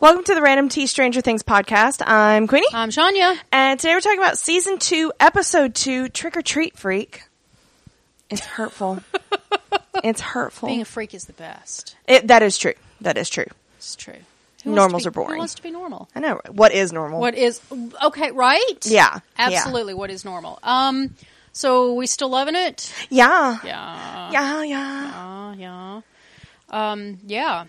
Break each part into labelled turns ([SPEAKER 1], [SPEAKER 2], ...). [SPEAKER 1] Welcome to the Random Tea Stranger Things podcast. I'm Queenie.
[SPEAKER 2] I'm Shania.
[SPEAKER 1] and today we're talking about season two, episode two, Trick or Treat Freak. It's hurtful. it's hurtful.
[SPEAKER 2] Being a freak is the best.
[SPEAKER 1] It- that is true. That is true.
[SPEAKER 2] It's true.
[SPEAKER 1] Normals
[SPEAKER 2] wants to
[SPEAKER 1] are
[SPEAKER 2] be-
[SPEAKER 1] boring.
[SPEAKER 2] Who wants to be normal?
[SPEAKER 1] I know. right? What is normal?
[SPEAKER 2] What is okay? Right?
[SPEAKER 1] Yeah,
[SPEAKER 2] Absolutely. What is normal? Um. So we still loving it?
[SPEAKER 1] Yeah.
[SPEAKER 2] Yeah.
[SPEAKER 1] Yeah, yeah.
[SPEAKER 2] Yeah. Yeah. Um. Yeah.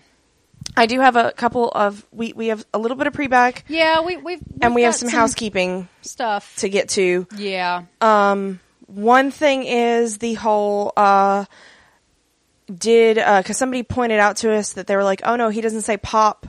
[SPEAKER 1] I do have a couple of we we have a little bit of pre-back
[SPEAKER 2] Yeah. We we've, we've
[SPEAKER 1] and we have
[SPEAKER 2] got
[SPEAKER 1] some, housekeeping
[SPEAKER 2] stuff.
[SPEAKER 1] to get to.
[SPEAKER 2] yeah.
[SPEAKER 1] Um one thing is the whole uh did uh cuz somebody pointed out to us that they were like, "Oh no, he doesn't say pop."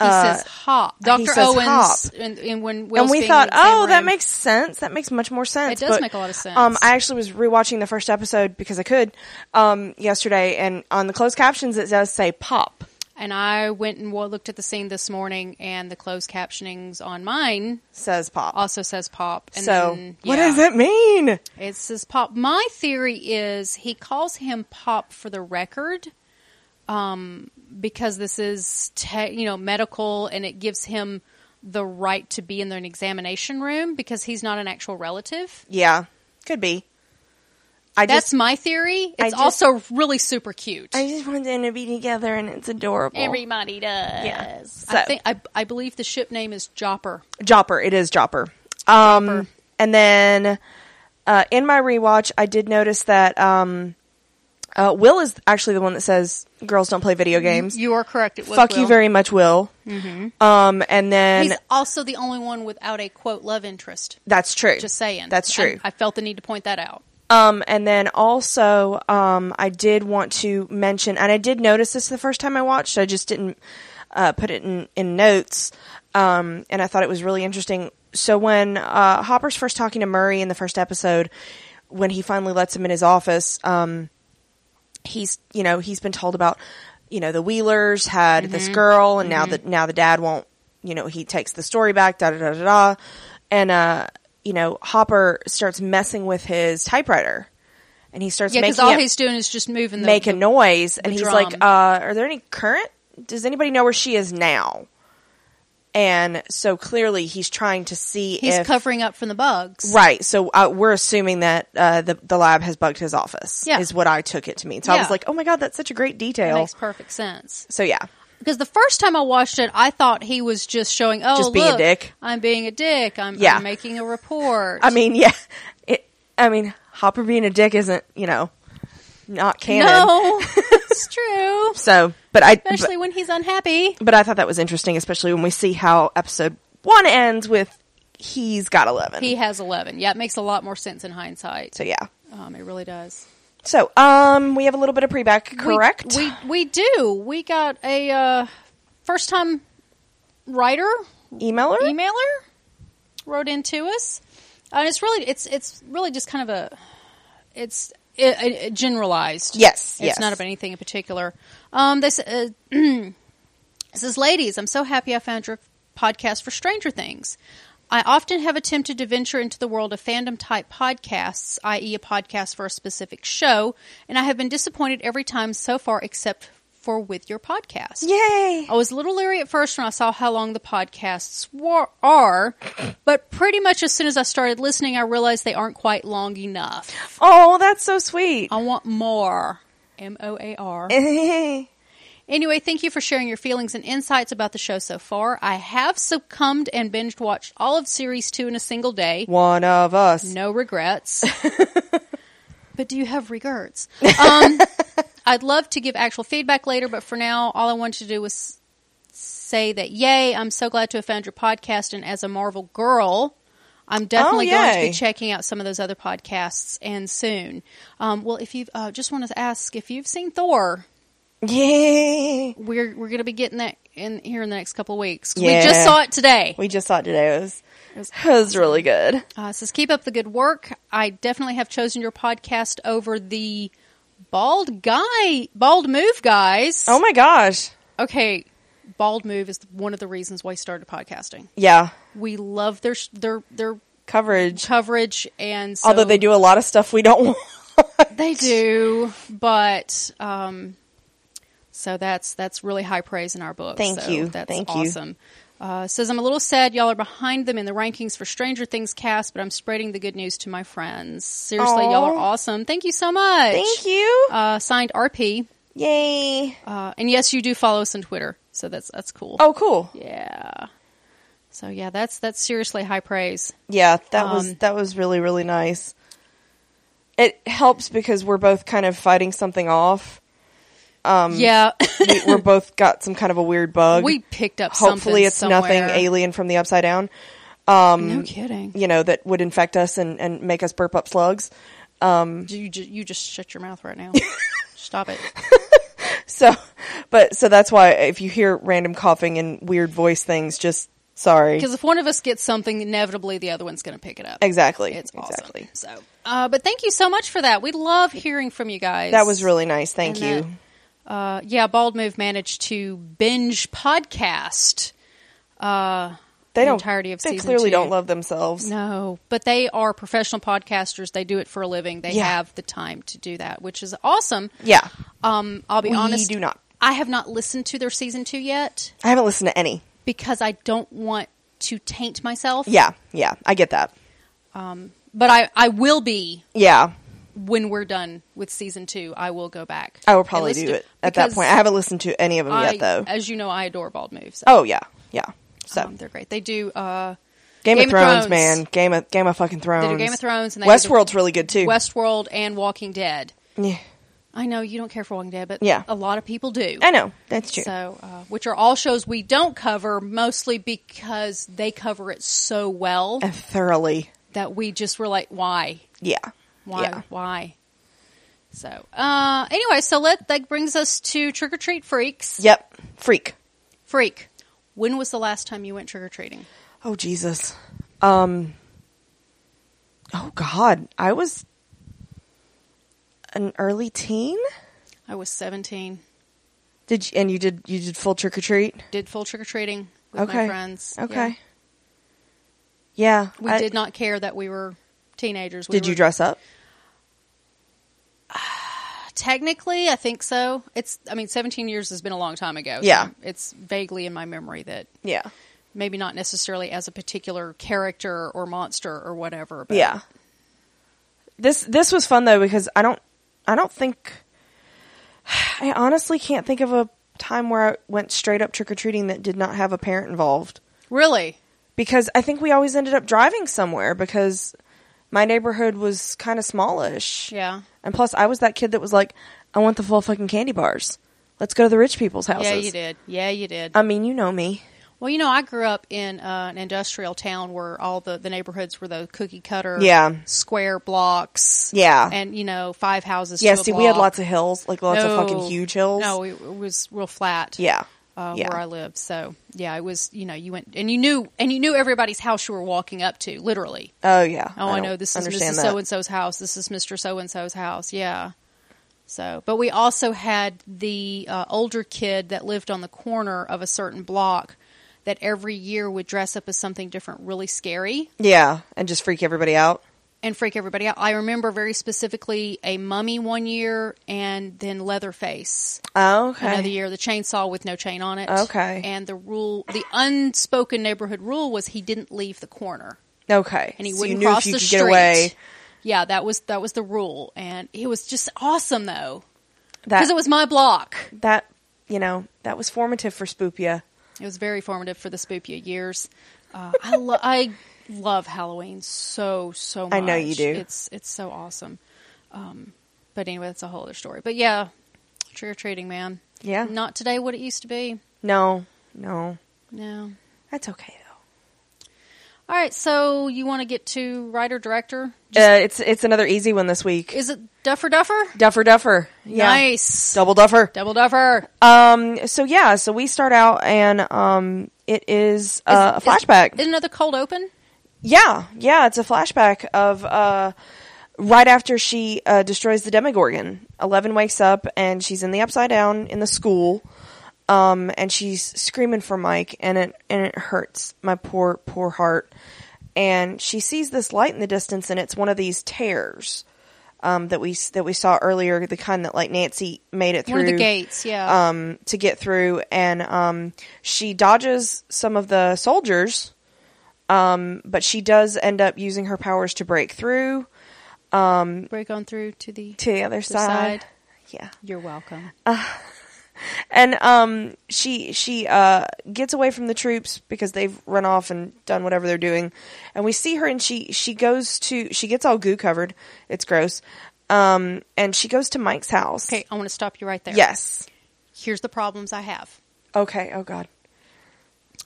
[SPEAKER 2] he
[SPEAKER 1] uh,
[SPEAKER 2] says hop. Doctor
[SPEAKER 1] says
[SPEAKER 2] Owens.
[SPEAKER 1] hop.
[SPEAKER 2] And, and when Will's
[SPEAKER 1] and we
[SPEAKER 2] being
[SPEAKER 1] thought,
[SPEAKER 2] in the same
[SPEAKER 1] "Oh, that
[SPEAKER 2] room-
[SPEAKER 1] makes sense. That makes much more sense."
[SPEAKER 2] does make a lot of
[SPEAKER 1] Um
[SPEAKER 2] sense.
[SPEAKER 1] I actually was rewatching the first episode because I could um yesterday and on the closed captions it does say pop.
[SPEAKER 2] And I went and wa- looked at the scene this morning, and the closed captionings on mine
[SPEAKER 1] Says pop.
[SPEAKER 2] also says pop. And
[SPEAKER 1] so,
[SPEAKER 2] then,
[SPEAKER 1] what
[SPEAKER 2] yeah.
[SPEAKER 1] does it mean?
[SPEAKER 2] It says Pop. My theory is he calls him Pop for the record, um, because this is te- you know medical, and it gives him the right to be in an examination room because he's not an actual relative.
[SPEAKER 1] Yeah, could be. I
[SPEAKER 2] That's
[SPEAKER 1] just
[SPEAKER 2] my theory.
[SPEAKER 1] I
[SPEAKER 2] It's
[SPEAKER 1] just-
[SPEAKER 2] also really super cute.
[SPEAKER 1] I just want them to be together, and it's adorable.
[SPEAKER 2] Everybody does.
[SPEAKER 1] Yeah.
[SPEAKER 2] I
[SPEAKER 1] So-
[SPEAKER 2] think I, I believe the ship name is Jopper.
[SPEAKER 1] Jopper, it is Jopper. Um, and then uh, in my rewatch, I did notice that um, uh, Will is actually the one that says, "Girls don't play video games."
[SPEAKER 2] You are correct. It was
[SPEAKER 1] Fuck you
[SPEAKER 2] Will. Mm-hmm.
[SPEAKER 1] very much, Will. Um, and then
[SPEAKER 2] He's also the only one without a quote love interest.
[SPEAKER 1] that's true.
[SPEAKER 2] Just saying.
[SPEAKER 1] That's true.
[SPEAKER 2] I, I felt the need to point that out.
[SPEAKER 1] Um, and then also, um, I did want to mention, and I did notice this the first time I watched. I just didn't uh, put it in, in notes, um, and I thought it was really interesting. So when uh, Hopper's first talking to Murray in the first episode, when he finally lets him in his office, um, he's you know he's been told about you know the Wheelers had this
[SPEAKER 2] Mm-hmm.
[SPEAKER 1] girl, and now that now the dad won't you know he takes the story back, da da da da da, and uh, you know Hopper starts messing with his typewriter, and he starts
[SPEAKER 2] Yeah, because
[SPEAKER 1] making
[SPEAKER 2] all
[SPEAKER 1] it
[SPEAKER 2] he's doing is just moving the
[SPEAKER 1] make a noise, and
[SPEAKER 2] the
[SPEAKER 1] he's
[SPEAKER 2] drum.
[SPEAKER 1] like, uh, "Are there any current? Does anybody know where she is now?" And so clearly, he's trying to see
[SPEAKER 2] He's
[SPEAKER 1] if
[SPEAKER 2] covering up from the bugs.
[SPEAKER 1] Right. So uh, we're assuming that uh, the the lab has bugged his office.
[SPEAKER 2] Yeah.
[SPEAKER 1] is what I took it to mean. So I
[SPEAKER 2] Yeah.
[SPEAKER 1] was like, oh my god, that's such a great
[SPEAKER 2] That
[SPEAKER 1] detail.
[SPEAKER 2] makes perfect sense.
[SPEAKER 1] so yeah,
[SPEAKER 2] Because the first time I watched it, I thought he was just showing, oh,
[SPEAKER 1] Just being a
[SPEAKER 2] look,
[SPEAKER 1] dick.
[SPEAKER 2] I'm being a dick. I'm,
[SPEAKER 1] Yeah.
[SPEAKER 2] I'm making a report.
[SPEAKER 1] I mean, yeah, it. I mean, Hopper being a dick isn't you know not canon.
[SPEAKER 2] no, it's true.
[SPEAKER 1] So, but I but,
[SPEAKER 2] Especially when he's unhappy.
[SPEAKER 1] but I thought that was interesting, especially when we see how episode one ends with he's got eleven.
[SPEAKER 2] He has 11. Yeah, it makes a lot more sense in hindsight.
[SPEAKER 1] so yeah.
[SPEAKER 2] Um, it really does.
[SPEAKER 1] So um, we have a little bit of pre back,
[SPEAKER 2] We-
[SPEAKER 1] correct?
[SPEAKER 2] We, we, do. We got a uh, first time writer,
[SPEAKER 1] emailer.
[SPEAKER 2] emailer wrote into us, and it's really it's it's really just kind of a it's it, it- generalized.
[SPEAKER 1] Yes,
[SPEAKER 2] it's
[SPEAKER 1] yes.
[SPEAKER 2] not about anything in particular. Um, this uh, it says, ladies, I'm so happy I found your podcast for Stranger Things. I often have attempted to venture into the world of fandom type podcasts, i.e., a podcast for a specific show, and I have been disappointed every time so far, except for with your podcast.
[SPEAKER 1] Yay!
[SPEAKER 2] I was a little leery at first when I saw how long the podcasts war- are, but pretty much as soon as I started listening, I realized they aren't quite long enough.
[SPEAKER 1] Oh, that's so sweet.
[SPEAKER 2] I want more. M O A R.
[SPEAKER 1] yeah,
[SPEAKER 2] Anyway, thank you for sharing your feelings and insights about the show so far. I have succumbed and binge watched all of series two in a single day.
[SPEAKER 1] one of us.
[SPEAKER 2] No regrets. but do you have regrets? Um, I'd love to give actual feedback later, but for now, all I wanted to do was say that, yay, I'm so glad to have found your podcast. And as a Marvel girl, I'm definitely going to
[SPEAKER 1] Oh, yay.
[SPEAKER 2] be checking out some of those other podcasts and soon. Um, well, if you uh, just want to ask if you've seen Thor,
[SPEAKER 1] Yay!
[SPEAKER 2] we're we're going to be getting that in here in the next couple of weeks. 'Cause
[SPEAKER 1] Yeah.
[SPEAKER 2] We just saw it today.
[SPEAKER 1] We just saw it today. It was, it was really good.
[SPEAKER 2] Uh, it says, keep up the good work. I definitely have chosen your podcast over the bald guy, bald move guys.
[SPEAKER 1] Oh my gosh.
[SPEAKER 2] Okay, bald move is one of the reasons why I started podcasting.
[SPEAKER 1] Yeah.
[SPEAKER 2] We love their sh- their their
[SPEAKER 1] Coverage.
[SPEAKER 2] coverage, and so
[SPEAKER 1] Although they do a lot of stuff we don't want.
[SPEAKER 2] they do, but um, So that's that's really high praise in our book.
[SPEAKER 1] Thank
[SPEAKER 2] So
[SPEAKER 1] you.
[SPEAKER 2] That's
[SPEAKER 1] Thank you.
[SPEAKER 2] awesome. Uh, says I'm a little sad y'all are behind them in the rankings for Stranger Things cast, but I'm spreading the good news to my friends. Seriously, y'all are
[SPEAKER 1] Aw.
[SPEAKER 2] awesome. Thank you so much.
[SPEAKER 1] Thank you.
[SPEAKER 2] Uh, signed RP,
[SPEAKER 1] Yay.
[SPEAKER 2] uh, and yes, you do follow us on Twitter, so that's that's cool.
[SPEAKER 1] Oh, cool.
[SPEAKER 2] Yeah. So yeah, that's that's seriously high praise.
[SPEAKER 1] Yeah, that was
[SPEAKER 2] Um,
[SPEAKER 1] that was really really nice. It helps because we're both kind of fighting something off. Um,
[SPEAKER 2] yeah,
[SPEAKER 1] we, we're both got some kind of a weird bug.
[SPEAKER 2] we picked up.
[SPEAKER 1] hopefully
[SPEAKER 2] something
[SPEAKER 1] it's nothing
[SPEAKER 2] somewhere.
[SPEAKER 1] alien from the upside down. um,
[SPEAKER 2] no kidding.
[SPEAKER 1] You know that would infect us and and make us burp up slugs.
[SPEAKER 2] You, ju- you just shut your mouth right now. Stop it.
[SPEAKER 1] So, but so that's why if you hear random coughing and weird voice things, just sorry.
[SPEAKER 2] Because if one of us gets something, inevitably the other one's going to pick it up.
[SPEAKER 1] Exactly.
[SPEAKER 2] It's awesome.
[SPEAKER 1] exactly.
[SPEAKER 2] So, uh, but thank you so much for that. We love hearing from you guys.
[SPEAKER 1] That was really nice. Thank
[SPEAKER 2] And
[SPEAKER 1] you.
[SPEAKER 2] that- Uh, yeah, Bald Move managed to binge podcast. Uh,
[SPEAKER 1] they
[SPEAKER 2] the
[SPEAKER 1] don't.
[SPEAKER 2] entirety of
[SPEAKER 1] they
[SPEAKER 2] season
[SPEAKER 1] clearly
[SPEAKER 2] two.
[SPEAKER 1] don't love themselves.
[SPEAKER 2] No, but they are professional podcasters. They do it for a living. They
[SPEAKER 1] Yeah.
[SPEAKER 2] have the time to do that, which is awesome.
[SPEAKER 1] Yeah,
[SPEAKER 2] Um, I'll be
[SPEAKER 1] We
[SPEAKER 2] honest.
[SPEAKER 1] do not.
[SPEAKER 2] I have not listened to their season two yet
[SPEAKER 1] I haven't listened to any.
[SPEAKER 2] because I don't want to taint myself. Um,
[SPEAKER 1] Yeah, yeah, I get that.
[SPEAKER 2] But I, I will be
[SPEAKER 1] Yeah,
[SPEAKER 2] when we're done with season two. I will go back.
[SPEAKER 1] I will
[SPEAKER 2] and
[SPEAKER 1] probably
[SPEAKER 2] listen
[SPEAKER 1] do
[SPEAKER 2] to-
[SPEAKER 1] it at that
[SPEAKER 2] because
[SPEAKER 1] point. I haven't listened to any of them
[SPEAKER 2] I-
[SPEAKER 1] yet, though.
[SPEAKER 2] As you know, I adore Bald Moves.
[SPEAKER 1] oh yeah, yeah. So
[SPEAKER 2] um, they're great. They do. Uh,
[SPEAKER 1] Game,
[SPEAKER 2] Game
[SPEAKER 1] of
[SPEAKER 2] of
[SPEAKER 1] Thrones,
[SPEAKER 2] Thrones.
[SPEAKER 1] man. Game of Game of fucking Thrones.
[SPEAKER 2] they do Game of Thrones and they do the-
[SPEAKER 1] Westworld's really good too.
[SPEAKER 2] Westworld and Walking Dead.
[SPEAKER 1] Yeah.
[SPEAKER 2] I know you don't care for Walking Dead, but
[SPEAKER 1] Yeah.
[SPEAKER 2] a lot of people do.
[SPEAKER 1] I know that's true.
[SPEAKER 2] So, uh, which are all shows we don't cover, mostly because they cover it so well
[SPEAKER 1] And Uh, thoroughly,
[SPEAKER 2] that we just were like, why,
[SPEAKER 1] yeah,
[SPEAKER 2] why,
[SPEAKER 1] yeah.
[SPEAKER 2] why. So, uh, anyway, so let that brings us to trick or treat freaks.
[SPEAKER 1] Yep, freak.
[SPEAKER 2] Freak, when was the last time you went trick or treating?
[SPEAKER 1] Oh Jesus. Um. Oh God, I was an early teen.
[SPEAKER 2] I was seventeen.
[SPEAKER 1] Did you, and you did you did full trick or treat?
[SPEAKER 2] Did full trick or treating with my friends. Yeah.
[SPEAKER 1] Okay. Yeah.
[SPEAKER 2] We
[SPEAKER 1] I-
[SPEAKER 2] did not care that we were teenagers. We
[SPEAKER 1] Did
[SPEAKER 2] were-
[SPEAKER 1] you dress up?
[SPEAKER 2] Technically, I think so. It's, I mean, 17 years has been a long time ago. so
[SPEAKER 1] Yeah.
[SPEAKER 2] It's vaguely in my memory that
[SPEAKER 1] Yeah.
[SPEAKER 2] maybe not necessarily as a particular character or monster or whatever. But
[SPEAKER 1] Yeah. This this was fun though because I don't I don't think I honestly can't think of a time where I went straight up trick or treating that did not have a parent involved
[SPEAKER 2] Really?
[SPEAKER 1] because I think we always ended up driving somewhere because my neighborhood was kind of smallish.
[SPEAKER 2] Yeah.
[SPEAKER 1] And plus I was that kid that was like I want the full fucking candy bars. Let's go to the rich people's houses.
[SPEAKER 2] Yeah, you did. Yeah, you did.
[SPEAKER 1] I mean, you know me.
[SPEAKER 2] well, you know, I grew up in uh, an industrial town where all the, the neighborhoods were the cookie cutter
[SPEAKER 1] Yeah.
[SPEAKER 2] square blocks.
[SPEAKER 1] Yeah.
[SPEAKER 2] And, you know, five houses.
[SPEAKER 1] Yeah,
[SPEAKER 2] to a
[SPEAKER 1] see, we had
[SPEAKER 2] block.
[SPEAKER 1] lots of hills, like lots of
[SPEAKER 2] No.
[SPEAKER 1] fucking huge hills.
[SPEAKER 2] No, it, it was real flat.
[SPEAKER 1] Yeah.
[SPEAKER 2] uh,
[SPEAKER 1] yeah.
[SPEAKER 2] where I live. So yeah, it was you know you went and you knew and you knew everybody's house you were walking up to literally.
[SPEAKER 1] oh, yeah.
[SPEAKER 2] Oh, I,
[SPEAKER 1] don't
[SPEAKER 2] know this is
[SPEAKER 1] understand
[SPEAKER 2] Mrs.
[SPEAKER 1] that.
[SPEAKER 2] So and So's house. This is Mister So and So's house. Yeah. So, but we also had the uh, older kid that lived on the corner of a certain block that every year would dress up as something different, really scary,
[SPEAKER 1] Yeah, and just freak everybody out.
[SPEAKER 2] and freak everybody out. I remember very specifically a mummy one year, and then Leatherface
[SPEAKER 1] Oh, okay.
[SPEAKER 2] another year. The chainsaw with no chain on it.
[SPEAKER 1] Okay.
[SPEAKER 2] And the rule, the unspoken neighborhood rule was he didn't leave the corner,
[SPEAKER 1] Okay.
[SPEAKER 2] and he
[SPEAKER 1] So you
[SPEAKER 2] wouldn't
[SPEAKER 1] knew
[SPEAKER 2] cross
[SPEAKER 1] if you
[SPEAKER 2] the
[SPEAKER 1] could
[SPEAKER 2] street.
[SPEAKER 1] get away.
[SPEAKER 2] Yeah, that was that was the rule, and it was just awesome though
[SPEAKER 1] That,
[SPEAKER 2] because it was my block.
[SPEAKER 1] that, you know, that was formative for Spoopia.
[SPEAKER 2] It was very formative for the Spoopia years. Uh, I lo- I love Halloween so so much.
[SPEAKER 1] I know you do.
[SPEAKER 2] It's it's so awesome. Um, but anyway, that's a whole other story. But yeah, trick or treating, man.
[SPEAKER 1] Yeah.
[SPEAKER 2] not today what it used to be.
[SPEAKER 1] No, no.
[SPEAKER 2] No.
[SPEAKER 1] That's okay, though.
[SPEAKER 2] All right, so you want to get to writer director?
[SPEAKER 1] uh, it's it's another easy one this week.
[SPEAKER 2] Is it Duffer Duffer?
[SPEAKER 1] Duffer Duffer. Yeah.
[SPEAKER 2] Nice.
[SPEAKER 1] Double Duffer.
[SPEAKER 2] Double Duffer.
[SPEAKER 1] Um. So, yeah, so we start out, and um, it is uh,
[SPEAKER 2] Is-
[SPEAKER 1] a flashback.
[SPEAKER 2] Is, another cold open?
[SPEAKER 1] Yeah, yeah, it's a flashback of uh, right after she uh, destroys the Demogorgon. Eleven wakes up and she's in the Upside Down in the school, um, and she's screaming for Mike, and it and it hurts my poor poor heart. And she sees this light in the distance, and it's one of these tears um, that we that we saw earlier, the kind that like Nancy made it through
[SPEAKER 2] One of the gates, yeah.
[SPEAKER 1] um, to get through, and um, she dodges some of the soldiers, um, but she does end up using her powers to break through
[SPEAKER 2] Break on through to the.
[SPEAKER 1] to the other side.
[SPEAKER 2] side.
[SPEAKER 1] Yeah,
[SPEAKER 2] You're welcome.
[SPEAKER 1] and um, she she uh, gets away from the troops because they've run off and done whatever they're doing, and we see her and she she goes to she gets all goo covered. It's gross. Um, and she goes to Mike's house.
[SPEAKER 2] Okay, I want to stop you right there.
[SPEAKER 1] Yes.
[SPEAKER 2] Here's the problems I have.
[SPEAKER 1] Okay. Oh God.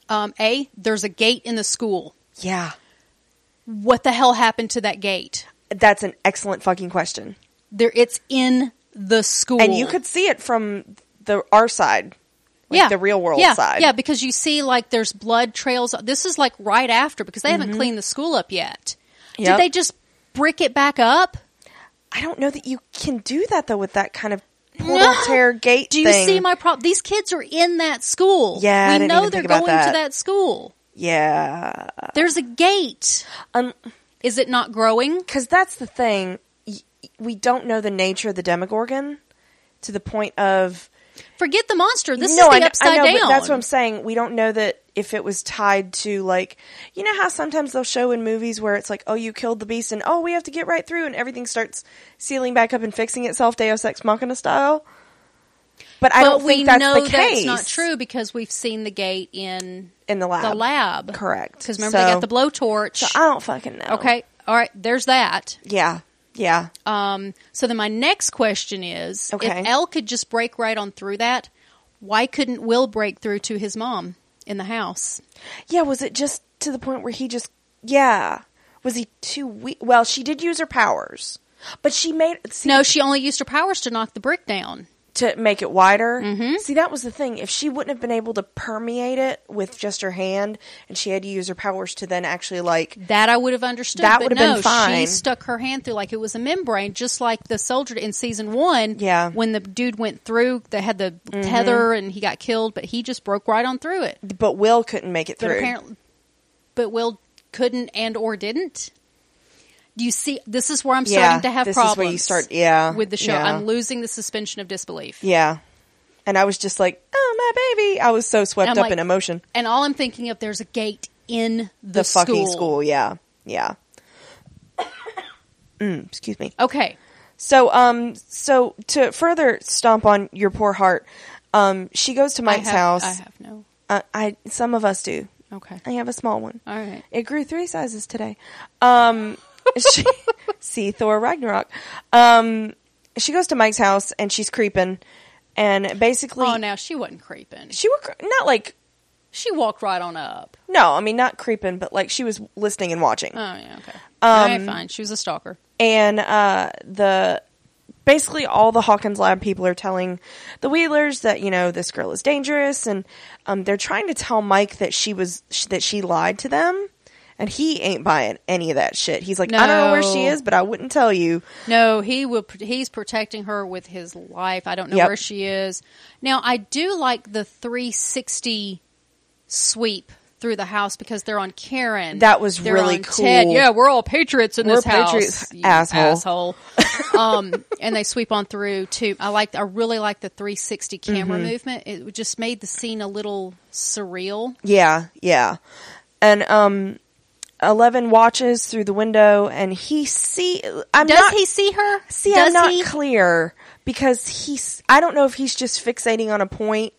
[SPEAKER 2] Um, a, there's a gate in the school.
[SPEAKER 1] Yeah.
[SPEAKER 2] What the hell happened to that gate?
[SPEAKER 1] That's an excellent fucking question.
[SPEAKER 2] There, it's in the school,
[SPEAKER 1] and you could see it from the our side, like the real world
[SPEAKER 2] yeah.
[SPEAKER 1] side.
[SPEAKER 2] Yeah, because you see, like, there's blood trails. This is like right after because they haven't cleaned the school up yet.
[SPEAKER 1] Mm-hmm. Yep.
[SPEAKER 2] Did they just brick it back up?
[SPEAKER 1] I don't know that you can do that though with that kind of pulled off tear gate.
[SPEAKER 2] Do you
[SPEAKER 1] thing.
[SPEAKER 2] see my problem? These kids are in that school.
[SPEAKER 1] Yeah, I
[SPEAKER 2] we
[SPEAKER 1] didn't
[SPEAKER 2] know
[SPEAKER 1] even
[SPEAKER 2] they're
[SPEAKER 1] think about
[SPEAKER 2] going
[SPEAKER 1] that.
[SPEAKER 2] to that school.
[SPEAKER 1] Yeah,
[SPEAKER 2] There's a gate. Is it not growing?
[SPEAKER 1] because that's the thing. Y- We don't know the nature of the Demogorgon to the point of
[SPEAKER 2] Forget the monster. This
[SPEAKER 1] no, I
[SPEAKER 2] is the
[SPEAKER 1] kn- I
[SPEAKER 2] upside
[SPEAKER 1] know, but
[SPEAKER 2] down.
[SPEAKER 1] that's what I'm saying. We don't know that if it was tied to like you know how sometimes they'll show in movies where it's like, oh, you killed the beast, and oh, we have to get right through, and everything starts sealing back up and fixing itself, Deus Ex Machina style. But, I don't
[SPEAKER 2] but we
[SPEAKER 1] think that's
[SPEAKER 2] know
[SPEAKER 1] the case.
[SPEAKER 2] that's not true because we've seen the gate in
[SPEAKER 1] in the lab.
[SPEAKER 2] the lab.
[SPEAKER 1] correct?
[SPEAKER 2] Because remember they got the blowtorch.
[SPEAKER 1] So I don't fucking know.
[SPEAKER 2] okay. All right. There's that.
[SPEAKER 1] Yeah. Yeah.
[SPEAKER 2] Um, so then my next question is:
[SPEAKER 1] Okay.
[SPEAKER 2] If L could just break right on through that, why couldn't Will break through to his mom in the house?
[SPEAKER 1] Yeah. Was it just to the point where he just? Yeah. Was he too weak? Well, she did use her powers, but she made see,
[SPEAKER 2] No, she only used her powers to knock the brick down.
[SPEAKER 1] to make it wider.
[SPEAKER 2] Mm-hmm.
[SPEAKER 1] See, that was the thing. If she wouldn't have been able to permeate it with just her hand, and she had to use her powers to then actually like,
[SPEAKER 2] That I would have understood.
[SPEAKER 1] That
[SPEAKER 2] but
[SPEAKER 1] would have
[SPEAKER 2] no,
[SPEAKER 1] been fine.
[SPEAKER 2] She stuck her hand through like it was a membrane, just like the soldier in season one.
[SPEAKER 1] Yeah. Mm-hmm.
[SPEAKER 2] When the dude went through, they had the tether and he got killed, but he just broke right on through it.
[SPEAKER 1] but Will couldn't make it
[SPEAKER 2] But
[SPEAKER 1] through.
[SPEAKER 2] apparently, but Will couldn't and or didn't. Do you see? This is where I'm
[SPEAKER 1] Yeah,
[SPEAKER 2] starting to have
[SPEAKER 1] this is where you
[SPEAKER 2] problems.
[SPEAKER 1] start- yeah,
[SPEAKER 2] With the show,
[SPEAKER 1] yeah.
[SPEAKER 2] I'm losing the suspension of disbelief.
[SPEAKER 1] yeah. And I was just like, oh my baby! I was so swept
[SPEAKER 2] I'm
[SPEAKER 1] up
[SPEAKER 2] like,
[SPEAKER 1] in emotion.
[SPEAKER 2] And all I'm thinking of, there's a gate in the,
[SPEAKER 1] The, fucking school. Yeah. Yeah. mm, excuse me.
[SPEAKER 2] Okay.
[SPEAKER 1] So, um, so to further stomp on your poor heart, um, she goes to Mike's
[SPEAKER 2] I have,
[SPEAKER 1] house.
[SPEAKER 2] I have no.
[SPEAKER 1] Uh, I some of us do.
[SPEAKER 2] Okay.
[SPEAKER 1] I have a small one.
[SPEAKER 2] All right.
[SPEAKER 1] It grew three sizes today. Um, she, see Thor Ragnarok. Um, she goes to Mike's house and she's creeping, and basically
[SPEAKER 2] Oh, now she wasn't creeping.
[SPEAKER 1] she was not like
[SPEAKER 2] She walked right on up.
[SPEAKER 1] no, I mean not creeping, but like she was listening and watching.
[SPEAKER 2] Oh yeah, okay. All
[SPEAKER 1] Um,
[SPEAKER 2] right, fine. She was a stalker.
[SPEAKER 1] and uh, the basically all the Hawkins Lab people are telling the Wheelers that you know this girl is dangerous, and um, they're trying to tell Mike that she was sh- that she lied to them, and he ain't buying any of that shit. He's like, I don't know where she
[SPEAKER 2] No.
[SPEAKER 1] is, but I wouldn't tell you.
[SPEAKER 2] No, he will. He's protecting her with his life. I don't know
[SPEAKER 1] Yep.
[SPEAKER 2] where she is now. I do like the 360 sweep through the house because they're on Karen.
[SPEAKER 1] That was
[SPEAKER 2] They're
[SPEAKER 1] really
[SPEAKER 2] on Ted.
[SPEAKER 1] cool.
[SPEAKER 2] Yeah, we're all patriots in
[SPEAKER 1] We're
[SPEAKER 2] this house.
[SPEAKER 1] patriots,
[SPEAKER 2] you
[SPEAKER 1] asshole.
[SPEAKER 2] asshole. um, and they sweep on through too. I like. I really like the 360 camera
[SPEAKER 1] Mm-hmm.
[SPEAKER 2] movement. It just made the scene a little surreal.
[SPEAKER 1] Yeah, yeah. And um, Eleven watches through the window, and he see. I'm
[SPEAKER 2] Does
[SPEAKER 1] not,
[SPEAKER 2] he see her?
[SPEAKER 1] See,
[SPEAKER 2] Does
[SPEAKER 1] I'm not
[SPEAKER 2] he?
[SPEAKER 1] clear because he's. I don't know if he's just fixating on a point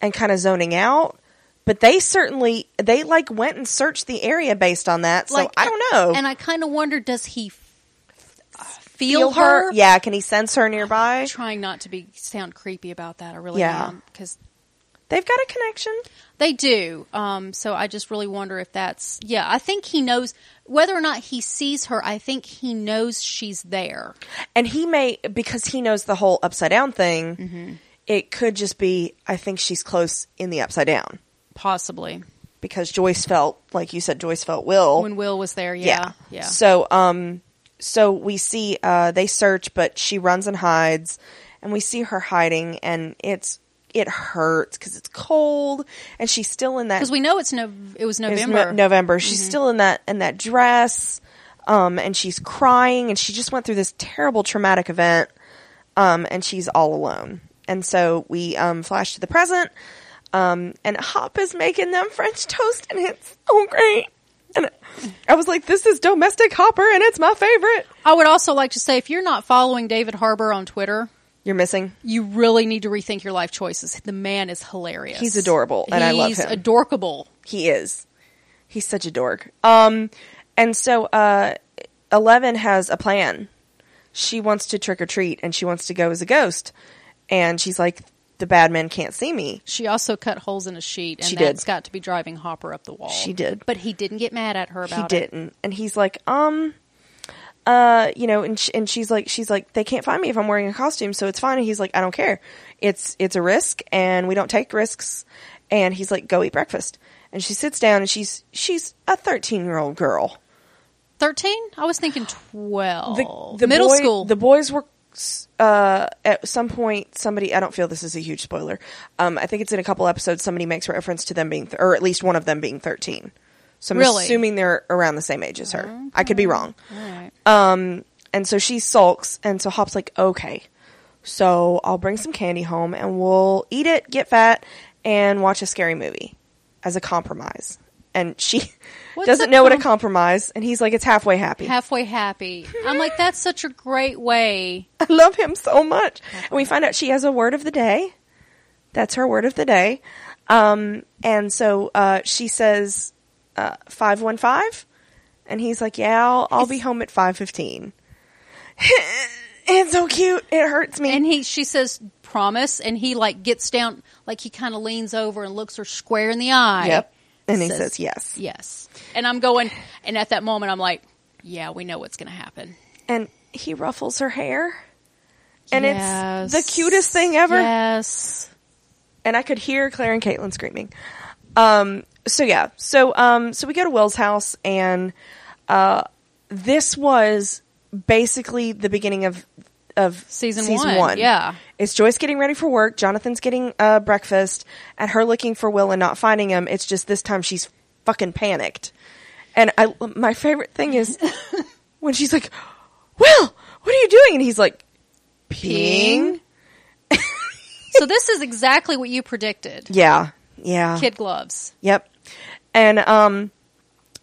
[SPEAKER 1] and kind of zoning out, but they certainly they like went and searched the area based on that. So I don't know.
[SPEAKER 2] And I kind of wonder, does he f-
[SPEAKER 1] Feel
[SPEAKER 2] feel, her?
[SPEAKER 1] Yeah. Can he sense her nearby?
[SPEAKER 2] Trying not to be sound creepy about that. I really
[SPEAKER 1] Yeah.
[SPEAKER 2] am because
[SPEAKER 1] They've got a connection.
[SPEAKER 2] they do. Um, so I just really wonder if that's yeah. I think he knows whether or not he sees her. I think he knows she's there.
[SPEAKER 1] And he may, because he knows the whole upside down thing,
[SPEAKER 2] Mm-hmm.
[SPEAKER 1] it could just be, I think she's close in the upside down
[SPEAKER 2] Possibly
[SPEAKER 1] because Joyce felt, like you said, Joyce felt Will.
[SPEAKER 2] when Will was there. Yeah, yeah.
[SPEAKER 1] So, um, so we see, uh, they search, but she runs and hides and we see her hiding and it's, it hurts because it's cold and she's still in that
[SPEAKER 2] Because we know it's no. It was
[SPEAKER 1] it was
[SPEAKER 2] November.
[SPEAKER 1] No- November. She's still in that in that dress. um, and she's crying, and she just went through this terrible traumatic event, um, and she's all alone. And so we um, flash to the present, um, and Hop is making them French toast, and it's so great. And I was like, "This is domestic Hopper, and it's my favorite."
[SPEAKER 2] I would also like to say if you're not following David Harbour on Twitter,
[SPEAKER 1] You're missing.
[SPEAKER 2] you really need to rethink your life choices. The man is hilarious.
[SPEAKER 1] He's adorable, and I love
[SPEAKER 2] He's
[SPEAKER 1] him.
[SPEAKER 2] adorkable.
[SPEAKER 1] He is. He's such a dork. Um, and so uh, Eleven has a plan. She wants to trick or treat, and she wants to go as a ghost. And she's like, "The bad men can't see me."
[SPEAKER 2] She also cut holes in a sheet, and
[SPEAKER 1] She did.
[SPEAKER 2] that's got to be driving Hopper up the wall.
[SPEAKER 1] She did.
[SPEAKER 2] but he didn't get mad at her about
[SPEAKER 1] he
[SPEAKER 2] it.
[SPEAKER 1] didn't, and he's like, "Um, uh, you know," and sh- and she's like, "She's like, they can't find me if I'm wearing a costume, so it's fine." And he's like, "I don't care. It's it's a risk, and we don't take risks." And he's like, "Go eat breakfast." And she sits down, and she's she's a thirteen year old girl.
[SPEAKER 2] Thirteen? I was thinking twelve.
[SPEAKER 1] the,
[SPEAKER 2] Middle
[SPEAKER 1] boy-
[SPEAKER 2] school.
[SPEAKER 1] The boys were uh, at some point. Somebody, I don't feel this is a huge spoiler. Um, I think it's in a couple episodes. Somebody makes reference to them being, th- or at least one of them being thirteen. So I'm
[SPEAKER 2] Really?
[SPEAKER 1] assuming they're around the same age as her. I could be wrong.
[SPEAKER 2] All right.
[SPEAKER 1] Um, and so she sulks, and so Hop's like, okay, so I'll bring some candy home, and we'll eat it, get fat, and watch a scary movie as a compromise. And she
[SPEAKER 2] What's
[SPEAKER 1] doesn't
[SPEAKER 2] a
[SPEAKER 1] know what a
[SPEAKER 2] com-
[SPEAKER 1] compromise, and he's like, it's halfway happy.
[SPEAKER 2] Halfway happy. I'm like, that's such a great way.
[SPEAKER 1] I love him so much. And we find out she has a word of the day. That's her word of the day. Um, and so uh, she says uh, 515. And he's like, yeah, I'll, I'll be home at 515. it's so cute. It hurts me.
[SPEAKER 2] And he, she says, promise, and he like gets down, like he kind of leans over and looks her square in the eye.
[SPEAKER 1] yep. And he says, yes.
[SPEAKER 2] Yes. And I'm going, and at that moment, I'm like, yeah, we know what's going to happen.
[SPEAKER 1] And he ruffles her hair. And
[SPEAKER 2] Yes.
[SPEAKER 1] it's the cutest thing ever.
[SPEAKER 2] Yes.
[SPEAKER 1] and I could hear Claire and Caitlin screaming. Um, so yeah, so um, so we go to Will's house, and uh, this was basically the beginning of of
[SPEAKER 2] Season one, yeah.
[SPEAKER 1] it's Joyce getting ready for work. Jonathan's getting uh, breakfast, and her looking for Will and not finding him. It's just this time she's fucking panicked. And I, my favorite thing is when she's like, "Will, what are you doing?" And he's like, "Peeing."
[SPEAKER 2] so this is exactly what you predicted.
[SPEAKER 1] Yeah, yeah.
[SPEAKER 2] Kid gloves.
[SPEAKER 1] Yep. And um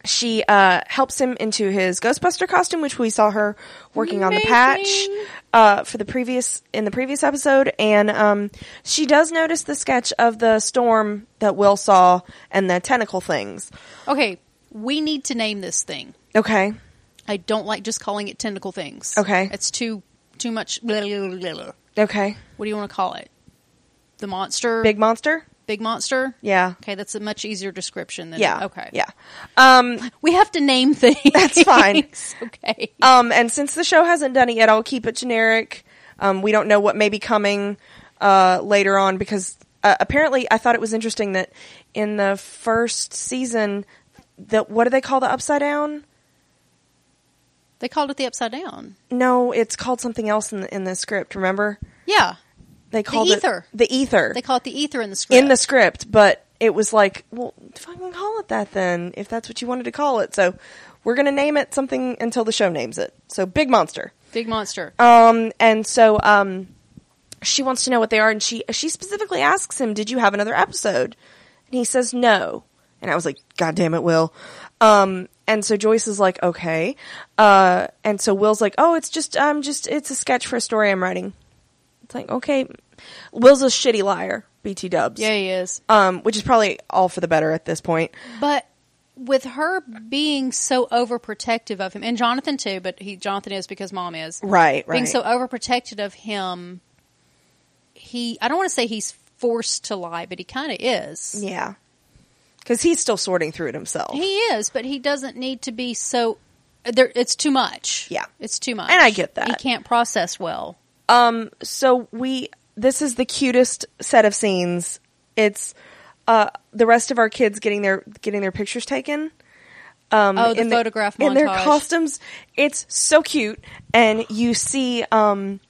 [SPEAKER 1] she uh helps him into his Ghostbuster costume, which we saw her working on the patch
[SPEAKER 2] Amazing.
[SPEAKER 1] uh for the previous in the previous episode. And um she does notice the sketch of the storm that Will saw and the tentacle things.
[SPEAKER 2] Okay, we need to name this thing.
[SPEAKER 1] Okay.
[SPEAKER 2] I don't like just calling it tentacle things.
[SPEAKER 1] Okay.
[SPEAKER 2] It's too too much. Blah, blah, blah, blah.
[SPEAKER 1] Okay.
[SPEAKER 2] What do you want to call it? The monster?
[SPEAKER 1] Big monster?
[SPEAKER 2] Big monster?
[SPEAKER 1] Yeah.
[SPEAKER 2] Okay, that's a much easier description than
[SPEAKER 1] Yeah.
[SPEAKER 2] Okay.
[SPEAKER 1] Yeah. Um
[SPEAKER 2] We have to name things.
[SPEAKER 1] That's fine.
[SPEAKER 2] okay.
[SPEAKER 1] Um, and since the show hasn't done it yet, I'll keep it generic. Um, we don't know what may be coming uh, later on because uh, apparently I thought it was interesting that in the first season, that what do they call the upside down?
[SPEAKER 2] They called it the upside down.
[SPEAKER 1] No, it's called something else in the, in the script. Remember,
[SPEAKER 2] Yeah.
[SPEAKER 1] they called
[SPEAKER 2] ether.
[SPEAKER 1] it the ether
[SPEAKER 2] They call it the ether in the script.
[SPEAKER 1] in the script, but it was like, well, fucking call it that then if that's what you wanted to call it. So we're gonna name it something until the show names it. So big monster.
[SPEAKER 2] Big monster.
[SPEAKER 1] Um, and so um, she wants to know what they are, and she she specifically asks him, "Did you have another episode?" And he says, "No." And I was like, "God damn it, Will." Um, and so Joyce is like, "Okay," uh, and so Will's like, "Oh, it's just um, just it's a sketch for a story I'm writing." It's like, okay, Will's a shitty liar, BT Dubs.
[SPEAKER 2] Yeah, he is.
[SPEAKER 1] Um, which is probably all for the better at this point.
[SPEAKER 2] But with her being so overprotective of him, and Jonathan too, but he Jonathan is because mom is
[SPEAKER 1] Right, right.
[SPEAKER 2] being so overprotected of him. He, I don't want to say he's forced to lie, but he kind of is.
[SPEAKER 1] yeah, because he's still sorting through it himself.
[SPEAKER 2] He is, but he doesn't need to be so. There, it's too much.
[SPEAKER 1] Yeah.
[SPEAKER 2] it's too much,
[SPEAKER 1] And I get that.
[SPEAKER 2] He can't process well.
[SPEAKER 1] Um, so we this is the cutest set of scenes. It's uh the rest of our kids getting their getting their pictures taken. Um,
[SPEAKER 2] Oh, the
[SPEAKER 1] in
[SPEAKER 2] photograph
[SPEAKER 1] in their
[SPEAKER 2] montage.
[SPEAKER 1] costumes. It's so cute, and you see um,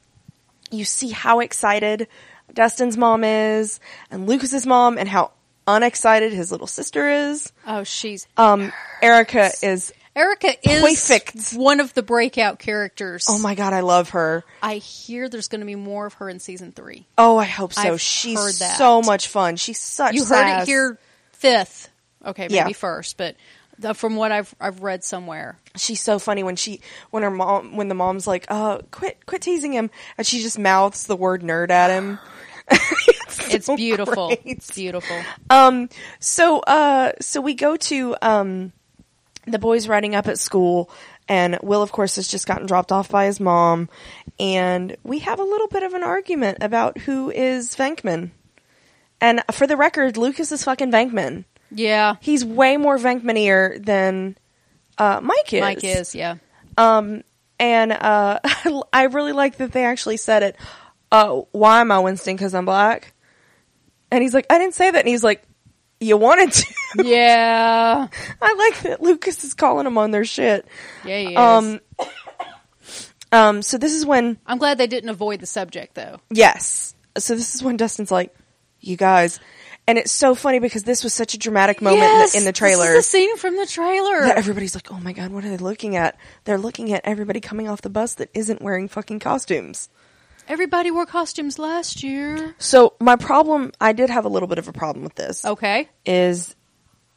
[SPEAKER 1] you see how excited Dustin's mom is, and Lucas's mom, and how unexcited his little sister is.
[SPEAKER 2] Oh, she's
[SPEAKER 1] Um, Erica is
[SPEAKER 2] Erica is
[SPEAKER 1] Perfect.
[SPEAKER 2] one of the breakout characters.
[SPEAKER 1] Oh my god, I love her.
[SPEAKER 2] I hear there's going to be more of her in season three.
[SPEAKER 1] Oh, I hope so.
[SPEAKER 2] I've
[SPEAKER 1] She's
[SPEAKER 2] heard that.
[SPEAKER 1] so much fun. She's such.
[SPEAKER 2] you heard
[SPEAKER 1] sass.
[SPEAKER 2] it here fifth. Okay, maybe
[SPEAKER 1] Yeah.
[SPEAKER 2] first, but the, from what I've I've read somewhere,
[SPEAKER 1] She's so funny when she when her mom when the mom's like, "Uh, quit quit teasing him," and she just mouths the word nerd at him.
[SPEAKER 2] it's
[SPEAKER 1] so
[SPEAKER 2] beautiful.
[SPEAKER 1] great.
[SPEAKER 2] It's beautiful.
[SPEAKER 1] Um, so, uh, so we go to, um, the boys riding up at school and Will, of course, has just gotten dropped off by his mom and we have a little bit of an argument about who is Venkman. And for the record, Lucas is fucking Venkman.
[SPEAKER 2] Yeah,
[SPEAKER 1] He's way more Venkmanier than, uh, Mike is.
[SPEAKER 2] Mike is. Yeah,
[SPEAKER 1] And, uh, I really like that they actually said it. Uh, why am I Winston? Cause I'm black. And he's like, I didn't say that. And he's like, you wanted to.
[SPEAKER 2] yeah,
[SPEAKER 1] I like that Lucas is calling them on their shit.
[SPEAKER 2] yeah. He is.
[SPEAKER 1] Um, um, so this is when,
[SPEAKER 2] I'm glad they didn't avoid the subject though.
[SPEAKER 1] yes. So this is when Dustin's like, you guys. And it's so funny because this was such a dramatic moment
[SPEAKER 2] Yes!
[SPEAKER 1] in, the, in the
[SPEAKER 2] This
[SPEAKER 1] trailer.
[SPEAKER 2] is the scene from the trailer.
[SPEAKER 1] that everybody's like, oh my god, what are they looking at? They're looking at everybody coming off the bus that isn't wearing fucking costumes.
[SPEAKER 2] Everybody wore costumes last year.
[SPEAKER 1] So my problem, I did have a little bit of a problem with this,
[SPEAKER 2] Okay,
[SPEAKER 1] is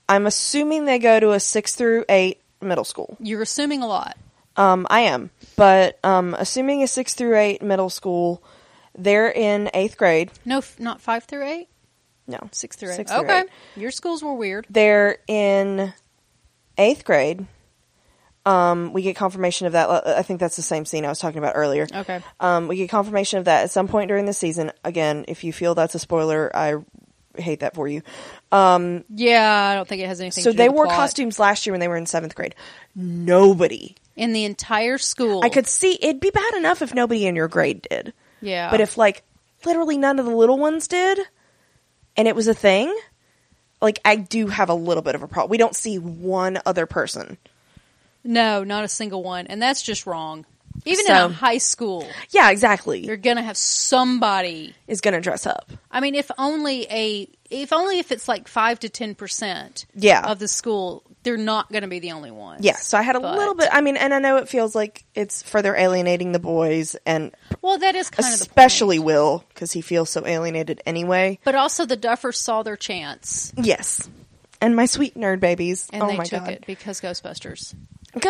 [SPEAKER 1] I'm assuming they go to a six through eight middle school.
[SPEAKER 2] you're assuming a lot.
[SPEAKER 1] Um, I am, but um, assuming a six through eight middle school, they're in eighth grade.
[SPEAKER 2] No, f- not five through eight,
[SPEAKER 1] No,
[SPEAKER 2] six through eight.
[SPEAKER 1] Six through
[SPEAKER 2] okay,
[SPEAKER 1] eight.
[SPEAKER 2] your schools were weird.
[SPEAKER 1] they're in eighth grade. Um, we get confirmation of that. Uh, I think that's the same scene I was talking about earlier.
[SPEAKER 2] Okay.
[SPEAKER 1] Um, we get confirmation of that at some point during the season. Again, if you feel that's a spoiler, I hate that for you. Um,
[SPEAKER 2] Yeah, I don't think it has anything.
[SPEAKER 1] so
[SPEAKER 2] to do
[SPEAKER 1] they
[SPEAKER 2] with
[SPEAKER 1] wore
[SPEAKER 2] plot.
[SPEAKER 1] costumes last year when they were in seventh grade. Nobody.
[SPEAKER 2] in the entire school.
[SPEAKER 1] I could see it'd be bad enough if nobody in your grade did.
[SPEAKER 2] yeah,
[SPEAKER 1] But if like literally none of the little ones did, and it was a thing, like I do have a little bit of a problem. We don't see one other person.
[SPEAKER 2] no, not a single one, and that's just wrong. Even
[SPEAKER 1] So-
[SPEAKER 2] in a high school,
[SPEAKER 1] Yeah, exactly.
[SPEAKER 2] you're gonna have somebody.
[SPEAKER 1] is gonna dress up.
[SPEAKER 2] I mean, if only a, if only if it's like five to ten percent,
[SPEAKER 1] Yeah.
[SPEAKER 2] of the school, they're not gonna be the only ones.
[SPEAKER 1] Yeah, so I had a
[SPEAKER 2] But-
[SPEAKER 1] little bit. I mean, and I know it feels like it's further alienating the boys, and
[SPEAKER 2] Well, that is kind of the
[SPEAKER 1] especially
[SPEAKER 2] point.
[SPEAKER 1] Will because he feels so alienated anyway.
[SPEAKER 2] But also, the Duffers saw their chance
[SPEAKER 1] Yes, and my sweet nerd babies.
[SPEAKER 2] and
[SPEAKER 1] oh
[SPEAKER 2] they
[SPEAKER 1] my
[SPEAKER 2] took
[SPEAKER 1] god,
[SPEAKER 2] it because Ghostbusters.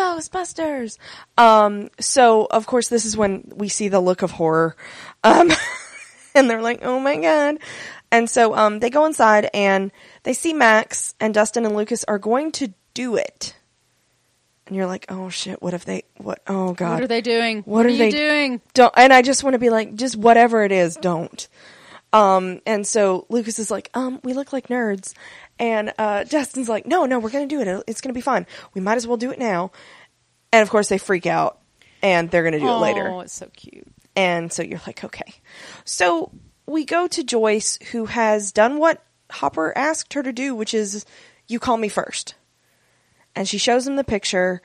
[SPEAKER 1] Ghostbusters. Um, so of course this is when we see the look of horror. Um, and they're like, "Oh my god." And so um they go inside and they see Max and Dustin and Lucas are going to do it. And you're like, "Oh shit, what if they what oh god."
[SPEAKER 2] What are they doing?
[SPEAKER 1] What are
[SPEAKER 2] you
[SPEAKER 1] they-
[SPEAKER 2] doing?
[SPEAKER 1] Don't and I just want to be like, "Just whatever it is, don't." Um and so Lucas is like, "Um, we look like nerds." And uh Dustin's like, "No, no, we're going to do it. It'll- It's going to be fine. We might as well do it now." And of course, they freak out and they're going to do it
[SPEAKER 2] Oh,
[SPEAKER 1] later.
[SPEAKER 2] it's so cute.
[SPEAKER 1] And so you're like, okay. So we go to Joyce, who has done what Hopper asked her to do, which is, you call me first. And she shows him the picture.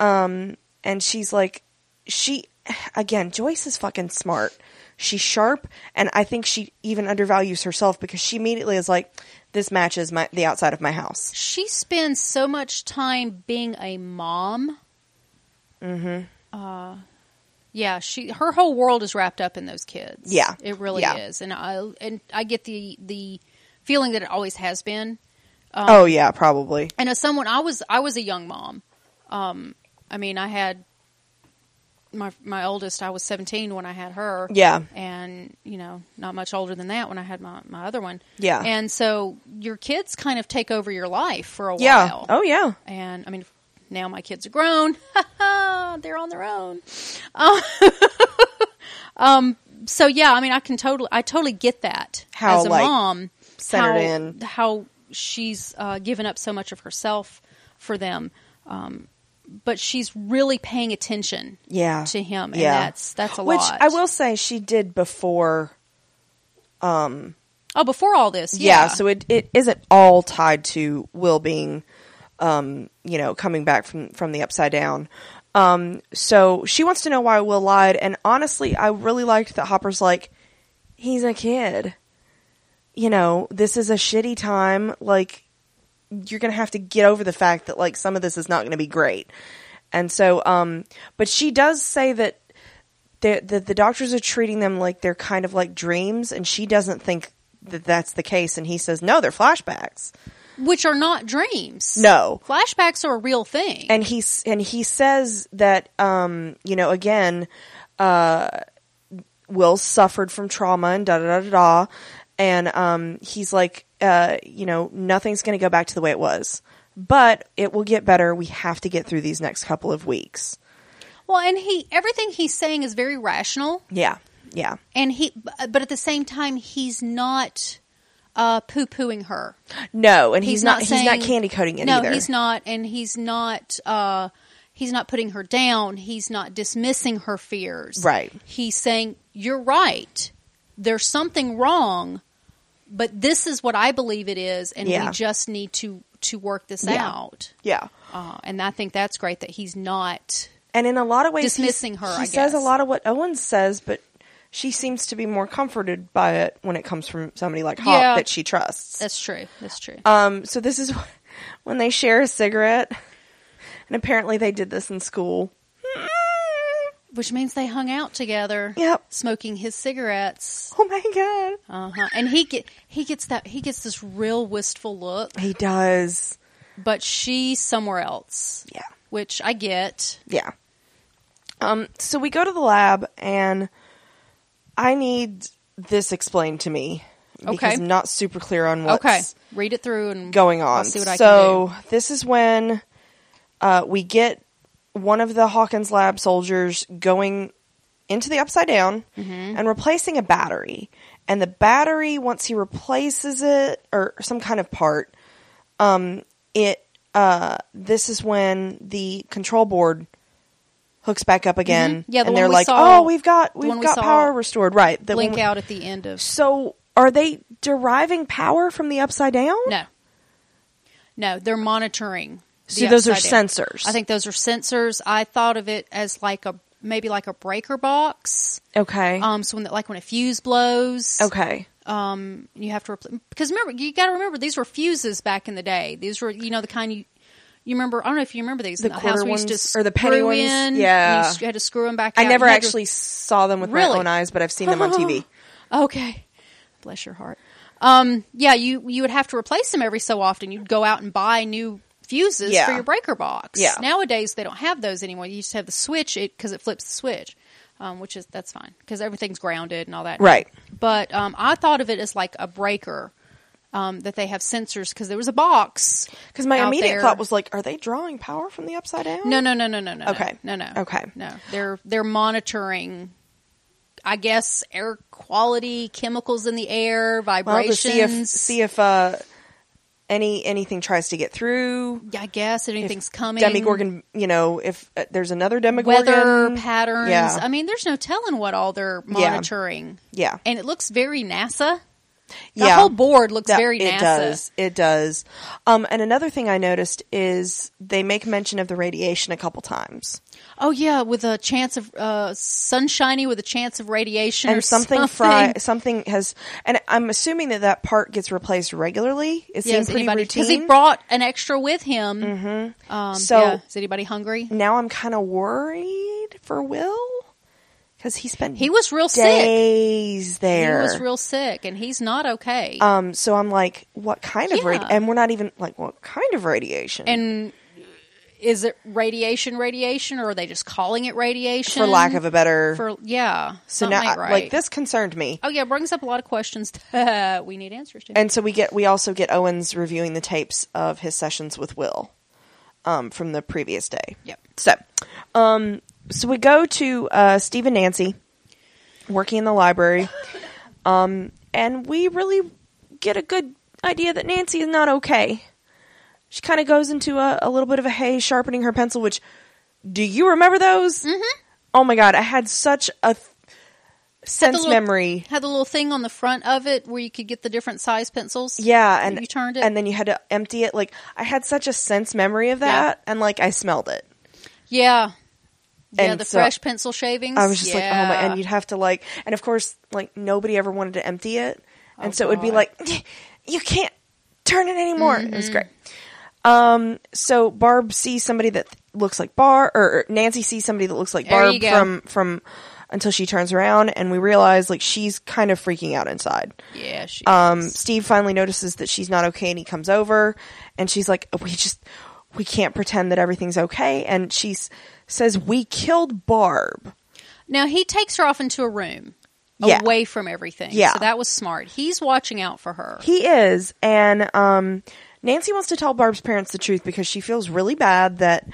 [SPEAKER 1] Um, and she's like, she, again, Joyce is fucking smart. She's sharp. And I think she even undervalues herself because she immediately is like, this matches my, the outside of my house.
[SPEAKER 2] She spends so much time being a mom. Mm-hmm. Uh,
[SPEAKER 1] Mm-hmm.
[SPEAKER 2] yeah, she her whole world is wrapped up in those kids.
[SPEAKER 1] Yeah.
[SPEAKER 2] it really
[SPEAKER 1] Yeah.
[SPEAKER 2] is, and I and I get the the feeling that it always has been.
[SPEAKER 1] oh, yeah, probably.
[SPEAKER 2] And as someone, I was I was a young mom. Um, I mean, I had my my oldest. I was seventeen when I had her.
[SPEAKER 1] Yeah.
[SPEAKER 2] and you know, not much older than that when I had my my other one.
[SPEAKER 1] Yeah.
[SPEAKER 2] and so your kids kind of take over your life for a
[SPEAKER 1] Yeah.
[SPEAKER 2] while.
[SPEAKER 1] Oh, yeah.
[SPEAKER 2] and I mean, now my kids are grown. They're on their own. Um, um, so yeah, I mean, I can totally, I totally get that
[SPEAKER 1] How,
[SPEAKER 2] as a
[SPEAKER 1] like,
[SPEAKER 2] mom,
[SPEAKER 1] centered
[SPEAKER 2] how,
[SPEAKER 1] in.
[SPEAKER 2] how she's uh, given up so much of herself for them. Um, but she's really paying attention
[SPEAKER 1] yeah
[SPEAKER 2] to him, and
[SPEAKER 1] yeah.
[SPEAKER 2] that's that's a
[SPEAKER 1] which
[SPEAKER 2] lot.
[SPEAKER 1] i will say she did before
[SPEAKER 2] Oh, before all this,
[SPEAKER 1] yeah,
[SPEAKER 2] yeah.
[SPEAKER 1] so it, it isn't all tied to will being um you know coming back from from the upside down um so she wants to know why will lied and honestly i really liked that hopper's like he's a kid you know this is a shitty time like you're going to have to get over the fact that like some of this is not going to be great. And so, um, but she does say that the, the the doctors are treating them like they're kind of like dreams, and she doesn't think that that's the case. And he says, no, they're flashbacks.
[SPEAKER 2] which are not dreams.
[SPEAKER 1] No,
[SPEAKER 2] Flashbacks are a real thing.
[SPEAKER 1] and he s- and he says that um, you know again, uh, Will suffered from trauma and da da da da da, and um, he's like, uh, you know, nothing's going to go back to the way it was, but it will get better. We have to get through these next couple of weeks.
[SPEAKER 2] well, and he everything he's saying is very rational,
[SPEAKER 1] Yeah, yeah,
[SPEAKER 2] and he but at the same time he's not uh, poo pooing her.
[SPEAKER 1] no, and he's,
[SPEAKER 2] He's
[SPEAKER 1] not,
[SPEAKER 2] not
[SPEAKER 1] he's not
[SPEAKER 2] saying-
[SPEAKER 1] candy coating it
[SPEAKER 2] no,
[SPEAKER 1] either.
[SPEAKER 2] he's not, and he's not. Uh, he's not putting her down. He's not dismissing her fears.
[SPEAKER 1] Right.
[SPEAKER 2] He's saying, "You're right. There's something wrong, but this is what I believe it is, and
[SPEAKER 1] Yeah.
[SPEAKER 2] we just need to to work this
[SPEAKER 1] Yeah.
[SPEAKER 2] out."
[SPEAKER 1] Yeah,
[SPEAKER 2] Uh, and I think that's great that he's not.
[SPEAKER 1] and in a lot of ways, he's-
[SPEAKER 2] Dismissing her,
[SPEAKER 1] She
[SPEAKER 2] I
[SPEAKER 1] says a
[SPEAKER 2] guess.
[SPEAKER 1] lot of what Owens says, but. She seems to be more comforted by it when it comes from somebody like Hop
[SPEAKER 2] Yeah.
[SPEAKER 1] that she trusts.
[SPEAKER 2] That's true. That's true.
[SPEAKER 1] Um, so this is when they share a cigarette, and apparently they did this in school.
[SPEAKER 2] Which means they hung out together.
[SPEAKER 1] Yep.
[SPEAKER 2] Smoking his cigarettes.
[SPEAKER 1] Oh my god,
[SPEAKER 2] Uh huh. And he get he gets that he gets this real wistful look,
[SPEAKER 1] he does.
[SPEAKER 2] but she's somewhere else.
[SPEAKER 1] Yeah,
[SPEAKER 2] Which I get.
[SPEAKER 1] yeah. Um, so we go to the lab, and I need this explained to me because
[SPEAKER 2] Okay.
[SPEAKER 1] I'm not super clear on what's
[SPEAKER 2] okay. Read it through and
[SPEAKER 1] going on.
[SPEAKER 2] I'll see what I
[SPEAKER 1] so this is when uh, we get one of the Hawkins lab soldiers going into the upside down
[SPEAKER 2] Mm-hmm.
[SPEAKER 1] and replacing a battery. And the battery, once he replaces it or some kind of part, um, it uh, this is when the control board hooks back up again.
[SPEAKER 2] Mhm. Yeah, the
[SPEAKER 1] and
[SPEAKER 2] one
[SPEAKER 1] they're
[SPEAKER 2] we
[SPEAKER 1] like,
[SPEAKER 2] saw-
[SPEAKER 1] "Oh, we've got
[SPEAKER 2] the
[SPEAKER 1] we've
[SPEAKER 2] one we
[SPEAKER 1] got
[SPEAKER 2] saw
[SPEAKER 1] power restored." Right.
[SPEAKER 2] can
[SPEAKER 1] The
[SPEAKER 2] do.
[SPEAKER 1] one
[SPEAKER 2] Blink
[SPEAKER 1] we-
[SPEAKER 2] out at the end of
[SPEAKER 1] So are they deriving power from the upside down?
[SPEAKER 2] No. No, they're monitoring. the
[SPEAKER 1] So those are
[SPEAKER 2] upside down.
[SPEAKER 1] sensors.
[SPEAKER 2] I think those are sensors. I thought of it as like a maybe like a breaker box.
[SPEAKER 1] Okay.
[SPEAKER 2] Um, so when the, like when a fuse blows,
[SPEAKER 1] Okay.
[SPEAKER 2] um, you have to repl- because remember you got to remember these were fuses back in the day. These were you know the kind you you remember. I don't know if you remember these.
[SPEAKER 1] The
[SPEAKER 2] in
[SPEAKER 1] quarter
[SPEAKER 2] house we used to
[SPEAKER 1] ones or the penny
[SPEAKER 2] screw
[SPEAKER 1] ones?
[SPEAKER 2] in, and
[SPEAKER 1] Yeah.
[SPEAKER 2] you s- you had to screw them back.
[SPEAKER 1] I
[SPEAKER 2] out.
[SPEAKER 1] never
[SPEAKER 2] You had to-
[SPEAKER 1] actually saw them with my
[SPEAKER 2] Really?
[SPEAKER 1] own eyes, but I've seen them on TV.
[SPEAKER 2] Okay, bless your heart. Um, yeah, you you would have to replace them every so often. You'd go out and buy new fuses
[SPEAKER 1] Yeah.
[SPEAKER 2] for your breaker box.
[SPEAKER 1] Yeah.
[SPEAKER 2] Nowadays they don't have those anymore. You just have the switch because it flips the switch, um, which is that's fine because everything's grounded and all that.
[SPEAKER 1] Right.
[SPEAKER 2] But um, I thought of it as like a breaker um, that they have sensors because there was a box.
[SPEAKER 1] Because my
[SPEAKER 2] out
[SPEAKER 1] immediate
[SPEAKER 2] there.
[SPEAKER 1] thought was like, are they drawing power from the upside down?
[SPEAKER 2] No, no, no, no, no, no.
[SPEAKER 1] Okay.
[SPEAKER 2] No, no.
[SPEAKER 1] Okay.
[SPEAKER 2] No. They're they're monitoring I guess air quality, chemicals in the air,
[SPEAKER 1] Well, to
[SPEAKER 2] vibrations.
[SPEAKER 1] see if see if uh, any anything tries to get through.
[SPEAKER 2] I guess if anything's coming.
[SPEAKER 1] Demigorgon, you know, if uh, there's another Demigorgon
[SPEAKER 2] weather patterns.
[SPEAKER 1] Yeah.
[SPEAKER 2] I mean, there's no telling what all they're
[SPEAKER 1] Yeah.
[SPEAKER 2] monitoring.
[SPEAKER 1] yeah,
[SPEAKER 2] And it looks very NASA. The
[SPEAKER 1] yeah.
[SPEAKER 2] whole board looks
[SPEAKER 1] That-
[SPEAKER 2] very
[SPEAKER 1] it
[SPEAKER 2] NASA.
[SPEAKER 1] does. It does. Um, and another thing I noticed is they make mention of the radiation a couple times.
[SPEAKER 2] Oh yeah, with a chance of uh, sunshiny, with a chance of radiation or
[SPEAKER 1] and something,
[SPEAKER 2] something.
[SPEAKER 1] fry something has and i'm assuming that that part gets replaced regularly it
[SPEAKER 2] Yeah,
[SPEAKER 1] seems
[SPEAKER 2] is
[SPEAKER 1] pretty
[SPEAKER 2] anybody
[SPEAKER 1] routine
[SPEAKER 2] because he brought an extra with him. Mm-hmm. Um,
[SPEAKER 1] So-
[SPEAKER 2] yeah. is anybody hungry?
[SPEAKER 1] now i'm kind of worried for will because he spent
[SPEAKER 2] He was real sick.
[SPEAKER 1] days
[SPEAKER 2] He
[SPEAKER 1] there
[SPEAKER 2] was real sick, and he's not okay.
[SPEAKER 1] um so i'm like what kind of radi-
[SPEAKER 2] Yeah.
[SPEAKER 1] and we're not even like what kind of radiation
[SPEAKER 2] and is it radiation? Radiation, or are they just calling it radiation
[SPEAKER 1] for lack of a better
[SPEAKER 2] For yeah,
[SPEAKER 1] so
[SPEAKER 2] something
[SPEAKER 1] now
[SPEAKER 2] ain't right.
[SPEAKER 1] like this concerned me
[SPEAKER 2] Oh yeah, it brings up a lot of questions that we need answers to.
[SPEAKER 1] and so we get we also get owens reviewing the tapes of his sessions with will um from the previous day
[SPEAKER 2] yep.
[SPEAKER 1] So, um, so we go to uh, Steve and Nancy working in the library, um, and we really get a good idea that Nancy is not okay. She kind of goes into a, a little bit of a haze, sharpening her pencil. Which do you remember those? Mm-hmm. Oh my god, I had such a th-
[SPEAKER 2] Had
[SPEAKER 1] sense
[SPEAKER 2] the little-
[SPEAKER 1] memory.
[SPEAKER 2] had the little thing on the front of it where you could get the different size pencils.
[SPEAKER 1] Yeah, and
[SPEAKER 2] you turned it.
[SPEAKER 1] and then you had to empty it. Like I had such a sense memory of that, and like I smelled it.
[SPEAKER 2] yeah, yeah.
[SPEAKER 1] And
[SPEAKER 2] the
[SPEAKER 1] so-
[SPEAKER 2] fresh pencil shavings.
[SPEAKER 1] I was just like, oh my,
[SPEAKER 2] Yeah.
[SPEAKER 1] and you'd have to like, and of course, like nobody ever wanted to empty it, and
[SPEAKER 2] Oh,
[SPEAKER 1] so it would be
[SPEAKER 2] God.
[SPEAKER 1] like, you can't turn it anymore. It was great. Um, so Barb sees somebody that looks like Barb, or Nancy sees somebody that looks like
[SPEAKER 2] There
[SPEAKER 1] Barb
[SPEAKER 2] you go.
[SPEAKER 1] from from until she turns around, and we realize like she's kind of freaking out inside.
[SPEAKER 2] Yeah, she
[SPEAKER 1] Um,
[SPEAKER 2] is.
[SPEAKER 1] Steve finally notices that she's not okay, and he comes over, and she's like, "Oh, "We just we can't pretend that everything's okay," and she s- says, "We killed Barb."
[SPEAKER 2] Now he takes her off into a room
[SPEAKER 1] Yeah.
[SPEAKER 2] away from everything.
[SPEAKER 1] Yeah.
[SPEAKER 2] So that was smart. He's watching out for her.
[SPEAKER 1] He is, and um, Nancy wants to tell Barb's parents the truth because she feels really bad that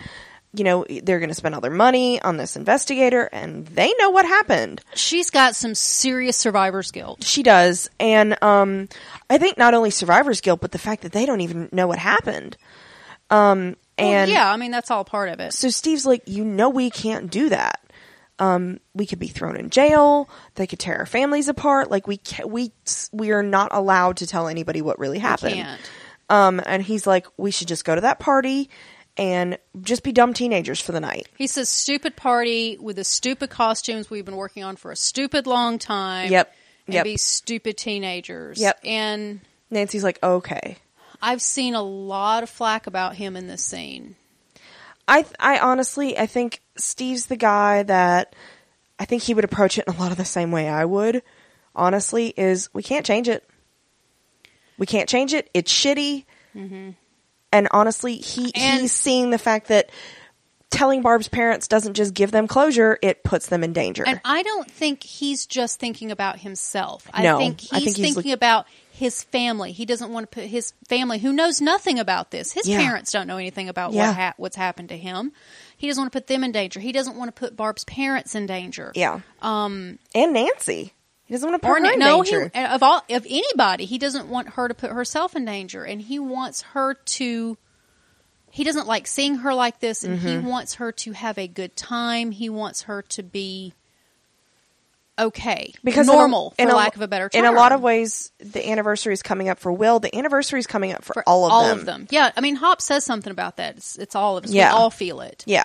[SPEAKER 1] you know they're going to spend all their money on this investigator, and they know what happened.
[SPEAKER 2] She's got some serious survivor's guilt.
[SPEAKER 1] She does, and um, I think not only survivor's guilt, but the fact that they don't even know what happened. Um,
[SPEAKER 2] Well,
[SPEAKER 1] and
[SPEAKER 2] yeah, I mean that's all part of it.
[SPEAKER 1] so Steve's like, you know, we can't do that. Um, we could be thrown in jail. They could tear our families apart. Like we ca we we are not allowed to tell anybody what really happened.
[SPEAKER 2] can't.
[SPEAKER 1] Um, and he's like, we should just go to that party and just be dumb teenagers for the night.
[SPEAKER 2] He says stupid party with the stupid costumes we've been working on for a stupid long time.
[SPEAKER 1] Yep.
[SPEAKER 2] And
[SPEAKER 1] Yep.
[SPEAKER 2] be stupid teenagers.
[SPEAKER 1] Yep.
[SPEAKER 2] And
[SPEAKER 1] Nancy's like, okay.
[SPEAKER 2] I've seen a lot of flack about him in this scene.
[SPEAKER 1] I th- I honestly I think Steve's the guy that I think he would approach it in a lot of the same way I would. Honestly, is we can't change it. We can't change it. It's shitty. And honestly, he
[SPEAKER 2] Mm-hmm. And-
[SPEAKER 1] he's seeing the fact that telling Barb's parents doesn't just give them closure; it puts them in danger.
[SPEAKER 2] And I don't think he's just thinking about himself. I
[SPEAKER 1] No,
[SPEAKER 2] think he's,
[SPEAKER 1] I think he's
[SPEAKER 2] thinking
[SPEAKER 1] look-
[SPEAKER 2] about his family. He doesn't want to put his family, who knows nothing about this. His
[SPEAKER 1] Yeah.
[SPEAKER 2] parents don't know anything about
[SPEAKER 1] Yeah.
[SPEAKER 2] what ha- what's happened to him. He doesn't want to put them in danger. He doesn't want to put Barb's parents in danger.
[SPEAKER 1] yeah,
[SPEAKER 2] Um.
[SPEAKER 1] and Nancy. He doesn't want to put
[SPEAKER 2] Or
[SPEAKER 1] her in
[SPEAKER 2] no,
[SPEAKER 1] danger.
[SPEAKER 2] he of all of anybody, he doesn't want her to put herself in danger, and he wants her to. He doesn't like seeing her like this, and he
[SPEAKER 1] Mm-hmm.
[SPEAKER 2] wants her to have a good time. He wants her to be okay,
[SPEAKER 1] because in a-
[SPEAKER 2] normal,
[SPEAKER 1] in
[SPEAKER 2] for
[SPEAKER 1] a-
[SPEAKER 2] lack of a better term.
[SPEAKER 1] In a lot of ways, the anniversary is coming up for Will. The anniversary is coming up for, all of
[SPEAKER 2] all
[SPEAKER 1] them.
[SPEAKER 2] of them. Yeah, I mean, Hop says something about that. It's, it's all of us.
[SPEAKER 1] Yeah.
[SPEAKER 2] We all feel it.
[SPEAKER 1] Yeah,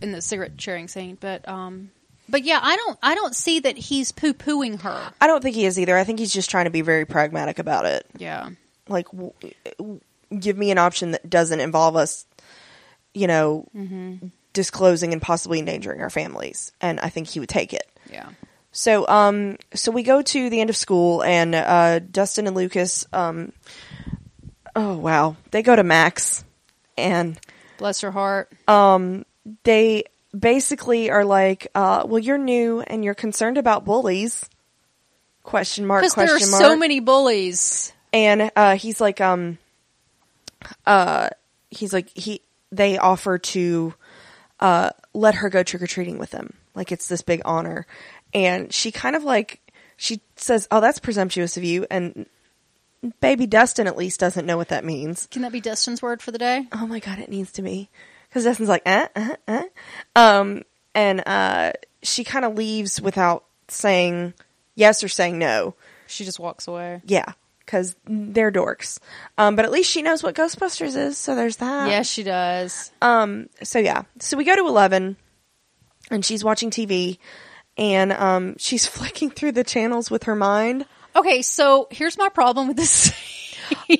[SPEAKER 2] in the cigarette sharing scene, but um, but yeah, I don't, I don't see that he's poo pooing her.
[SPEAKER 1] I don't think he is either. I think he's just trying to be very pragmatic about it.
[SPEAKER 2] Yeah.
[SPEAKER 1] Like, w- w- give me an option that doesn't involve us, you know,
[SPEAKER 2] Mm-hmm.
[SPEAKER 1] disclosing and possibly endangering our families. And I think he would take it.
[SPEAKER 2] Yeah.
[SPEAKER 1] So, um, so we go to the end of school, and uh, Dustin and Lucas, um, oh wow, they go to Max, and
[SPEAKER 2] Bless her heart.
[SPEAKER 1] they basically are like, uh, "Well, you're new, and you're concerned about bullies." Question mark?
[SPEAKER 2] Because
[SPEAKER 1] Question
[SPEAKER 2] there are
[SPEAKER 1] mark.
[SPEAKER 2] so many bullies.
[SPEAKER 1] and uh, he's like um uh he's like he they offer to uh let her go trick-or-treating with them like it's this big honor and she kind of like she says oh that's presumptuous of you and baby dustin at least doesn't know what that means
[SPEAKER 2] Can that be Dustin's word for the day?
[SPEAKER 1] oh my god, it needs to be. Because Dustin's like, uh, uh, uh. Um, and uh, she kind of leaves without saying yes or saying no.
[SPEAKER 2] She just walks away.
[SPEAKER 1] Yeah, because they're dorks. Um, but at least she knows what Ghostbusters is, so there's that.
[SPEAKER 2] Yes, she does.
[SPEAKER 1] Um, so yeah, so we go to 11 and she's watching TV and um, she's flicking through the channels with her mind.
[SPEAKER 2] Okay, so here's my problem with this.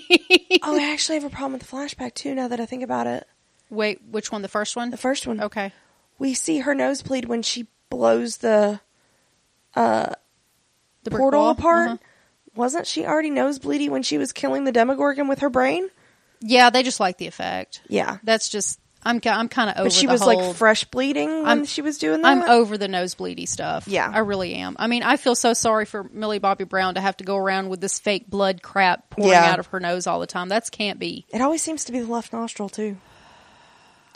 [SPEAKER 1] oh, I actually have a problem with the flashback too now that I think about it.
[SPEAKER 2] Wait, which one? The first one?
[SPEAKER 1] The first one.
[SPEAKER 2] okay.
[SPEAKER 1] we see her nosebleed when she blows the
[SPEAKER 2] The brick
[SPEAKER 1] portal
[SPEAKER 2] wall?
[SPEAKER 1] apart.
[SPEAKER 2] Uh-huh.
[SPEAKER 1] Wasn't she already nosebleedy when she was killing the Demogorgon with her brain?
[SPEAKER 2] Yeah, they just like the effect.
[SPEAKER 1] Yeah,
[SPEAKER 2] That's just I'm ki- I'm kind of over.
[SPEAKER 1] but she
[SPEAKER 2] the
[SPEAKER 1] was
[SPEAKER 2] whole-
[SPEAKER 1] like fresh bleeding when
[SPEAKER 2] I'm-
[SPEAKER 1] she was doing that.
[SPEAKER 2] I'm over the nosebleedy stuff.
[SPEAKER 1] Yeah.
[SPEAKER 2] I really am. I mean, I feel so sorry for Millie Bobby Brown to have to go around with this fake blood crap pouring
[SPEAKER 1] Yeah.
[SPEAKER 2] out of her nose all the time. That's can't be.
[SPEAKER 1] it always seems to be the left nostril too.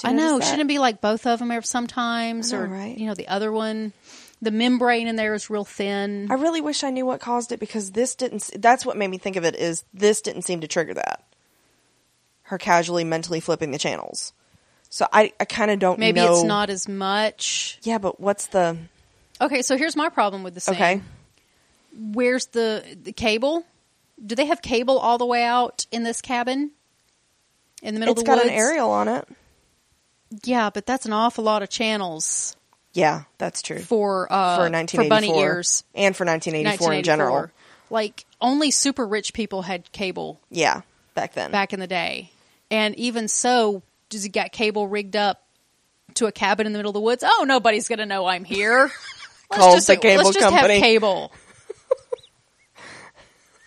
[SPEAKER 2] I know. Shouldn't it be like both of them sometimes,
[SPEAKER 1] I know,
[SPEAKER 2] or
[SPEAKER 1] right?
[SPEAKER 2] you know, the other one, the membrane in there is real thin.
[SPEAKER 1] I really wish I knew what caused it because this didn't. s- That's what made me think of it. Is this didn't seem to trigger that? Her casually mentally flipping the channels. So I, I kind of don't.
[SPEAKER 2] Maybe
[SPEAKER 1] know.
[SPEAKER 2] it's not as much.
[SPEAKER 1] Yeah, but what's the
[SPEAKER 2] Okay, so here's my problem with the scene.
[SPEAKER 1] okay?
[SPEAKER 2] where's the the cable? Do they have cable all the way out in this cabin? In the middle
[SPEAKER 1] It's
[SPEAKER 2] of the
[SPEAKER 1] got
[SPEAKER 2] woods.
[SPEAKER 1] an aerial on it.
[SPEAKER 2] Yeah, but that's an awful lot of channels
[SPEAKER 1] Yeah, that's true.
[SPEAKER 2] for uh
[SPEAKER 1] for
[SPEAKER 2] for bunny
[SPEAKER 1] 1984
[SPEAKER 2] ears.
[SPEAKER 1] and for 1984, in
[SPEAKER 2] 1984.
[SPEAKER 1] general.
[SPEAKER 2] Like only super rich people had cable
[SPEAKER 1] Yeah, back then.
[SPEAKER 2] back in the day. And even so, does he got cable rigged up to a cabin in the middle of the woods? Oh, nobody's going to know I'm here. Let's
[SPEAKER 1] Called
[SPEAKER 2] just,
[SPEAKER 1] the cable
[SPEAKER 2] let's just
[SPEAKER 1] company.
[SPEAKER 2] have cable.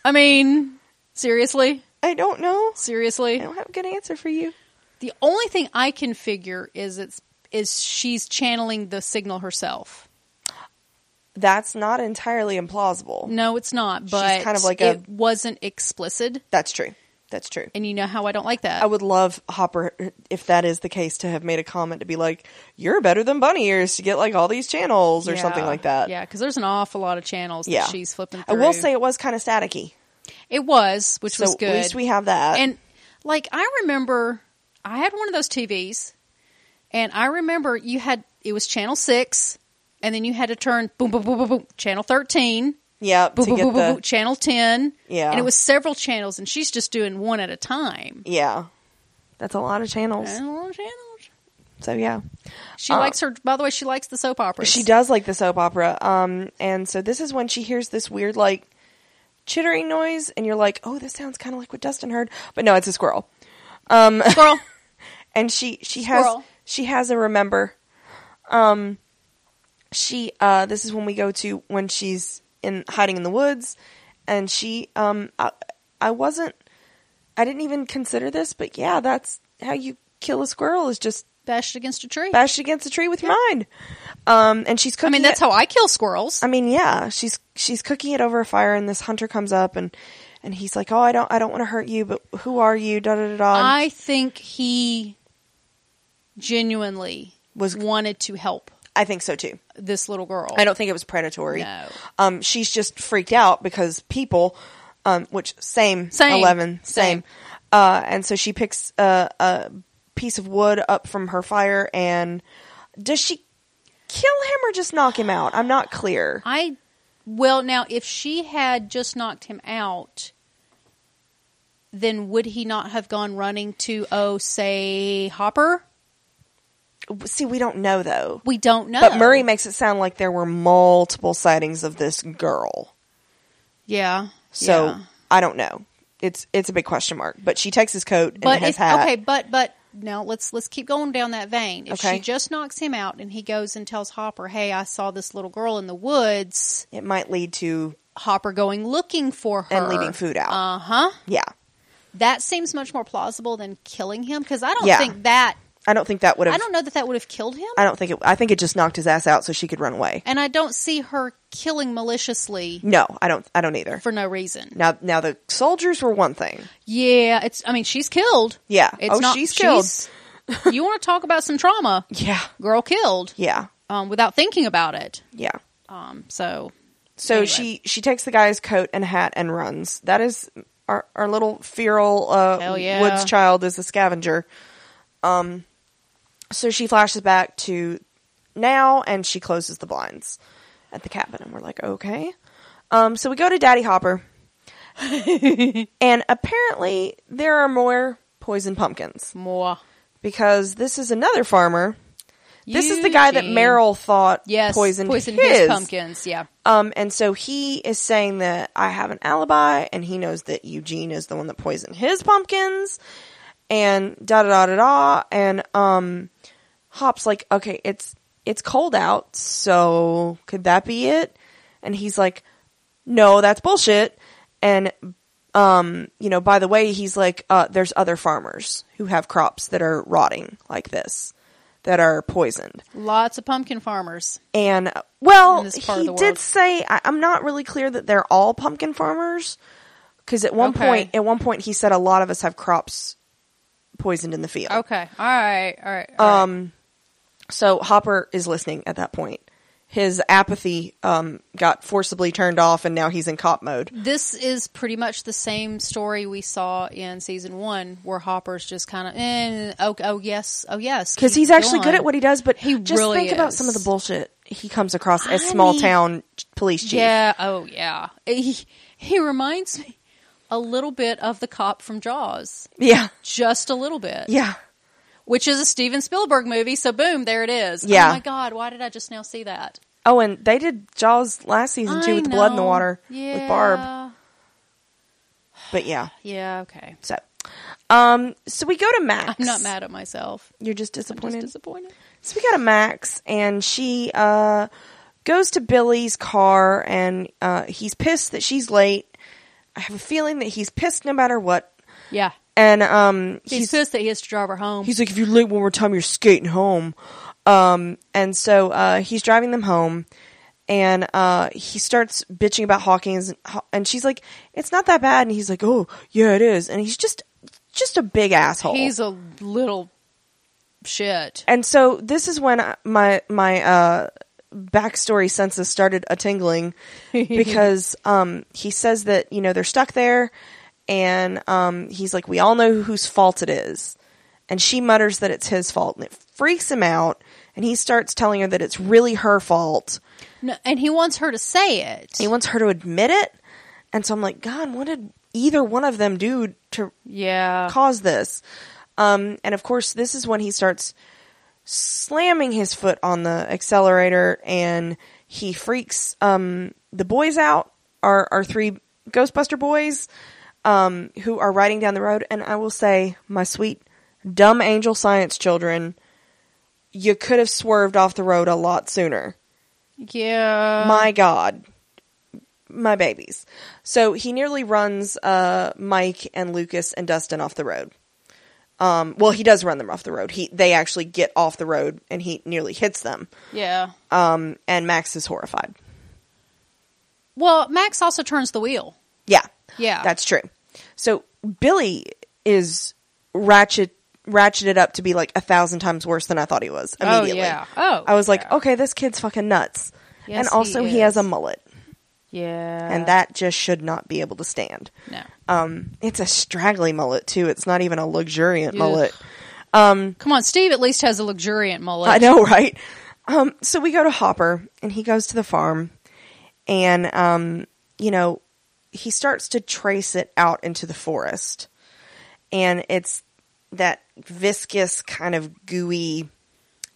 [SPEAKER 2] I mean, seriously?
[SPEAKER 1] I don't know. I
[SPEAKER 2] Seriously?
[SPEAKER 1] don't have a good answer for you.
[SPEAKER 2] The only thing I can figure is it's is she's channeling the signal herself.
[SPEAKER 1] That's not entirely implausible.
[SPEAKER 2] No, it's not, but
[SPEAKER 1] kind of like
[SPEAKER 2] it
[SPEAKER 1] a-
[SPEAKER 2] wasn't explicit,
[SPEAKER 1] That's true. That's true.
[SPEAKER 2] and you know how I don't like that.
[SPEAKER 1] I would love Hopper, if that is the case, to have made a comment to be like, "You're better than bunny ears to get like all these channels or something
[SPEAKER 2] Yeah.
[SPEAKER 1] like that."
[SPEAKER 2] Yeah, because there's an awful lot of channels
[SPEAKER 1] Yeah.
[SPEAKER 2] that she's flipping
[SPEAKER 1] I
[SPEAKER 2] through.
[SPEAKER 1] will say it was kind of staticky,
[SPEAKER 2] it was, which
[SPEAKER 1] so
[SPEAKER 2] was good.
[SPEAKER 1] at least we have that.
[SPEAKER 2] and like I remember, I had one of those TVs, and I remember you had it was channel six, and then you had to turn boom boom boom boom boom channel thirteen.
[SPEAKER 1] yeah, to
[SPEAKER 2] Boom, boom,
[SPEAKER 1] get
[SPEAKER 2] boom,
[SPEAKER 1] the
[SPEAKER 2] boom, boom, channel 10.
[SPEAKER 1] Yeah.
[SPEAKER 2] And it was several channels, and she's just doing one at a time.
[SPEAKER 1] yeah, that's a lot of channels.
[SPEAKER 2] And a lot of channels.
[SPEAKER 1] So yeah,
[SPEAKER 2] She
[SPEAKER 1] Uh,
[SPEAKER 2] likes her, by the way, she likes the soap operas.
[SPEAKER 1] she does like the soap opera. Um, and so this is when she hears this weird like chittering noise, and you're like, "Oh, this sounds kind of like what Dustin heard," but no, it's a squirrel.
[SPEAKER 2] Squirrel.
[SPEAKER 1] and she she has
[SPEAKER 2] Squirrel.
[SPEAKER 1] she has a remember. Um, she uh, this is when we go to when she's in hiding in the woods, and she um, I, I wasn't, I didn't even consider this, but yeah, that's how you kill a squirrel is just
[SPEAKER 2] Bashed against a tree.
[SPEAKER 1] bash it against a tree with your mind. Um, and she's
[SPEAKER 2] I
[SPEAKER 1] cooking.
[SPEAKER 2] mean, that's
[SPEAKER 1] it,
[SPEAKER 2] how I kill squirrels.
[SPEAKER 1] I mean, yeah, she's she's cooking it over a fire, and this hunter comes up and. And he's like, "Oh, I don't, I don't want to hurt you, but who are you?" Da da da da. And
[SPEAKER 2] I think he genuinely
[SPEAKER 1] Was-
[SPEAKER 2] was wanted to help
[SPEAKER 1] I think so too.
[SPEAKER 2] this little girl.
[SPEAKER 1] I don't think it was predatory.
[SPEAKER 2] No.
[SPEAKER 1] Um, she's just freaked out because people, um, which same,
[SPEAKER 2] Same.
[SPEAKER 1] 11, same.
[SPEAKER 2] Same.
[SPEAKER 1] Uh, and so she picks a, a piece of wood up from her fire and does she kill him or just knock him out? I'm not clear.
[SPEAKER 2] I well now if she had just knocked him out, then would he not have gone running to oh say Hopper?
[SPEAKER 1] See, we don't know though.
[SPEAKER 2] We don't know.
[SPEAKER 1] But Murray makes it sound like there were multiple sightings of this girl.
[SPEAKER 2] yeah.
[SPEAKER 1] So
[SPEAKER 2] yeah.
[SPEAKER 1] I don't know. It's it's a big question mark. But she takes his coat and
[SPEAKER 2] but
[SPEAKER 1] his
[SPEAKER 2] if,
[SPEAKER 1] hat.
[SPEAKER 2] okay, but but now let's let's keep going down that vein. If
[SPEAKER 1] Okay.
[SPEAKER 2] she just knocks him out and he goes and tells Hopper, "Hey, I saw this little girl in the woods."
[SPEAKER 1] It might lead to
[SPEAKER 2] Hopper going looking for her
[SPEAKER 1] and leaving food out.
[SPEAKER 2] Uh huh.
[SPEAKER 1] yeah.
[SPEAKER 2] That seems much more plausible than killing him because I don't
[SPEAKER 1] Yeah.
[SPEAKER 2] think that
[SPEAKER 1] I don't think that would have
[SPEAKER 2] I don't know that that would have killed him.
[SPEAKER 1] I don't think it. I think it just knocked his ass out so she could run away.
[SPEAKER 2] and I don't see her killing maliciously
[SPEAKER 1] No, I don't. I don't either.
[SPEAKER 2] for no reason.
[SPEAKER 1] Now, now the soldiers were one thing.
[SPEAKER 2] Yeah, it's. I mean, she's killed.
[SPEAKER 1] Yeah.
[SPEAKER 2] it's
[SPEAKER 1] oh, she's killed.
[SPEAKER 2] she's- you want to talk about some trauma?
[SPEAKER 1] yeah,
[SPEAKER 2] Girl killed
[SPEAKER 1] yeah,
[SPEAKER 2] um, without thinking about it.
[SPEAKER 1] yeah.
[SPEAKER 2] Um, so
[SPEAKER 1] So
[SPEAKER 2] Anyway.
[SPEAKER 1] she she takes the guy's coat and hat and runs. That is our our little feral uh,
[SPEAKER 2] Hell yeah.
[SPEAKER 1] woods child is a scavenger. Um, so she flashes back to now and she closes the blinds at the cabin and we're like, okay. Um, so we go to Daddy Hopper, and apparently there are more poison pumpkins
[SPEAKER 2] more.
[SPEAKER 1] because this is another farmer. This is the guy that
[SPEAKER 2] Eugene.
[SPEAKER 1] Meryl thought
[SPEAKER 2] yes
[SPEAKER 1] poisoned,
[SPEAKER 2] his.
[SPEAKER 1] his
[SPEAKER 2] pumpkins. Yeah,
[SPEAKER 1] um, and so he is saying that I have an alibi, and he knows that Eugene is the one that poisoned his pumpkins, and da da da da da. And um, Hop's like, okay, it's it's cold out, so could that be it? And he's like, no, that's bullshit. And um, you know, by the way, he's like, uh, there's other farmers who have crops that are rotting like this, that are poisoned.
[SPEAKER 2] lots of pumpkin farmers.
[SPEAKER 1] And uh, well,
[SPEAKER 2] In this part of
[SPEAKER 1] he
[SPEAKER 2] the
[SPEAKER 1] did
[SPEAKER 2] world.
[SPEAKER 1] say I, I'm not really clear that they're all pumpkin farmers because at one
[SPEAKER 2] Okay.
[SPEAKER 1] point, at one point, he said a lot of us have crops poisoned in the field.
[SPEAKER 2] Okay, all right, all right. all right.
[SPEAKER 1] Um, so Hopper is listening at that point. His apathy um got forcibly turned off, and now he's in cop mode.
[SPEAKER 2] This is pretty much the same story we saw in season one, where Hopper's just kind of, eh, oh, oh yes, oh yes,
[SPEAKER 1] Because
[SPEAKER 2] keep
[SPEAKER 1] he's actually good
[SPEAKER 2] going.
[SPEAKER 1] at what he does, but
[SPEAKER 2] He
[SPEAKER 1] just
[SPEAKER 2] really
[SPEAKER 1] think about
[SPEAKER 2] is.
[SPEAKER 1] some of the bullshit he comes across as
[SPEAKER 2] I
[SPEAKER 1] small
[SPEAKER 2] mean-
[SPEAKER 1] town police chief.
[SPEAKER 2] Yeah. Oh, yeah. He, he reminds me a little bit of the cop from Jaws,
[SPEAKER 1] yeah,
[SPEAKER 2] just a little bit.
[SPEAKER 1] yeah.
[SPEAKER 2] Which is a Steven Spielberg movie. So boom, there it is.
[SPEAKER 1] Yeah.
[SPEAKER 2] Oh my God, why did I just now see that?
[SPEAKER 1] Oh, and they did Jaws last season too,
[SPEAKER 2] I
[SPEAKER 1] with the blood in the
[SPEAKER 2] know.
[SPEAKER 1] water with Barb.
[SPEAKER 2] Yeah.
[SPEAKER 1] But yeah,
[SPEAKER 2] Yeah, okay.
[SPEAKER 1] so um, so we go to Max.
[SPEAKER 2] I'm not mad at myself.
[SPEAKER 1] You're just
[SPEAKER 2] I'm just
[SPEAKER 1] disappointed.
[SPEAKER 2] disappointed.
[SPEAKER 1] So we go to Max, and she uh, goes to Billy's car, and uh, he's pissed that she's late. I have a feeling that he's pissed no matter what.
[SPEAKER 2] Yeah.
[SPEAKER 1] And um,
[SPEAKER 2] He's, pissed that he has to drive her home.
[SPEAKER 1] He's like, if you're late one more time, you're skating home. Um, and so uh, he's driving them home, and uh, he starts bitching about Hawkins, and she's like, "It's not that bad." And he's like, "Oh, yeah, it is." And he's just, just a big asshole.
[SPEAKER 2] He's a little shit.
[SPEAKER 1] and so this is when I- my my uh, backstory senses started a tingling because um, he says that you know they're stuck there, and um, he's like, "We all know whose fault it is," and she mutters that it's his fault, and it freaks him out. And he starts telling her that it's really her fault.
[SPEAKER 2] No, and he wants her to say it.
[SPEAKER 1] He wants her to admit it, and so I'm like, God, what did either one of them do to
[SPEAKER 2] Yeah.
[SPEAKER 1] cause this. Um, and of course, this is when he starts slamming his foot on the accelerator and he freaks um, the boys out, our, our three Ghostbuster boys um, who are riding down the road. And I will say, my sweet, dumb angel science children, you could have swerved off the road a lot sooner
[SPEAKER 2] yeah.
[SPEAKER 1] my god my babies so he nearly runs uh mike and lucas and dustin off the road um well he does run them off the road he they actually get off the road and he nearly hits them
[SPEAKER 2] yeah.
[SPEAKER 1] um and max is horrified
[SPEAKER 2] Well, Max also turns the wheel.
[SPEAKER 1] yeah
[SPEAKER 2] Yeah.
[SPEAKER 1] that's true so billy is ratchet ratcheted up to be like a thousand times worse than i thought he was
[SPEAKER 2] Oh,
[SPEAKER 1] immediately
[SPEAKER 2] yeah. Oh,
[SPEAKER 1] i was like
[SPEAKER 2] yeah.
[SPEAKER 1] okay this kid's fucking nuts
[SPEAKER 2] Yes,
[SPEAKER 1] and
[SPEAKER 2] he
[SPEAKER 1] also he,
[SPEAKER 2] is.
[SPEAKER 1] has a mullet
[SPEAKER 2] yeah.
[SPEAKER 1] and that just should not be able to stand
[SPEAKER 2] No.
[SPEAKER 1] Um, it's a straggly mullet too. It's not even a luxuriant
[SPEAKER 2] Ugh.
[SPEAKER 1] mullet.
[SPEAKER 2] Come on, Steve at least has a luxuriant mullet.
[SPEAKER 1] I know, right? Um, so we go to Hopper, and he goes to the farm, and um, you know, he starts to trace it out into the forest, and it's that viscous kind of gooey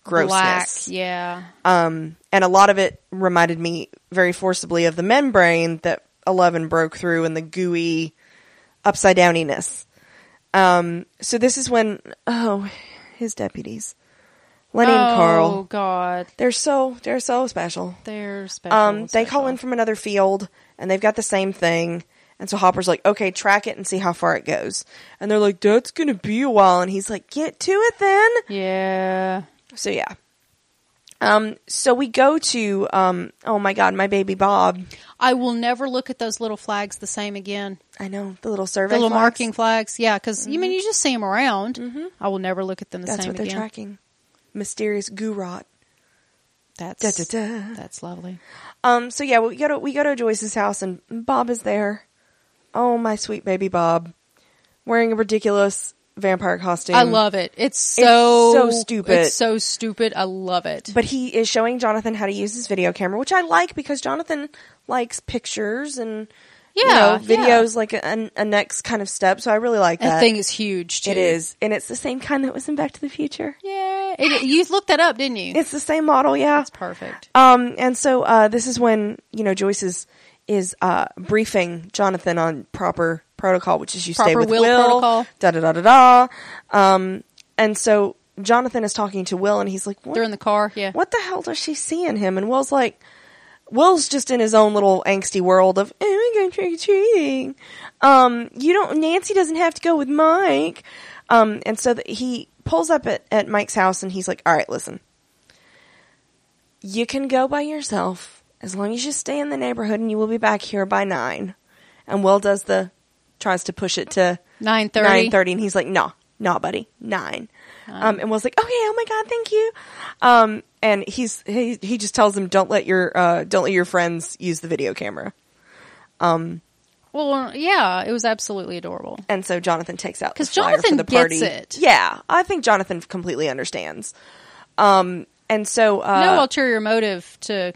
[SPEAKER 2] Black.
[SPEAKER 1] grossness.
[SPEAKER 2] Yeah.
[SPEAKER 1] Um, and a lot of it reminded me very forcibly of the membrane that Eleven broke through and the gooey upside downiness. Um, so this is when oh, his deputies, Lenny
[SPEAKER 2] oh,
[SPEAKER 1] and Carl,
[SPEAKER 2] God.
[SPEAKER 1] they're so they're so special.
[SPEAKER 2] They're special.
[SPEAKER 1] Um, they call
[SPEAKER 2] special.
[SPEAKER 1] in from another field and they've got the same thing. And so Hopper's like, okay, track it and see how far it goes. And they're like, that's gonna be a while. And he's like, get to it then.
[SPEAKER 2] Yeah.
[SPEAKER 1] So yeah. Um, so we go to um oh my god, my baby Bob.
[SPEAKER 2] I will never look at those little flags the same again.
[SPEAKER 1] I know, the little survey.
[SPEAKER 2] The little
[SPEAKER 1] flags. Mm-hmm.
[SPEAKER 2] marking flags. Yeah, because you mean you just see them around. I will never look at them the
[SPEAKER 1] That's
[SPEAKER 2] same
[SPEAKER 1] what they're
[SPEAKER 2] again.
[SPEAKER 1] tracking. Mysterious Gurot.
[SPEAKER 2] That's
[SPEAKER 1] Da, da, da.
[SPEAKER 2] that's lovely.
[SPEAKER 1] Um so yeah, we go to we go to Joyce's house and Bob is there. Oh my sweet baby Bob. Wearing a ridiculous vampire costume.
[SPEAKER 2] I love it. It's so
[SPEAKER 1] so stupid.
[SPEAKER 2] It's so stupid. I love it.
[SPEAKER 1] but he is showing Jonathan how to use his video camera, which I like because Jonathan likes pictures and you
[SPEAKER 2] Yeah,
[SPEAKER 1] know,
[SPEAKER 2] yeah.
[SPEAKER 1] videos like a, a next kind of step. So I really like
[SPEAKER 2] that
[SPEAKER 1] that.
[SPEAKER 2] thing is huge. Too.
[SPEAKER 1] It is, and it's the same kind that was in Back to the Future.
[SPEAKER 2] Yeah, it, you looked that up, didn't you?
[SPEAKER 1] It's the same model, yeah.
[SPEAKER 2] It's perfect.
[SPEAKER 1] Um, and so uh, this is when you know Joyce is is uh, briefing Jonathan on proper protocol, which is you stay
[SPEAKER 2] Proper
[SPEAKER 1] with
[SPEAKER 2] Will protocol.
[SPEAKER 1] Da da da da da. Um, and so Jonathan is talking to Will, and he's like, "What
[SPEAKER 2] They're in the car. Yeah.
[SPEAKER 1] what the hell does she see in him? And Will's like, Will's just in his own little angsty world of, oh, we go trick or treating. Um, you don't, Nancy doesn't have to go with Mike. Um, and so that he pulls up at, at Mike's house and he's like, all right, listen, you can go by yourself as long as you stay in the neighborhood and you will be back here by nine. And Will does the, tries to push it to
[SPEAKER 2] Nine thirty.
[SPEAKER 1] nine thirty, and he's like, "Nah, nah, buddy, nine. Um, and was like, "Okay, oh my god, thank you." Um, and he's he, he just tells him, "Don't let your uh, don't let your friends use the video camera."
[SPEAKER 2] Well, yeah, it was absolutely adorable.
[SPEAKER 1] And so Jonathan takes out
[SPEAKER 2] 'Cause
[SPEAKER 1] the flyer
[SPEAKER 2] Jonathan
[SPEAKER 1] for the party.
[SPEAKER 2] gets it.
[SPEAKER 1] Yeah, I think Jonathan completely understands. Um, and so uh,
[SPEAKER 2] no ulterior motive to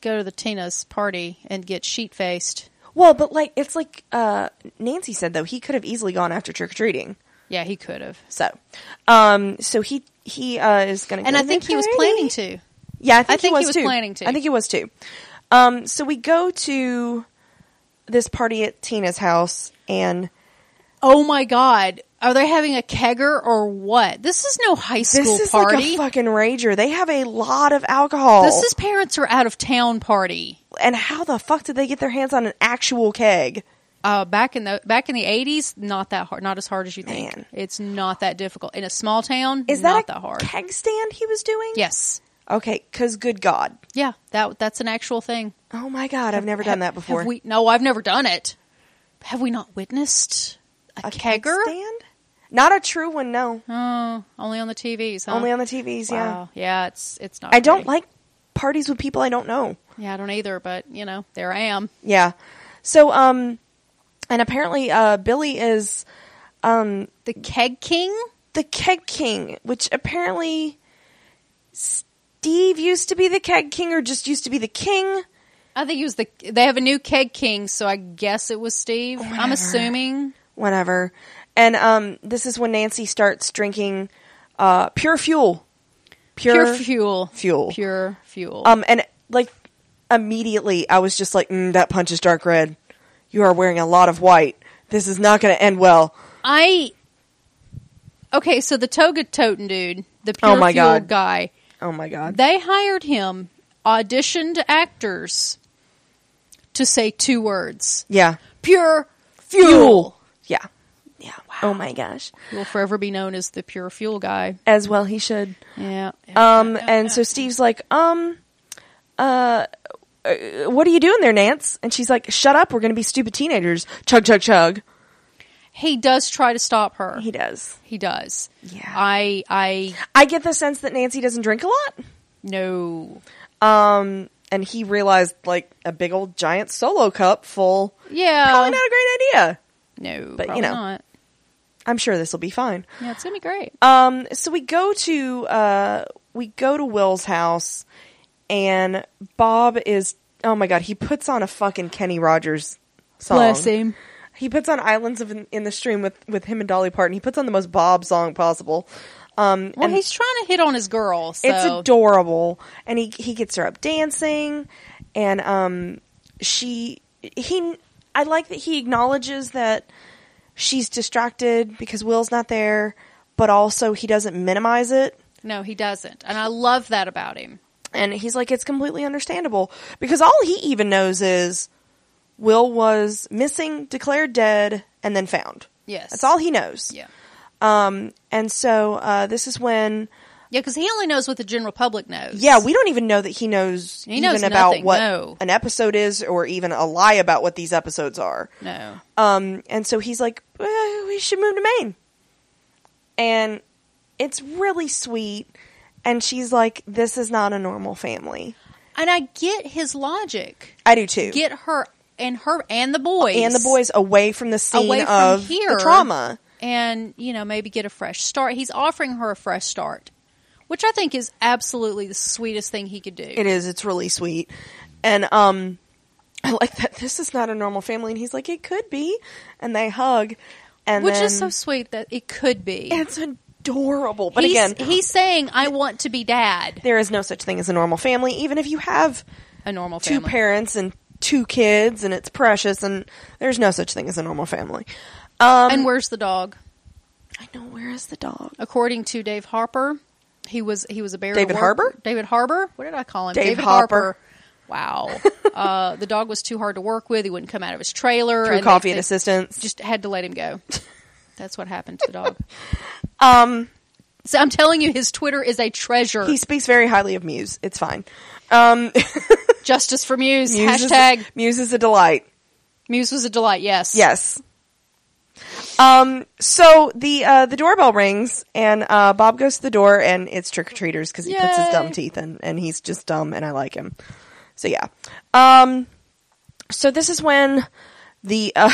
[SPEAKER 2] go to the Tina's party and get sheet faced.
[SPEAKER 1] well, but like it's like uh, Nancy said though, he could have easily gone after trick or treating.
[SPEAKER 2] Yeah, he could have.
[SPEAKER 1] So, um, so he he uh, is going to
[SPEAKER 2] And I think he was planning to.
[SPEAKER 1] Yeah, I think,
[SPEAKER 2] I think
[SPEAKER 1] he was,
[SPEAKER 2] he was
[SPEAKER 1] too.
[SPEAKER 2] planning to.
[SPEAKER 1] I think he was too. Um, so we go to this party at Tina's house, and
[SPEAKER 2] Oh my god. Are they having a kegger or what? This is no high school
[SPEAKER 1] this is like
[SPEAKER 2] party.
[SPEAKER 1] a fucking rager. They have a lot of alcohol.
[SPEAKER 2] this is parents are out of town party.
[SPEAKER 1] and how the fuck did they get their hands on an actual keg?
[SPEAKER 2] Uh, back in the back in the eighties, not that hard, not as hard as you think.
[SPEAKER 1] Man.
[SPEAKER 2] It's not that difficult in a small town.
[SPEAKER 1] Is
[SPEAKER 2] not
[SPEAKER 1] that
[SPEAKER 2] that
[SPEAKER 1] a
[SPEAKER 2] hard?
[SPEAKER 1] keg stand he was doing?
[SPEAKER 2] yes,
[SPEAKER 1] Okay, because good God.
[SPEAKER 2] yeah. That that's an actual thing.
[SPEAKER 1] Oh my God, I've never done that before.
[SPEAKER 2] Have we? No, I've never done it. Have we not witnessed a,
[SPEAKER 1] a keg
[SPEAKER 2] kegger?
[SPEAKER 1] stand? Not a true one, no.
[SPEAKER 2] Oh, only on the TVs. Huh?
[SPEAKER 1] Only on the TVs, yeah.
[SPEAKER 2] Wow. Yeah, it's it's not.
[SPEAKER 1] I don't
[SPEAKER 2] pretty.
[SPEAKER 1] like parties with people I don't know.
[SPEAKER 2] Yeah, I don't either. But you know, there I am.
[SPEAKER 1] Yeah. So, um, and apparently, uh, Billy is, um,
[SPEAKER 2] The keg king.
[SPEAKER 1] the keg king, which apparently Steve used to be the keg king or just used to be the king.
[SPEAKER 2] I think it was the. Uh, They have a new keg king, so I guess it was Steve. I'm
[SPEAKER 1] Whatever.
[SPEAKER 2] assuming.
[SPEAKER 1] whatever. And um, this is when Nancy starts drinking uh, pure fuel,
[SPEAKER 2] Pure fuel.
[SPEAKER 1] fuel.
[SPEAKER 2] Pure fuel.
[SPEAKER 1] Um, and like immediately, I was just like, mm, "That punch is dark red. You are wearing a lot of white. This is not going to end well."
[SPEAKER 2] I okay, so the toga toting dude, the pure
[SPEAKER 1] Oh my
[SPEAKER 2] fuel
[SPEAKER 1] God.
[SPEAKER 2] guy,
[SPEAKER 1] Oh my god!
[SPEAKER 2] they hired him, auditioned actors to say two words:
[SPEAKER 1] yeah,
[SPEAKER 2] pure fuel.
[SPEAKER 1] yeah, yeah. Oh my gosh!
[SPEAKER 2] He'll forever be known as the pure fuel guy.
[SPEAKER 1] As well, he should.
[SPEAKER 2] Yeah.
[SPEAKER 1] Um, and so Steve's like, um, uh, uh, what are you doing there, Nance? And she's like, shut up, we're going to be stupid teenagers. Chug, chug, chug.
[SPEAKER 2] He does try to stop her.
[SPEAKER 1] He does.
[SPEAKER 2] He does.
[SPEAKER 1] Yeah.
[SPEAKER 2] I I
[SPEAKER 1] I get the sense that Nancy doesn't drink a lot.
[SPEAKER 2] no.
[SPEAKER 1] Um, and he realized like a big old giant solo cup full.
[SPEAKER 2] Yeah.
[SPEAKER 1] Probably not a great idea.
[SPEAKER 2] no,
[SPEAKER 1] but, you
[SPEAKER 2] probably
[SPEAKER 1] know.
[SPEAKER 2] not.
[SPEAKER 1] I'm sure this will be fine.
[SPEAKER 2] Yeah, it's gonna be great.
[SPEAKER 1] Um, so we go to uh, we go to Will's house, and Bob is oh my god, he puts on a fucking Kenny Rogers song.
[SPEAKER 2] Bless him.
[SPEAKER 1] He puts on Islands of in, in the Stream with with him and Dolly Parton. He puts on the most Bob song possible. Um,
[SPEAKER 2] Well,
[SPEAKER 1] and-
[SPEAKER 2] he's trying to hit on his girl. So
[SPEAKER 1] It's adorable, and he he gets her up dancing, and um, she he I like that he acknowledges that she's distracted because Will's not there, but also he doesn't minimize it,
[SPEAKER 2] No, he doesn't. And I love that about him.
[SPEAKER 1] and he's like it's completely understandable because all he even knows is Will was missing, declared dead, and then found.
[SPEAKER 2] Yes.
[SPEAKER 1] That's all he knows.
[SPEAKER 2] Yeah.
[SPEAKER 1] Um, and so uh, this is when.
[SPEAKER 2] Yeah, because he only knows what the general public knows.
[SPEAKER 1] Yeah, we don't even know that he knows
[SPEAKER 2] He knows
[SPEAKER 1] even about
[SPEAKER 2] nothing,
[SPEAKER 1] what
[SPEAKER 2] no.
[SPEAKER 1] an episode is or even a lie about what these episodes are.
[SPEAKER 2] No.
[SPEAKER 1] Um, and so he's like, "Well, we should move to Maine. And it's really sweet. And she's like, this is not a normal family.
[SPEAKER 2] And I get his logic.
[SPEAKER 1] I do too.
[SPEAKER 2] Get her and her and the boys.
[SPEAKER 1] and the boys away from the scene
[SPEAKER 2] Away from
[SPEAKER 1] of
[SPEAKER 2] here.
[SPEAKER 1] the trauma.
[SPEAKER 2] And, you know, maybe get a fresh start. He's offering her a fresh start, which I think is absolutely the sweetest thing he could do.
[SPEAKER 1] It is. It's really sweet. And um, I like that this is not a normal family. And he's like, it could be. And they hug. And
[SPEAKER 2] which
[SPEAKER 1] then,
[SPEAKER 2] is so sweet that it could be.
[SPEAKER 1] It's adorable. But
[SPEAKER 2] he's,
[SPEAKER 1] again,
[SPEAKER 2] he's saying, I want to be dad.
[SPEAKER 1] there is no such thing as a normal family, even if you have
[SPEAKER 2] A normal
[SPEAKER 1] two
[SPEAKER 2] family.
[SPEAKER 1] parents and two kids and it's precious and there's no such thing as a normal family. Um
[SPEAKER 2] and where's the dog?
[SPEAKER 1] I know where is the dog?
[SPEAKER 2] according to Dave Harper, he was he was a bear.
[SPEAKER 1] David Harbour?
[SPEAKER 2] David Harbour. What did I call him?
[SPEAKER 1] Dave
[SPEAKER 2] Harper. Wow. uh, the dog was too hard to work with. He wouldn't come out of his trailer.
[SPEAKER 1] Through
[SPEAKER 2] and
[SPEAKER 1] coffee
[SPEAKER 2] they-
[SPEAKER 1] and
[SPEAKER 2] they
[SPEAKER 1] assistance.
[SPEAKER 2] Just had to let him go. That's what happened to the dog.
[SPEAKER 1] um
[SPEAKER 2] So I'm telling you, his Twitter is a treasure.
[SPEAKER 1] he speaks very highly of Muse. It's fine. Um
[SPEAKER 2] Justice for Muse.
[SPEAKER 1] Muse
[SPEAKER 2] Hashtag
[SPEAKER 1] is, Muse is a delight.
[SPEAKER 2] Muse was a delight. Yes.
[SPEAKER 1] Yes. Um so the uh the doorbell rings and uh Bob goes to the door and it's trick or treaters because he puts his
[SPEAKER 2] Yay.
[SPEAKER 1] dumb teeth in and he's just dumb and I like him. So yeah. Um so this is when the uh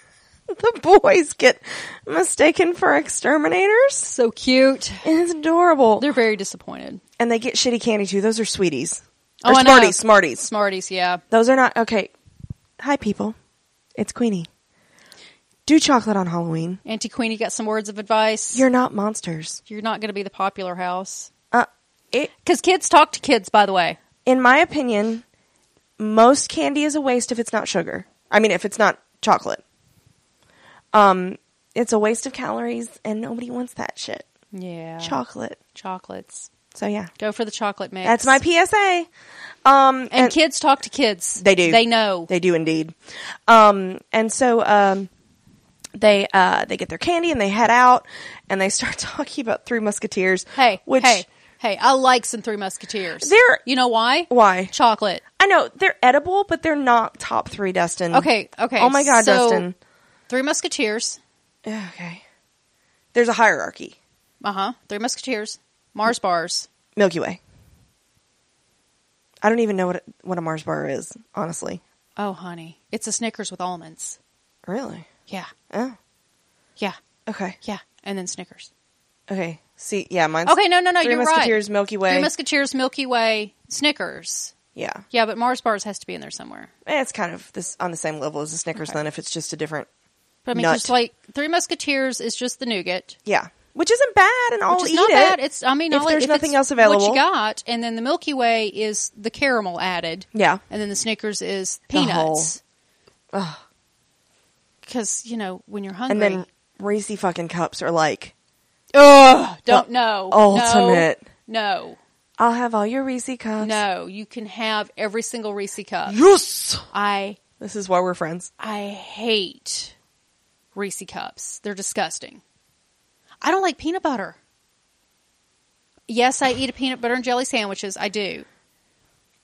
[SPEAKER 1] the boys get mistaken for exterminators.
[SPEAKER 2] So cute.
[SPEAKER 1] And it's adorable.
[SPEAKER 2] They're very disappointed.
[SPEAKER 1] and they get shitty candy too. Those are sweeties.
[SPEAKER 2] Oh,
[SPEAKER 1] Or
[SPEAKER 2] I know.
[SPEAKER 1] smarties, smarties.
[SPEAKER 2] Smarties. Yeah.
[SPEAKER 1] Those are not okay. Hi people. It's Queenie. Do chocolate on Halloween.
[SPEAKER 2] Auntie Queenie got some words of advice.
[SPEAKER 1] You're not monsters.
[SPEAKER 2] You're not going to be the popular house
[SPEAKER 1] Uh, it,
[SPEAKER 2] because kids talk to kids. By the way.
[SPEAKER 1] in my opinion, most candy is a waste if it's not sugar. I mean, if it's not chocolate, um, it's a waste of calories, and nobody wants that shit.
[SPEAKER 2] Yeah.
[SPEAKER 1] Chocolate.
[SPEAKER 2] Chocolates.
[SPEAKER 1] So yeah,
[SPEAKER 2] Go for the chocolate mix.
[SPEAKER 1] that's my PSA. Um, and,
[SPEAKER 2] and, kids talk to kids.
[SPEAKER 1] They do.
[SPEAKER 2] They know.
[SPEAKER 1] They do indeed. Um, and so um, they uh, they get their candy and they head out and they start talking about Three Musketeers.
[SPEAKER 2] hey,
[SPEAKER 1] which
[SPEAKER 2] hey, hey, I like some Three Musketeers.
[SPEAKER 1] They're-
[SPEAKER 2] you know why?
[SPEAKER 1] why
[SPEAKER 2] Chocolate.
[SPEAKER 1] I know they're edible, but they're not top three, Dustin.
[SPEAKER 2] Okay, okay.
[SPEAKER 1] Oh my God,
[SPEAKER 2] so,
[SPEAKER 1] Dustin.
[SPEAKER 2] Three Musketeers.
[SPEAKER 1] Okay. There's a hierarchy.
[SPEAKER 2] Uh huh. Three Musketeers. Mars bars.
[SPEAKER 1] Milky Way. I don't even know what what a Mars bar is, honestly.
[SPEAKER 2] Oh, honey, it's a Snickers with almonds.
[SPEAKER 1] Really?
[SPEAKER 2] Yeah,
[SPEAKER 1] Oh.
[SPEAKER 2] yeah,
[SPEAKER 1] Okay.
[SPEAKER 2] yeah, and then Snickers.
[SPEAKER 1] Okay. See, yeah, mine's
[SPEAKER 2] Okay, no, no, no.
[SPEAKER 1] Three
[SPEAKER 2] you're
[SPEAKER 1] Musketeers,
[SPEAKER 2] right.
[SPEAKER 1] Milky Way.
[SPEAKER 2] Three Musketeers, Milky Way, Snickers.
[SPEAKER 1] yeah.
[SPEAKER 2] Yeah, but Mars bars has to be in there somewhere.
[SPEAKER 1] Eh, It's kind of this on the same level as the Snickers
[SPEAKER 2] Okay.
[SPEAKER 1] then if it's just a different
[SPEAKER 2] But I mean,
[SPEAKER 1] Nut.
[SPEAKER 2] just like Three Musketeers is just the nougat,
[SPEAKER 1] Yeah. Which isn't bad and I'll
[SPEAKER 2] which is
[SPEAKER 1] Oh, eat
[SPEAKER 2] not
[SPEAKER 1] it.
[SPEAKER 2] bad. It's I mean,
[SPEAKER 1] If
[SPEAKER 2] I'll-
[SPEAKER 1] there's nothing
[SPEAKER 2] it's
[SPEAKER 1] else
[SPEAKER 2] what
[SPEAKER 1] available.
[SPEAKER 2] you got, and then the Milky Way is the caramel added,
[SPEAKER 1] yeah.
[SPEAKER 2] and then the Snickers is
[SPEAKER 1] The
[SPEAKER 2] peanuts. Because you know when you're
[SPEAKER 1] And
[SPEAKER 2] hungry,
[SPEAKER 1] then Reese fucking cups are like
[SPEAKER 2] Ugh, don't know.
[SPEAKER 1] uh, ultimate.
[SPEAKER 2] No,
[SPEAKER 1] I'll have all your Reese
[SPEAKER 2] no,
[SPEAKER 1] cups.
[SPEAKER 2] no. You can have every single Reese cup.
[SPEAKER 1] Yes.
[SPEAKER 2] I
[SPEAKER 1] This is why we're friends.
[SPEAKER 2] I hate Reese cups. They're disgusting. I don't like peanut butter. Yes, I eat a peanut butter and jelly sandwiches. I do,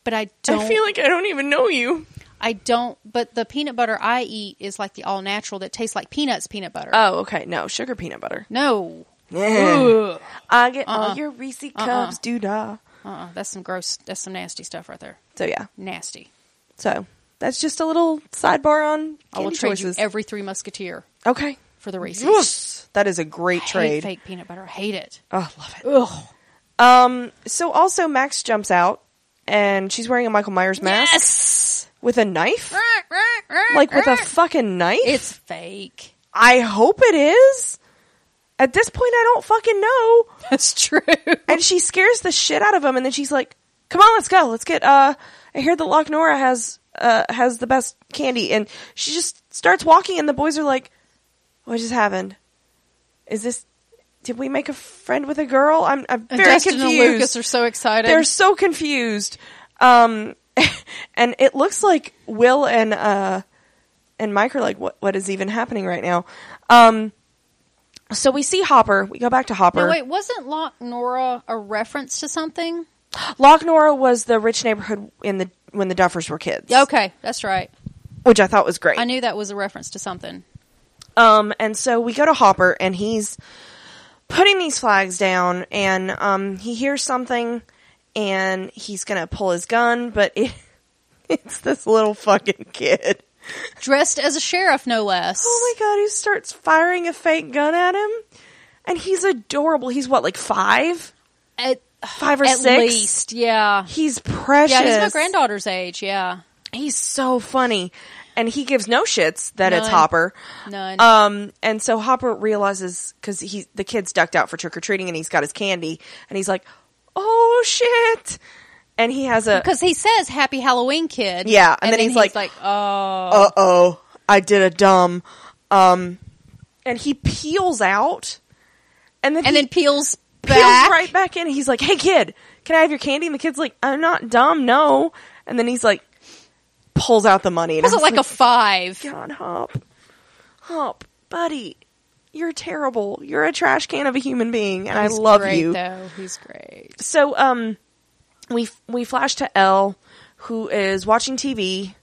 [SPEAKER 2] but I don't.
[SPEAKER 1] I
[SPEAKER 2] I,
[SPEAKER 1] feel like I don't even know you.
[SPEAKER 2] don't. But the peanut butter I eat is like the all natural that tastes like peanuts peanut butter.
[SPEAKER 1] Oh, okay. No, sugar peanut butter.
[SPEAKER 2] no.
[SPEAKER 1] Yeah.
[SPEAKER 2] Ugh.
[SPEAKER 1] I get all
[SPEAKER 2] Uh-uh.
[SPEAKER 1] your Reese
[SPEAKER 2] Uh-uh.
[SPEAKER 1] cups, doo dah.
[SPEAKER 2] Uh-uh, that's some gross. That's some nasty stuff right there.
[SPEAKER 1] So yeah.
[SPEAKER 2] Nasty.
[SPEAKER 1] So that's just a little sidebar on candy
[SPEAKER 2] I will trade
[SPEAKER 1] choices.
[SPEAKER 2] you every Three Musketeer
[SPEAKER 1] okay.
[SPEAKER 2] for the Reese's.
[SPEAKER 1] Yes. That is a great
[SPEAKER 2] I hate
[SPEAKER 1] trade.
[SPEAKER 2] fake peanut butter. I hate it.
[SPEAKER 1] Oh, love it.
[SPEAKER 2] Ugh.
[SPEAKER 1] Um. So also Max jumps out, and she's wearing a Michael Myers mask
[SPEAKER 2] Yes.
[SPEAKER 1] with a knife, like with a fucking knife.
[SPEAKER 2] It's fake.
[SPEAKER 1] I hope it is. At this point, I don't fucking know.
[SPEAKER 2] That's true.
[SPEAKER 1] and she scares the shit out of him and then she's like come on let's go let's get uh i hear that loch nora has uh has the best candy and she just starts walking and the boys are like what just happened is this did we make a friend with a girl i'm, I'm
[SPEAKER 2] And
[SPEAKER 1] very
[SPEAKER 2] Dustin
[SPEAKER 1] confused
[SPEAKER 2] and Lucas are so excited. Oh,
[SPEAKER 1] they're so confused um and it looks like will and uh and mike are like what what is even happening right now um so we see hopper we go back to hopper
[SPEAKER 2] Now, wait, wasn't Loch Nora a reference to something?
[SPEAKER 1] Loch Nora was the rich neighborhood in the when the Duffers were kids.
[SPEAKER 2] Okay, that's right.
[SPEAKER 1] Which I thought was great.
[SPEAKER 2] I knew that was a reference to something.
[SPEAKER 1] Um and so we go to Hopper and he's putting these flags down and um he hears something and he's going to pull his gun but it, it's this little fucking kid.
[SPEAKER 2] Dressed as a sheriff, no less.
[SPEAKER 1] Oh my god, who starts firing a fake gun at him? And he's adorable. He's what like 5?
[SPEAKER 2] At,
[SPEAKER 1] 5 or
[SPEAKER 2] at
[SPEAKER 1] 6?
[SPEAKER 2] least, yeah.
[SPEAKER 1] He's precious.
[SPEAKER 2] Yeah, he's my granddaughter's age, yeah.
[SPEAKER 1] He's so funny. And he gives no shits that it's
[SPEAKER 2] None.
[SPEAKER 1] Hopper.
[SPEAKER 2] None.
[SPEAKER 1] Um, and so Hopper realizes because he the kid's ducked out for trick or treating and he's got his candy and he's like, "Oh shit!" And he has a
[SPEAKER 2] Because he says "Happy Halloween, kid."
[SPEAKER 1] Yeah, and then he's like-
[SPEAKER 2] "Oh,
[SPEAKER 1] uh oh, I did a dumb, um, and he peels out, and then
[SPEAKER 2] and
[SPEAKER 1] he
[SPEAKER 2] then peels
[SPEAKER 1] peels
[SPEAKER 2] back.
[SPEAKER 1] right back in. And he's like, "Hey kid, can I have your candy?" And the kid's like, "I'm not dumb, no." And then he's like, pulls out the money. And
[SPEAKER 2] Was
[SPEAKER 1] I
[SPEAKER 2] it like a five?
[SPEAKER 1] Get on Hop. Hop, buddy. You're terrible. You're a trash can of a human being, and
[SPEAKER 2] He's
[SPEAKER 1] I love
[SPEAKER 2] great,
[SPEAKER 1] you.
[SPEAKER 2] Though he's great.
[SPEAKER 1] So, um, we we flash to Elle, who is watching TV.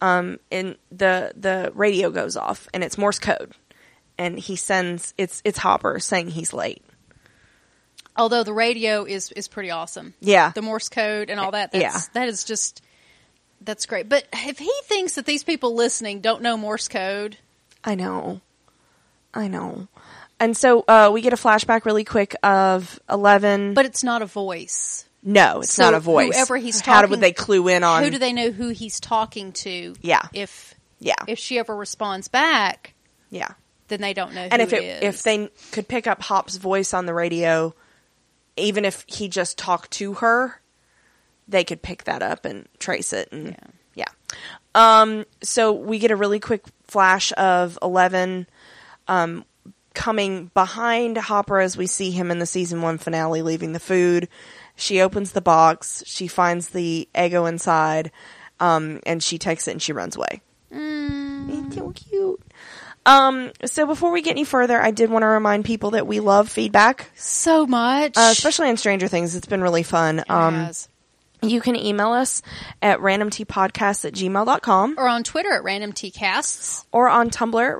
[SPEAKER 1] Um, and the the radio goes off, and it's Morse code, and he sends it's it's Hopper saying he's late.
[SPEAKER 2] Although the radio is is pretty awesome.
[SPEAKER 1] Yeah.
[SPEAKER 2] the Morse code and all that. That's,
[SPEAKER 1] Yeah.
[SPEAKER 2] that is just that's great. But if he thinks that these people listening don't know Morse code,
[SPEAKER 1] I know. I know. And so uh, we get a flashback really quick of Eleven.
[SPEAKER 2] but it's not a voice.
[SPEAKER 1] no, it's
[SPEAKER 2] so
[SPEAKER 1] not a voice.
[SPEAKER 2] whoever he's
[SPEAKER 1] how do-
[SPEAKER 2] talking-
[SPEAKER 1] would they clue in on?
[SPEAKER 2] Who do they know who he's talking to?
[SPEAKER 1] Yeah.
[SPEAKER 2] If
[SPEAKER 1] yeah,
[SPEAKER 2] if she ever responds back,
[SPEAKER 1] yeah.
[SPEAKER 2] then they don't know.
[SPEAKER 1] and
[SPEAKER 2] who
[SPEAKER 1] if it,
[SPEAKER 2] is.
[SPEAKER 1] if they could pick up Hop's voice on the radio, even if he just talked to her, they could pick that up and trace it. And
[SPEAKER 2] Yeah.
[SPEAKER 1] Yeah. Um, so we get a really quick flash of Eleven um, coming behind Hopper as we see him in the season one finale leaving the food. She opens the box, she finds the Ego inside, um, and she takes it and she runs away. It's so cute. Um, so before we get any further, I did want to remind people that we love feedback,
[SPEAKER 2] So much.
[SPEAKER 1] uh, especially on Stranger Things. It's been really fun. Um,
[SPEAKER 2] Yes.
[SPEAKER 1] You can email us at randomtpodcast at gmail.com
[SPEAKER 2] or on Twitter at randomtcasts
[SPEAKER 1] or on Tumblr at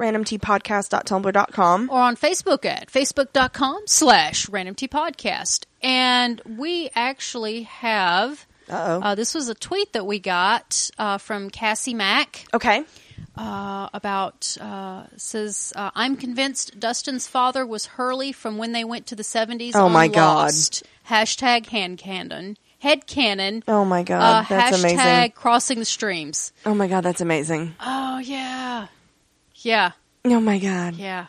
[SPEAKER 1] randomtpodcast.tumblr.com.
[SPEAKER 2] or on Facebook at facebook.com slash randomtpodcast. And we actually have,
[SPEAKER 1] Uh-oh.
[SPEAKER 2] uh, this was a tweet that we got uh, from Cassie Mack.
[SPEAKER 1] okay.
[SPEAKER 2] uh, about uh, says uh, I'm convinced Dustin's father was Hurley from when they went to the 70s.
[SPEAKER 1] Oh,
[SPEAKER 2] on
[SPEAKER 1] my God.
[SPEAKER 2] Lost. Hashtag hand cannon. Head cannon.
[SPEAKER 1] Oh my God.
[SPEAKER 2] Uh,
[SPEAKER 1] that's
[SPEAKER 2] hashtag
[SPEAKER 1] amazing.
[SPEAKER 2] crossing the streams.
[SPEAKER 1] Oh my God. That's amazing.
[SPEAKER 2] Oh yeah, yeah,
[SPEAKER 1] Oh my God.
[SPEAKER 2] yeah.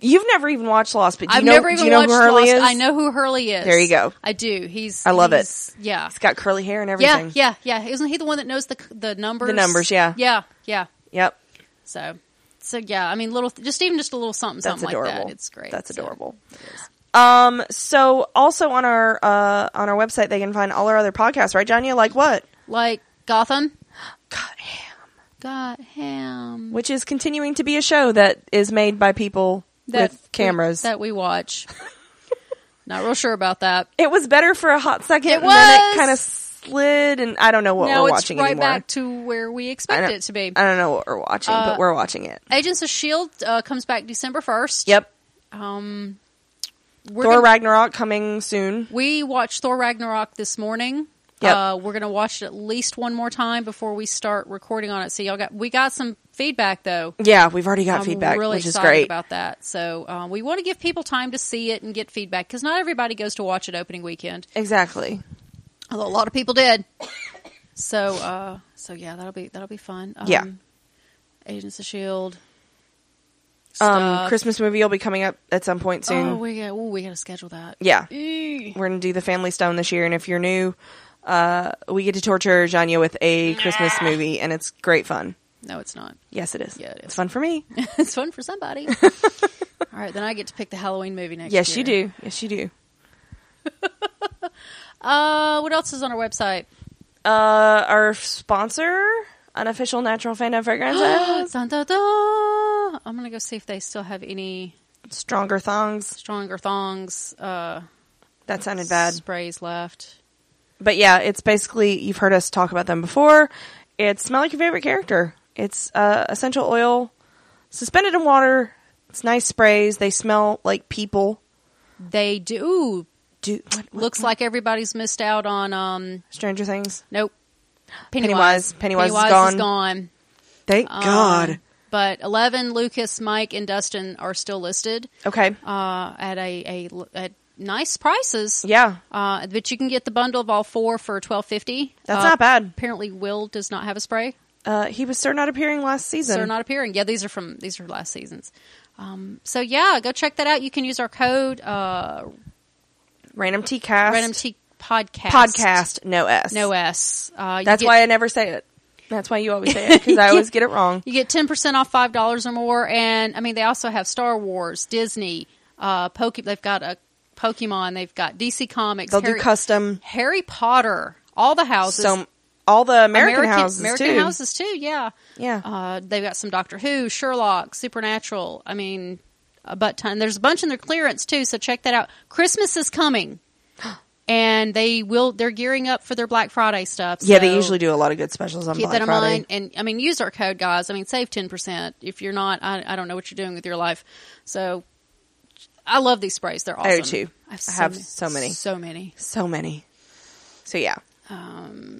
[SPEAKER 1] You've never even watched Lost, but do you
[SPEAKER 2] I've
[SPEAKER 1] know,
[SPEAKER 2] never
[SPEAKER 1] do
[SPEAKER 2] even
[SPEAKER 1] you know
[SPEAKER 2] watched
[SPEAKER 1] who Hurley
[SPEAKER 2] Lost.
[SPEAKER 1] is?
[SPEAKER 2] I know who Hurley is.
[SPEAKER 1] There you go.
[SPEAKER 2] I do. He's.
[SPEAKER 1] I love it.
[SPEAKER 2] he's- Yeah.
[SPEAKER 1] He's got curly hair and
[SPEAKER 2] Yeah,
[SPEAKER 1] everything.
[SPEAKER 2] yeah, yeah. Isn't he the one that knows the the numbers?
[SPEAKER 1] The numbers, yeah.
[SPEAKER 2] yeah, yeah.
[SPEAKER 1] Yep.
[SPEAKER 2] So, so yeah. I mean, little, just even just a little something,
[SPEAKER 1] That's
[SPEAKER 2] something
[SPEAKER 1] adorable.
[SPEAKER 2] like that. It's great.
[SPEAKER 1] That's
[SPEAKER 2] So,
[SPEAKER 1] adorable.
[SPEAKER 2] it is.
[SPEAKER 1] Um, so also on our, uh, on our website, they can find all our other podcasts, right, Johnny? Like what?
[SPEAKER 2] like Gotham.
[SPEAKER 1] Gotham.
[SPEAKER 2] Gotham.
[SPEAKER 1] Which is continuing to be a show that is made by people with cameras.
[SPEAKER 2] that we watch. Not real sure about that.
[SPEAKER 1] It was better for a hot second,
[SPEAKER 2] It
[SPEAKER 1] and then
[SPEAKER 2] was.
[SPEAKER 1] it kind of slid, and I don't know what
[SPEAKER 2] now
[SPEAKER 1] we're
[SPEAKER 2] it's
[SPEAKER 1] watching
[SPEAKER 2] right
[SPEAKER 1] anymore.
[SPEAKER 2] back to where we
[SPEAKER 1] I
[SPEAKER 2] expect
[SPEAKER 1] don't-
[SPEAKER 2] it to be.
[SPEAKER 1] I don't know what we're watching,
[SPEAKER 2] Uh,
[SPEAKER 1] but we're watching it.
[SPEAKER 2] Agents of Shield uh, comes back December first.
[SPEAKER 1] Yep.
[SPEAKER 2] Um, we're
[SPEAKER 1] Thor
[SPEAKER 2] gonna-
[SPEAKER 1] Ragnarok coming soon.
[SPEAKER 2] we watched Thor Ragnarok this morning.
[SPEAKER 1] Yep.
[SPEAKER 2] Uh, we're gonna watch it at least one more time before we start recording on it. So y'all got we got some feedback though.
[SPEAKER 1] Yeah, we've already got
[SPEAKER 2] I'm
[SPEAKER 1] feedback,
[SPEAKER 2] really
[SPEAKER 1] which is
[SPEAKER 2] excited
[SPEAKER 1] great.
[SPEAKER 2] about that. So um, we want to give people time to see it and get feedback because not everybody goes to watch it opening weekend,
[SPEAKER 1] exactly.
[SPEAKER 2] although a lot of people did. So uh, so yeah, that'll be that'll be fun. Um,
[SPEAKER 1] Yeah.
[SPEAKER 2] Agents of Shield.
[SPEAKER 1] Um,
[SPEAKER 2] E stuff.
[SPEAKER 1] Christmas movie will be coming up at some point soon.
[SPEAKER 2] Oh, we got ooh, we got to schedule that.
[SPEAKER 1] yeah,
[SPEAKER 2] Eee.
[SPEAKER 1] we're gonna do the Family Stone this year, and if you're new, uh, we get to torture Janya with a Christmas movie, and it's great fun.
[SPEAKER 2] No, it's not.
[SPEAKER 1] Yes, it is.
[SPEAKER 2] Yeah, it is.
[SPEAKER 1] It's fun for me.
[SPEAKER 2] it's fun for somebody. All right, then I get to pick the Halloween movie next.
[SPEAKER 1] yes, you
[SPEAKER 2] year.
[SPEAKER 1] do. Yes, you do.
[SPEAKER 2] Uh, what else is on our website?
[SPEAKER 1] Uh, our sponsor, unofficial natural fandom fragrances,
[SPEAKER 2] Dun, dun, dun. I'm gonna go see if they still have any
[SPEAKER 1] stronger thongs.
[SPEAKER 2] stronger thongs. Uh,
[SPEAKER 1] That sounded bad.
[SPEAKER 2] Sprays left.
[SPEAKER 1] But yeah, it's basically you've heard us talk about them before. It's smell like your favorite character. It's uh, essential oil suspended in water. It's nice sprays. They smell like people.
[SPEAKER 2] They do. Ooh,
[SPEAKER 1] Do what- what-
[SPEAKER 2] looks like everybody's missed out on. Um,
[SPEAKER 1] Stranger Things.
[SPEAKER 2] nope.
[SPEAKER 1] Pennywise. Pennywise is gone. Thank
[SPEAKER 2] Um,
[SPEAKER 1] God.
[SPEAKER 2] But Eleven, Lucas, Mike, and Dustin are still listed
[SPEAKER 1] Okay.
[SPEAKER 2] uh, at a, a at nice prices.
[SPEAKER 1] Yeah,
[SPEAKER 2] Uh, but you can get the bundle of all four for twelve fifty. Uh,
[SPEAKER 1] that's not bad.
[SPEAKER 2] Apparently, Will does not have a spray.
[SPEAKER 1] Uh, he was still not appearing last season.
[SPEAKER 2] So they're not appearing. Yeah, these are from these are last seasons. Um, so yeah, go check that out. You can use our code uh,
[SPEAKER 1] Random T cast.
[SPEAKER 2] Random T Podcast.
[SPEAKER 1] podcast. No s.
[SPEAKER 2] No S. Uh, you
[SPEAKER 1] That's
[SPEAKER 2] get-
[SPEAKER 1] why I never say it. That's why you always say it because I always get it wrong.
[SPEAKER 2] you get ten percent off five dollars or more, and I mean they also have Star Wars, Disney, uh, Poke. They've got a Pokemon. They've got DC Comics.
[SPEAKER 1] They'll
[SPEAKER 2] Harry,
[SPEAKER 1] do custom.
[SPEAKER 2] Harry Potter. All the houses.
[SPEAKER 1] So all the American, houses
[SPEAKER 2] American
[SPEAKER 1] too.
[SPEAKER 2] houses too. Yeah.
[SPEAKER 1] Yeah.
[SPEAKER 2] Uh, they've got some Doctor Who, Sherlock, Supernatural. I mean, a butt ton. There's a bunch in their clearance too, so check that out. Christmas is coming, and they will. They're gearing up for their Black Friday stuff.
[SPEAKER 1] yeah, they
[SPEAKER 2] so
[SPEAKER 1] usually do a lot of good specials on
[SPEAKER 2] Keep
[SPEAKER 1] Black
[SPEAKER 2] that in
[SPEAKER 1] Friday.
[SPEAKER 2] mind, and I mean, use our code, guys. I mean, save ten percent if you're not. I, I don't know what you're doing with your life, so I love these sprays. They're awesome.
[SPEAKER 1] I do, Oh, too. I have so many.
[SPEAKER 2] so many.
[SPEAKER 1] So many. So yeah,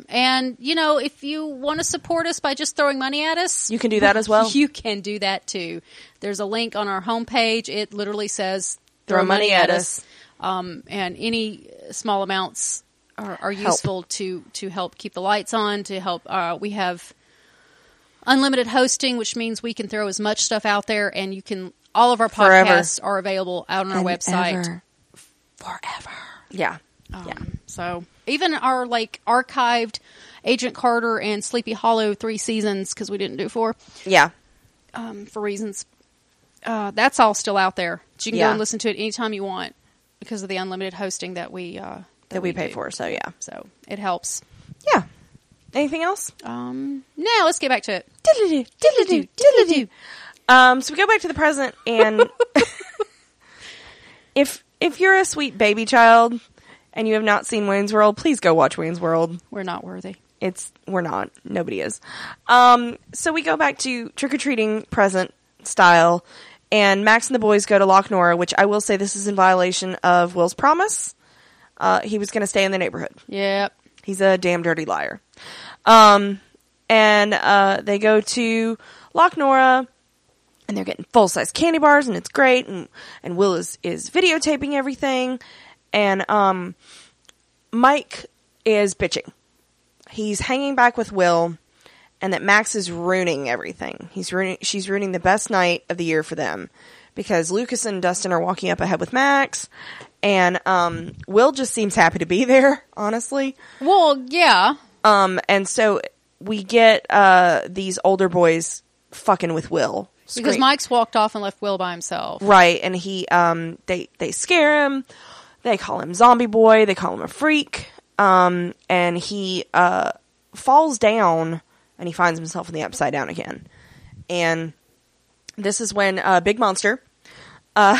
[SPEAKER 2] And you know, if you want to support us by just throwing money at us,
[SPEAKER 1] You can do that as well.
[SPEAKER 2] You can do that too. There's a link on our homepage. It literally says
[SPEAKER 1] Throw money at us."
[SPEAKER 2] Um, and any small amounts are, are
[SPEAKER 1] Help.
[SPEAKER 2] useful to to help keep the lights on. To help, uh, we have unlimited hosting, which means we can throw as much stuff out there, and you can. All of our
[SPEAKER 1] Forever.
[SPEAKER 2] podcasts are available out on our website
[SPEAKER 1] Forever.
[SPEAKER 2] forever.
[SPEAKER 1] Yeah.
[SPEAKER 2] Um,
[SPEAKER 1] yeah.
[SPEAKER 2] So even our like archived Agent Carter and Sleepy Hollow three seasons because we didn't do four
[SPEAKER 1] Yeah.
[SPEAKER 2] um, for reasons. Uh, that's all still out there. So you can go
[SPEAKER 1] Yeah.
[SPEAKER 2] and listen to it anytime you want because of the unlimited hosting that we uh,
[SPEAKER 1] That we pay
[SPEAKER 2] do.
[SPEAKER 1] for. So yeah.
[SPEAKER 2] So it helps.
[SPEAKER 1] Yeah. Anything else?
[SPEAKER 2] Um, now let's get back to it.
[SPEAKER 1] Diddle-doo, diddle-doo, diddle-doo. Um, so we go back to the present, and if if you're a sweet baby child and you have not seen Wayne's World, please go watch Wayne's World.
[SPEAKER 2] We're not worthy.
[SPEAKER 1] It's we're not. Nobody is. Um, so we go back to trick or treating present style, and Max and the boys go to Loch Nora, which I will say this is in violation of Will's promise. Uh, he was going to stay in the neighborhood.
[SPEAKER 2] Yep.
[SPEAKER 1] He's a damn dirty liar. Um, and uh, they go to Loch Nora, and they're getting full size candy bars, and it's great. And and Will is is videotaping everything, and um, Mike is bitching. He's hanging back with Will, and that Max is ruining everything. He's ruining. She's ruining the best night of the year for them because Lucas and Dustin are walking up ahead with Max, and um, Will just seems happy to be there. Honestly,
[SPEAKER 2] Well, yeah.
[SPEAKER 1] um, and so we get uh, these older boys fucking with Will
[SPEAKER 2] Because
[SPEAKER 1] Scream-
[SPEAKER 2] Mike's walked off and left Will by himself.
[SPEAKER 1] right, and he um, they they scare him. They call him zombie boy. They call him a freak. Um, and he uh, falls down, and he finds himself in the upside down again. And this is when uh, Big Monster. Uh,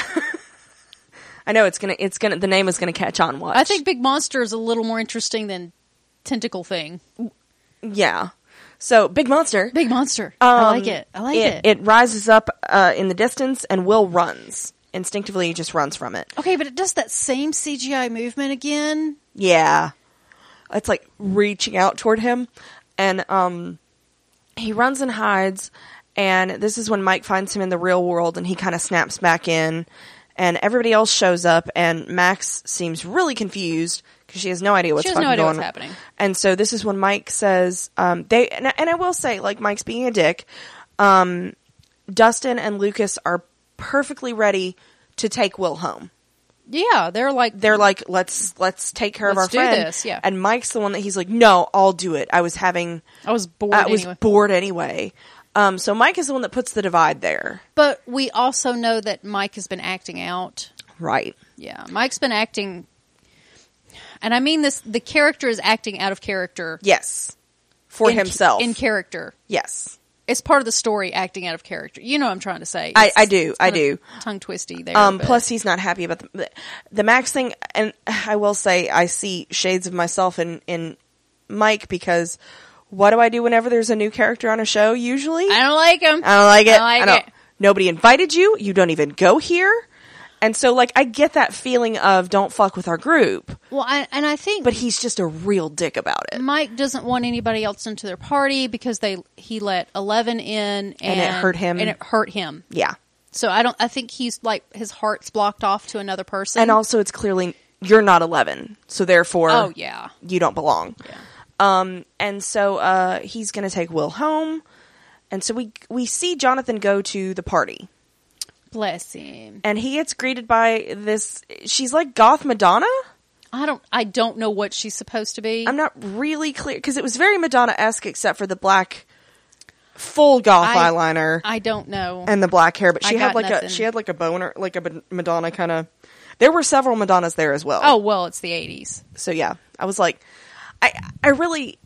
[SPEAKER 1] I know it's gonna it's gonna the name is gonna catch on. Watch.
[SPEAKER 2] I think Big Monster is a little more interesting than Tentacle Thing.
[SPEAKER 1] yeah. So Big Monster.
[SPEAKER 2] Big Monster.
[SPEAKER 1] Um,
[SPEAKER 2] I like it. I like it.
[SPEAKER 1] it. rises up uh, in the distance, and Will runs instinctively. He just runs from it.
[SPEAKER 2] Okay, but it does that same CGI movement again.
[SPEAKER 1] Yeah, it's like reaching out toward him, and um, he runs and hides. And this is when Mike finds him in the real world, and he kind of snaps back in. And everybody else shows up, and Max seems really confused because she has no idea what's
[SPEAKER 2] She has no
[SPEAKER 1] fucking
[SPEAKER 2] idea
[SPEAKER 1] going
[SPEAKER 2] what's happening.
[SPEAKER 1] And so this is when Mike says um, they, and, I- and I will say, like Mike's being a dick. Um, Dustin and Lucas are perfectly ready to take Will home.
[SPEAKER 2] Yeah, they're like
[SPEAKER 1] They're like, let's let's take care
[SPEAKER 2] Let's
[SPEAKER 1] of
[SPEAKER 2] do
[SPEAKER 1] our friend.
[SPEAKER 2] this, yeah.
[SPEAKER 1] And Mike's the one that he's like, no, I'll do it. I was having,
[SPEAKER 2] I was bored
[SPEAKER 1] I was
[SPEAKER 2] anyway.
[SPEAKER 1] bored anyway. Um, so Mike is the one that puts the divide there,
[SPEAKER 2] but we also know that Mike has been acting out.
[SPEAKER 1] right?
[SPEAKER 2] Yeah, Mike's been acting and I mean this the character is acting out of character
[SPEAKER 1] Yes, for
[SPEAKER 2] in-
[SPEAKER 1] himself.
[SPEAKER 2] In character.
[SPEAKER 1] yes,
[SPEAKER 2] It's part of the story acting out of character. You know what I'm trying to say.
[SPEAKER 1] I-
[SPEAKER 2] It's-
[SPEAKER 1] I do,
[SPEAKER 2] it's
[SPEAKER 1] I
[SPEAKER 2] kind
[SPEAKER 1] do.
[SPEAKER 2] of Tongue twisty there.
[SPEAKER 1] Um,
[SPEAKER 2] but-
[SPEAKER 1] plus, he's not happy about the, the the Max thing, and I will say I see shades of myself in in Mike because what do I do whenever there's a new character on a show? Usually,
[SPEAKER 2] I don't like him.
[SPEAKER 1] I don't like it.
[SPEAKER 2] I don't like
[SPEAKER 1] don't-
[SPEAKER 2] it.
[SPEAKER 1] Nobody invited you. You don't even go here, and so like I get that feeling of don't fuck with our group,
[SPEAKER 2] Well, I, and I think
[SPEAKER 1] but he's just a real dick about it,
[SPEAKER 2] Mike doesn't want anybody else into their party because they he let Eleven in and,
[SPEAKER 1] it hurt him.
[SPEAKER 2] and it hurt him.
[SPEAKER 1] yeah.
[SPEAKER 2] So I don't. I think he's like his heart's blocked off to another person.
[SPEAKER 1] And also, it's clearly you're not eleven, so therefore,
[SPEAKER 2] oh yeah,
[SPEAKER 1] you don't belong.
[SPEAKER 2] Yeah.
[SPEAKER 1] Um, and so uh, he's going to take Will home, and so we we see Jonathan go to the party,
[SPEAKER 2] bless him.
[SPEAKER 1] and he gets greeted by this. She's like goth Madonna.
[SPEAKER 2] I don't. I don't know what she's supposed to be.
[SPEAKER 1] I'm not really clear because it was very Madonna esque, except for the black full goth
[SPEAKER 2] I-
[SPEAKER 1] eyeliner
[SPEAKER 2] I don't know.
[SPEAKER 1] and the black hair. But
[SPEAKER 2] I
[SPEAKER 1] she had
[SPEAKER 2] got
[SPEAKER 1] like
[SPEAKER 2] nothing.
[SPEAKER 1] a she had like a boner, like a Ma- Madonna kind of. There were several Madonnas there as well.
[SPEAKER 2] oh well, it's the eighties.
[SPEAKER 1] so yeah, I was like, I I really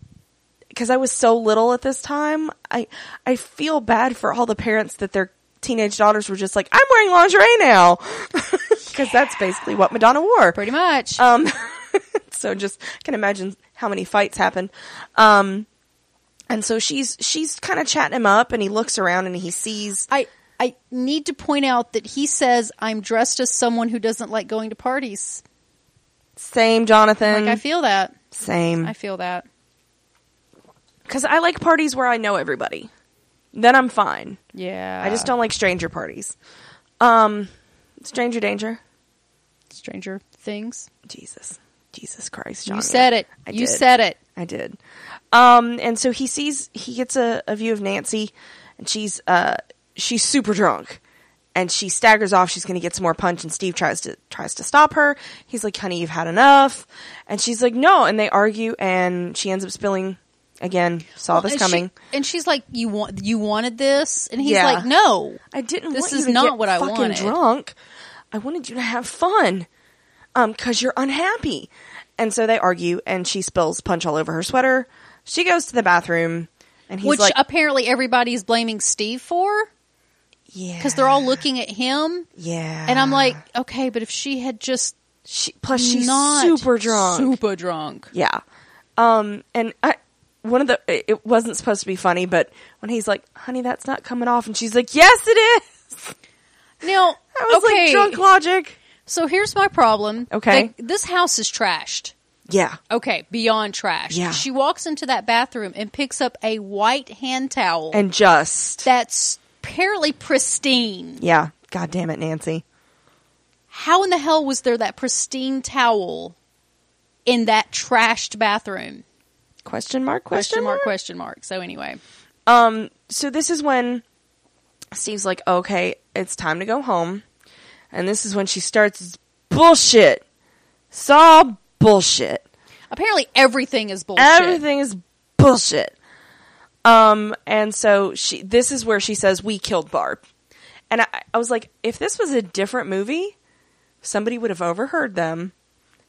[SPEAKER 1] because I was so little at this time. I I feel bad for all the parents that their teenage daughters were just like, I'm wearing lingerie now because that's basically what Madonna wore.
[SPEAKER 2] Pretty much.
[SPEAKER 1] Um, so just can imagine how many fights happened. Um, and so she's she's kind of chatting him up, and he looks around and he sees
[SPEAKER 2] I I need to point out that he says I'm dressed as someone who doesn't like going to parties.
[SPEAKER 1] same Jonathan,
[SPEAKER 2] Like I feel that.
[SPEAKER 1] same
[SPEAKER 2] I feel that.
[SPEAKER 1] because I like parties where I know everybody. Then I'm fine.
[SPEAKER 2] Yeah.
[SPEAKER 1] I just don't like stranger parties. Um, stranger danger.
[SPEAKER 2] Stranger Things.
[SPEAKER 1] Jesus, Jesus Christ, John.
[SPEAKER 2] You said it.
[SPEAKER 1] I
[SPEAKER 2] you
[SPEAKER 1] did.
[SPEAKER 2] said it.
[SPEAKER 1] I did. Um, and so he sees he gets a, a view of Nancy, and she's uh she's super drunk, and she staggers off. She's going to get some more punch, and Steve tries to tries to stop her. He's like, "Honey, you've had enough," and she's like, "No," and they argue, and she ends up spilling. Again, saw
[SPEAKER 2] Well,
[SPEAKER 1] this
[SPEAKER 2] and
[SPEAKER 1] coming.
[SPEAKER 2] She, and she's like, "You want you wanted this?" And he's
[SPEAKER 1] Yeah.
[SPEAKER 2] like, "No,
[SPEAKER 1] I didn't.
[SPEAKER 2] This
[SPEAKER 1] want you
[SPEAKER 2] is
[SPEAKER 1] to
[SPEAKER 2] not
[SPEAKER 1] get
[SPEAKER 2] what I
[SPEAKER 1] fucking
[SPEAKER 2] wanted."
[SPEAKER 1] Drunk. I wanted you to have fun, um, because you're unhappy. And so they argue, and she spills punch all over her sweater. She goes to the bathroom, and he's
[SPEAKER 2] Which
[SPEAKER 1] like,
[SPEAKER 2] apparently everybody's blaming Steve for
[SPEAKER 1] "Yeah,"
[SPEAKER 2] because they're all looking at him.
[SPEAKER 1] yeah.
[SPEAKER 2] And I'm like, okay, but if she had just
[SPEAKER 1] she, plus she's
[SPEAKER 2] not
[SPEAKER 1] super drunk,
[SPEAKER 2] super drunk,
[SPEAKER 1] yeah. Um, and I, one of the it- it wasn't supposed to be funny, but when he's like, "Honey, that's not coming off," and she's like, "Yes, it is."
[SPEAKER 2] now
[SPEAKER 1] I was
[SPEAKER 2] okay,
[SPEAKER 1] like, "Drunk logic."
[SPEAKER 2] so here's my problem.
[SPEAKER 1] Okay.
[SPEAKER 2] They- this house is trashed.
[SPEAKER 1] Yeah,
[SPEAKER 2] Okay, beyond trash.
[SPEAKER 1] Yeah.
[SPEAKER 2] She walks into that bathroom and picks up a white hand towel
[SPEAKER 1] and just
[SPEAKER 2] that's apparently pristine.
[SPEAKER 1] yeah. God damn it, Nancy.
[SPEAKER 2] How in the hell was there that pristine towel in that trashed bathroom?
[SPEAKER 1] Question mark?
[SPEAKER 2] Question mark, question mark. So anyway.
[SPEAKER 1] Um. So this is when Steve's like, "Okay, it's time to go home," and this is when she starts this bullshit. It's all bullshit.
[SPEAKER 2] Apparently everything is bullshit.
[SPEAKER 1] Everything is bullshit. Um. And so she. This is where she says, "We killed Barb," and I, I was like, if this was a different movie, somebody would have overheard them,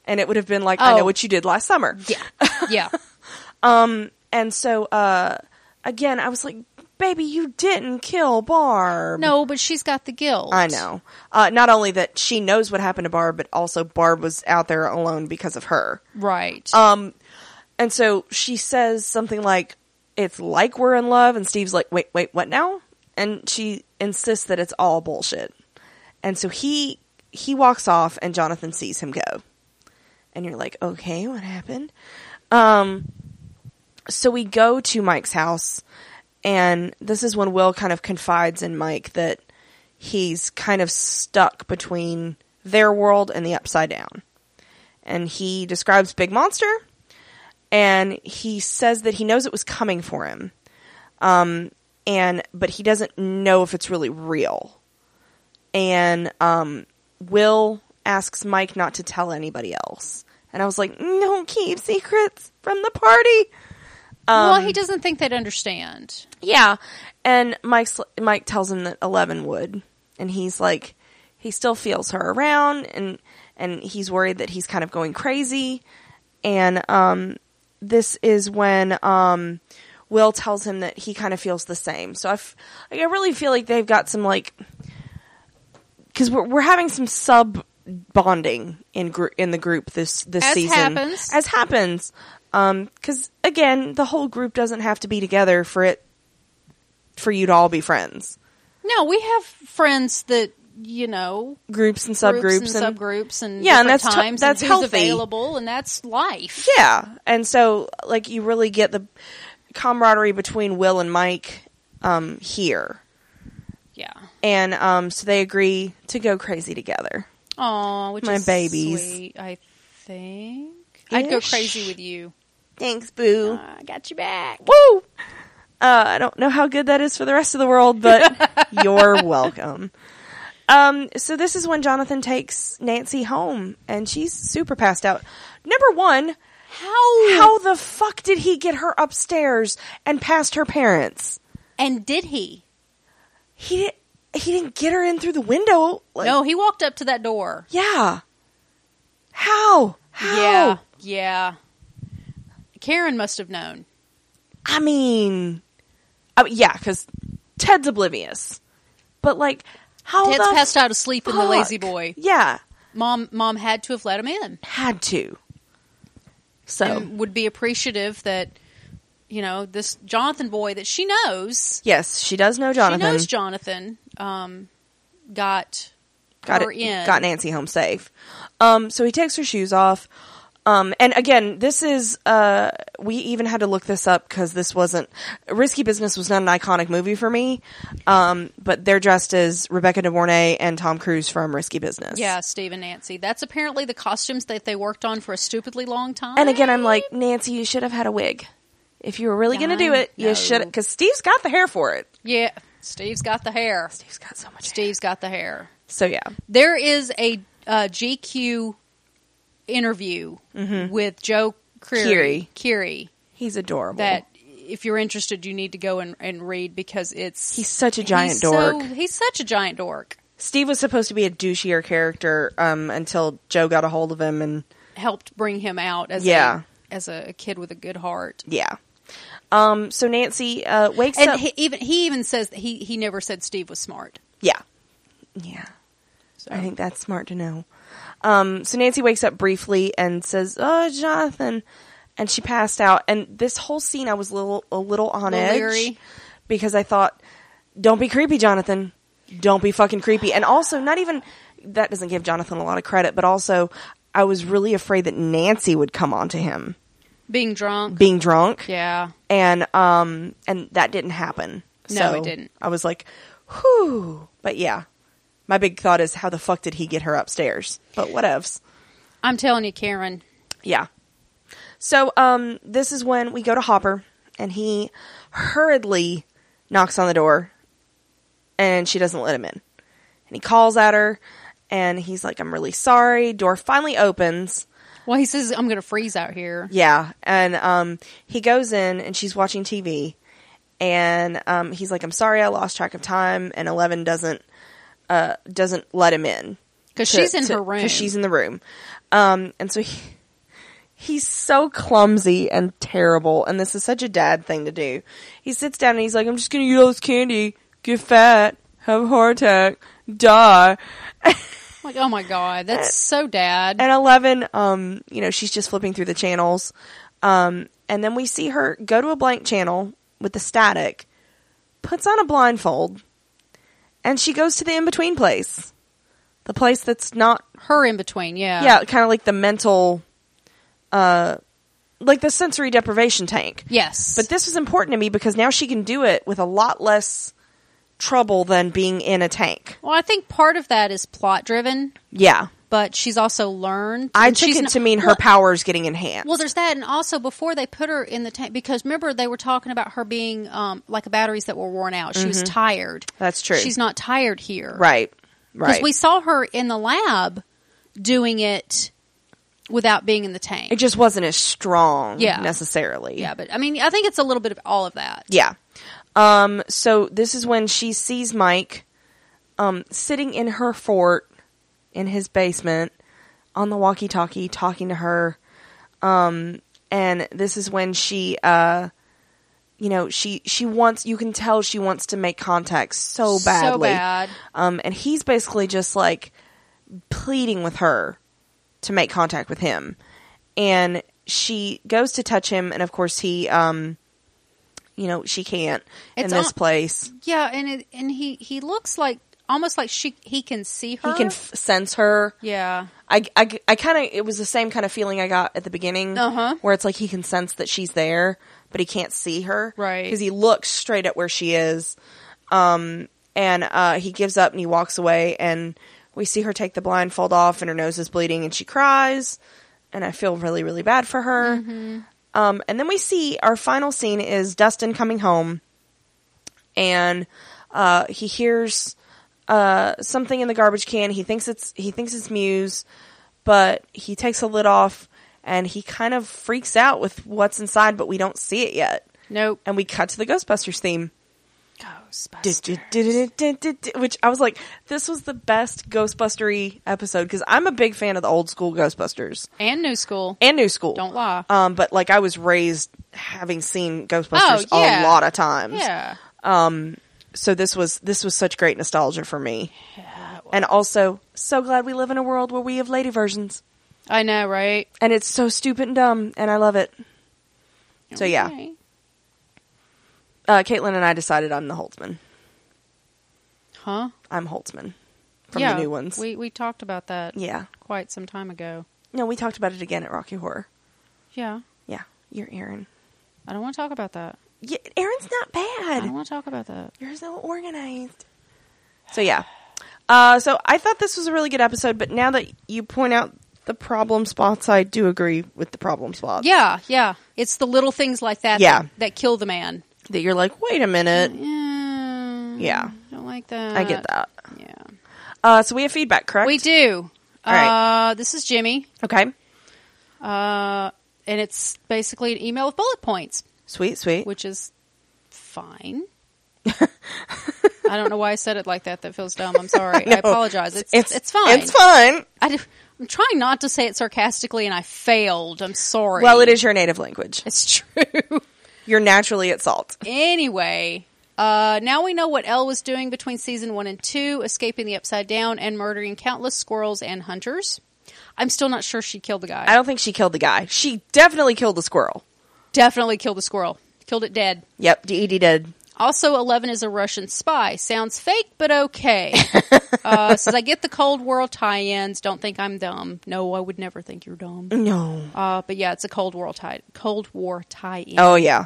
[SPEAKER 1] and it would have been like, "I
[SPEAKER 2] Oh.
[SPEAKER 1] know what you did last summer."
[SPEAKER 2] Yeah. Yeah.
[SPEAKER 1] And so, uh, again, I was like, baby, you didn't kill Barb.
[SPEAKER 2] No, but she's got the guilt.
[SPEAKER 1] I know. Uh, not only that she knows what happened to Barb, but also Barb was out there alone because of her.
[SPEAKER 2] Right.
[SPEAKER 1] Um, and so she says something like, it's like we're in love. And Steve's like, wait, wait, what now? And she insists that it's all bullshit. And so he, he walks off and Jonathan sees him go. And you're like, okay, what happened? Um, so we go to Mike's house and this is when Will kind of confides in Mike that he's kind of stuck between their world and the upside down and he describes Big Monster, and he says that he knows it was coming for him, um, and but he doesn't know if it's really real. And um, Will asks Mike not to tell anybody else, and I was like, "No, keep secrets from the party." Um,
[SPEAKER 2] well, he doesn't think they'd understand.
[SPEAKER 1] Yeah, and Mike's, Mike tells him that Eleven would, and he's like, he still feels her around, and and he's worried that he's kind of going crazy, and um, this is when um, Will tells him that he kind of feels the same. So I, f- like, I really feel like they've got some like, because we're we're having some sub bonding in gr- in the group this this
[SPEAKER 2] As
[SPEAKER 1] season
[SPEAKER 2] happens.
[SPEAKER 1] as happens. Um, cause again, the whole group doesn't have to be together for it, for you to all be friends.
[SPEAKER 2] No, we have friends that you know
[SPEAKER 1] Groups and subgroups
[SPEAKER 2] groups
[SPEAKER 1] and,
[SPEAKER 2] and, subgroups and
[SPEAKER 1] Yeah, and
[SPEAKER 2] different
[SPEAKER 1] that's t-
[SPEAKER 2] times
[SPEAKER 1] that's
[SPEAKER 2] and who's
[SPEAKER 1] healthy.
[SPEAKER 2] available and that's life.
[SPEAKER 1] yeah. And so like you really get the camaraderie between Will and Mike, um, here.
[SPEAKER 2] Yeah.
[SPEAKER 1] And, um, so they agree to go crazy together.
[SPEAKER 2] Oh, which
[SPEAKER 1] My
[SPEAKER 2] is
[SPEAKER 1] babies.
[SPEAKER 2] sweet, I think I'd go
[SPEAKER 1] Ish.
[SPEAKER 2] crazy with you.
[SPEAKER 1] Thanks, boo.
[SPEAKER 2] I got you back.
[SPEAKER 1] Woo! Uh, I don't know how good that is for the rest of the world, but you're welcome. Um, so this is when Jonathan takes Nancy home, and she's super passed out. Number one,
[SPEAKER 2] How?
[SPEAKER 1] how the fuck did he get her upstairs and past her parents?
[SPEAKER 2] And did he?
[SPEAKER 1] He didn't. He didn't get her in through the window. Like,
[SPEAKER 2] no, he walked up to that door.
[SPEAKER 1] Yeah. How? How?
[SPEAKER 2] Yeah. Yeah. Karen must have known.
[SPEAKER 1] I mean, I mean, yeah, because Ted's oblivious, but like, how
[SPEAKER 2] Ted's
[SPEAKER 1] the
[SPEAKER 2] passed out asleep in the lazy
[SPEAKER 1] Oh, Fuck.
[SPEAKER 2] boy.
[SPEAKER 1] Yeah,
[SPEAKER 2] Mom, mom had to have let him in.
[SPEAKER 1] had to. So
[SPEAKER 2] and would be appreciative that you know this Jonathan boy that she knows
[SPEAKER 1] yes, she does know Jonathan.
[SPEAKER 2] she knows Jonathan um, got
[SPEAKER 1] got
[SPEAKER 2] her
[SPEAKER 1] it.
[SPEAKER 2] in
[SPEAKER 1] Got Nancy home safe. Um, so he takes her shoes off. Um, and again, this is uh, we even had to look this up because this wasn't Risky Business was not an iconic movie for me. Um, but they're dressed as Rebecca De Mornay and Tom Cruise from Risky Business.
[SPEAKER 2] yeah Steve and Nancy that's apparently the costumes that they worked on for a stupidly long time
[SPEAKER 1] And again, I'm like Nancy, you should have had a wig. If you were really going to do
[SPEAKER 2] I
[SPEAKER 1] it, you should
[SPEAKER 2] know.
[SPEAKER 1] because Steve's got the hair for it.
[SPEAKER 2] yeah Steve's got the hair.
[SPEAKER 1] Steve's got so much.
[SPEAKER 2] Steve's got the hair.
[SPEAKER 1] So yeah,
[SPEAKER 2] There is a uh, GQ interview
[SPEAKER 1] Mm-hmm.
[SPEAKER 2] with Joe
[SPEAKER 1] Keery.
[SPEAKER 2] Keery. Keery
[SPEAKER 1] he's adorable.
[SPEAKER 2] that if you're interested, you need to go and, and read because it's
[SPEAKER 1] He's such a giant
[SPEAKER 2] he's
[SPEAKER 1] dork.
[SPEAKER 2] So, he's such a giant dork.
[SPEAKER 1] Steve was supposed to be a douchier character um, until Joe got a hold of him, and
[SPEAKER 2] Helped bring him out as
[SPEAKER 1] Yeah.
[SPEAKER 2] a, as a kid with a good heart.
[SPEAKER 1] yeah. Um, so Nancy uh, wakes
[SPEAKER 2] And
[SPEAKER 1] up.
[SPEAKER 2] he even he even says that he he never said Steve was smart.
[SPEAKER 1] yeah, yeah.
[SPEAKER 2] So.
[SPEAKER 1] I think that's smart to know. Um, so Nancy wakes up briefly and says, "Oh, Jonathan," and she passed out. And this whole scene, I was a little a little on
[SPEAKER 2] Little
[SPEAKER 1] edge
[SPEAKER 2] leery.
[SPEAKER 1] because I thought, "Don't be creepy, Jonathan. Don't be fucking creepy." And also, not even that doesn't give Jonathan a lot of credit, but also, I was really afraid that Nancy would come onto him
[SPEAKER 2] being drunk.
[SPEAKER 1] being drunk,
[SPEAKER 2] yeah,
[SPEAKER 1] and um, and that didn't happen.
[SPEAKER 2] No,
[SPEAKER 1] So
[SPEAKER 2] it didn't.
[SPEAKER 1] I was like, "Whew!" But yeah, my big thought is, how the fuck did he get her upstairs? But whatevs.
[SPEAKER 2] I'm telling you, Karen.
[SPEAKER 1] Yeah. So um this is when we go to Hopper and he hurriedly knocks on the door and she doesn't let him in. And he calls at her and he's like I'm really sorry. Door finally opens.
[SPEAKER 2] Well, he says I'm going to freeze out here.
[SPEAKER 1] Yeah, and um he goes in and she's watching TV and um he's like I'm sorry I lost track of time and 11 doesn't uh doesn't let him in.
[SPEAKER 2] Because
[SPEAKER 1] to-
[SPEAKER 2] she's in
[SPEAKER 1] to-
[SPEAKER 2] her room.
[SPEAKER 1] she's in the room. Um, and so he, he's so clumsy and terrible. And this is such a dad thing to do. He sits down and he's like, I'm just going to eat all this candy, get fat, have a heart attack, die.
[SPEAKER 2] like, oh my god,
[SPEAKER 1] Uh,
[SPEAKER 2] that's so dad.
[SPEAKER 1] And 11, um, you know, she's just flipping through the channels. Um, and then we see her go to a blank channel with the static, puts on a blindfold, and she goes to the in between place. The place that's not
[SPEAKER 2] her in between, yeah,
[SPEAKER 1] yeah, kind of like the mental, uh, like the sensory deprivation tank.
[SPEAKER 2] yes.
[SPEAKER 1] But this was important to me because now she can do it with a lot less trouble than being in a tank.
[SPEAKER 2] well, I think part of that is plot driven,
[SPEAKER 1] Yeah,
[SPEAKER 2] but she's also learned.
[SPEAKER 1] I
[SPEAKER 2] and
[SPEAKER 1] took
[SPEAKER 2] she's
[SPEAKER 1] it
[SPEAKER 2] not-
[SPEAKER 1] to mean her
[SPEAKER 2] well,
[SPEAKER 1] powers getting enhanced.
[SPEAKER 2] Well, there's that, and also before they put her in the tank, because remember they were talking about her being um, like batteries that were worn out. She was tired.
[SPEAKER 1] Mm-hmm. That's true.
[SPEAKER 2] She's not tired here,
[SPEAKER 1] right,
[SPEAKER 2] Because
[SPEAKER 1] right.
[SPEAKER 2] we saw her in the lab doing it without being in the tank.
[SPEAKER 1] it just wasn't as strong,
[SPEAKER 2] Yeah.
[SPEAKER 1] necessarily.
[SPEAKER 2] yeah, but I mean, I think it's a little bit of all of that.
[SPEAKER 1] Yeah. Um, so this is when she sees Mike um, sitting in her fort in his basement on the walkie talkie talking to her. Um, and this is when she, uh, you know, she, she wants, you can tell she wants to make contact so badly.
[SPEAKER 2] So bad.
[SPEAKER 1] Um, and he's basically just like pleading with her to make contact with him. And she goes to touch him, and of course he, um, you know, she can't
[SPEAKER 2] It's
[SPEAKER 1] in this
[SPEAKER 2] on-
[SPEAKER 1] place.
[SPEAKER 2] Yeah, and it, and he he looks like almost like she he can see her.
[SPEAKER 1] He can f- sense her.
[SPEAKER 2] yeah.
[SPEAKER 1] I, I, kind of, it was the same kind of feeling I got at the beginning,
[SPEAKER 2] Uh-huh.
[SPEAKER 1] where it's like he can sense that she's there, but he can't see her,
[SPEAKER 2] Right.
[SPEAKER 1] Because he looks straight at where she is, um, and uh, he gives up and he walks away, and we see her take the blindfold off, and her nose is bleeding, and she cries, and I feel really, really bad for her. Um, and then we see our final scene is Dustin coming home, and uh, he hears uh, something in the garbage can. He thinks it's he thinks it's Muse, but he takes a lid off and he kind of freaks out with what's inside, but we don't see it yet.
[SPEAKER 2] Nope.
[SPEAKER 1] And we cut to the Ghostbusters theme,
[SPEAKER 2] Ghostbusters.
[SPEAKER 1] which I was like, this was the best Ghostbustery episode because I'm a big fan of the old school Ghostbusters
[SPEAKER 2] And new school.
[SPEAKER 1] and new school.
[SPEAKER 2] Don't lie.
[SPEAKER 1] Um, but like I was raised having seen Ghostbusters
[SPEAKER 2] Oh, yeah.
[SPEAKER 1] a lot of times.
[SPEAKER 2] yeah.
[SPEAKER 1] So this was this was such great nostalgia for me. and also, so glad we live in a world where we have lady versions.
[SPEAKER 2] I know, right?
[SPEAKER 1] And it's so stupid and dumb, and I love it. So, yeah.
[SPEAKER 2] Okay.
[SPEAKER 1] Uh, Caitlin and I decided I'm the Holtzman.
[SPEAKER 2] Huh?
[SPEAKER 1] I'm Holtzman from
[SPEAKER 2] yeah,
[SPEAKER 1] the new ones.
[SPEAKER 2] We we talked about that
[SPEAKER 1] yeah.
[SPEAKER 2] quite some time ago.
[SPEAKER 1] No, we talked about it again at Rocky Horror.
[SPEAKER 2] Yeah.
[SPEAKER 1] Yeah, you're Aaron.
[SPEAKER 2] I don't want to talk about that.
[SPEAKER 1] Yeah, Aaron's not
[SPEAKER 2] I don't
[SPEAKER 1] bad.
[SPEAKER 2] want to talk about that.
[SPEAKER 1] You're so organized. So yeah. Uh, so I thought this was a really good episode, but now that you point out the problem spots, I do agree with the problem spots.
[SPEAKER 2] Yeah, yeah. It's the little things like that
[SPEAKER 1] Yeah.
[SPEAKER 2] that, that kill the man.
[SPEAKER 1] That you're like, wait a minute.
[SPEAKER 2] Yeah.
[SPEAKER 1] Yeah,
[SPEAKER 2] I don't like that.
[SPEAKER 1] I get that.
[SPEAKER 2] Yeah.
[SPEAKER 1] Uh, so we have feedback, correct?
[SPEAKER 2] We do.
[SPEAKER 1] All
[SPEAKER 2] Uh, this is Jimmy,
[SPEAKER 1] Okay.
[SPEAKER 2] uh, and it's basically an email with bullet points,
[SPEAKER 1] Sweet, sweet.
[SPEAKER 2] which is fine. I don't know why I said it like that. That feels dumb. I'm sorry. I,
[SPEAKER 1] No,
[SPEAKER 2] apologize. It's it's, fine.
[SPEAKER 1] It's fine.
[SPEAKER 2] I, am trying not to say it sarcastically, and I failed. I'm sorry.
[SPEAKER 1] Well, it is your native language.
[SPEAKER 2] It's true.
[SPEAKER 1] You're naturally at salt.
[SPEAKER 2] anyway, uh, now we know what Elle was doing between season one and two, escaping the Upside Down and murdering countless squirrels and hunters. I'm still not sure she killed the guy.
[SPEAKER 1] I don't think she killed the guy. She definitely killed the squirrel.
[SPEAKER 2] Definitely killed the squirrel. Killed it dead.
[SPEAKER 1] Yep, E DED did.
[SPEAKER 2] Also, Eleven is a Russian spy. Sounds fake, but okay. uh, says, I get the Cold World tie ins. Don't think I'm dumb. No, I would never think you're dumb.
[SPEAKER 1] No.
[SPEAKER 2] Uh, but yeah, it's a Cold World tie Cold War tie in.
[SPEAKER 1] Oh yeah.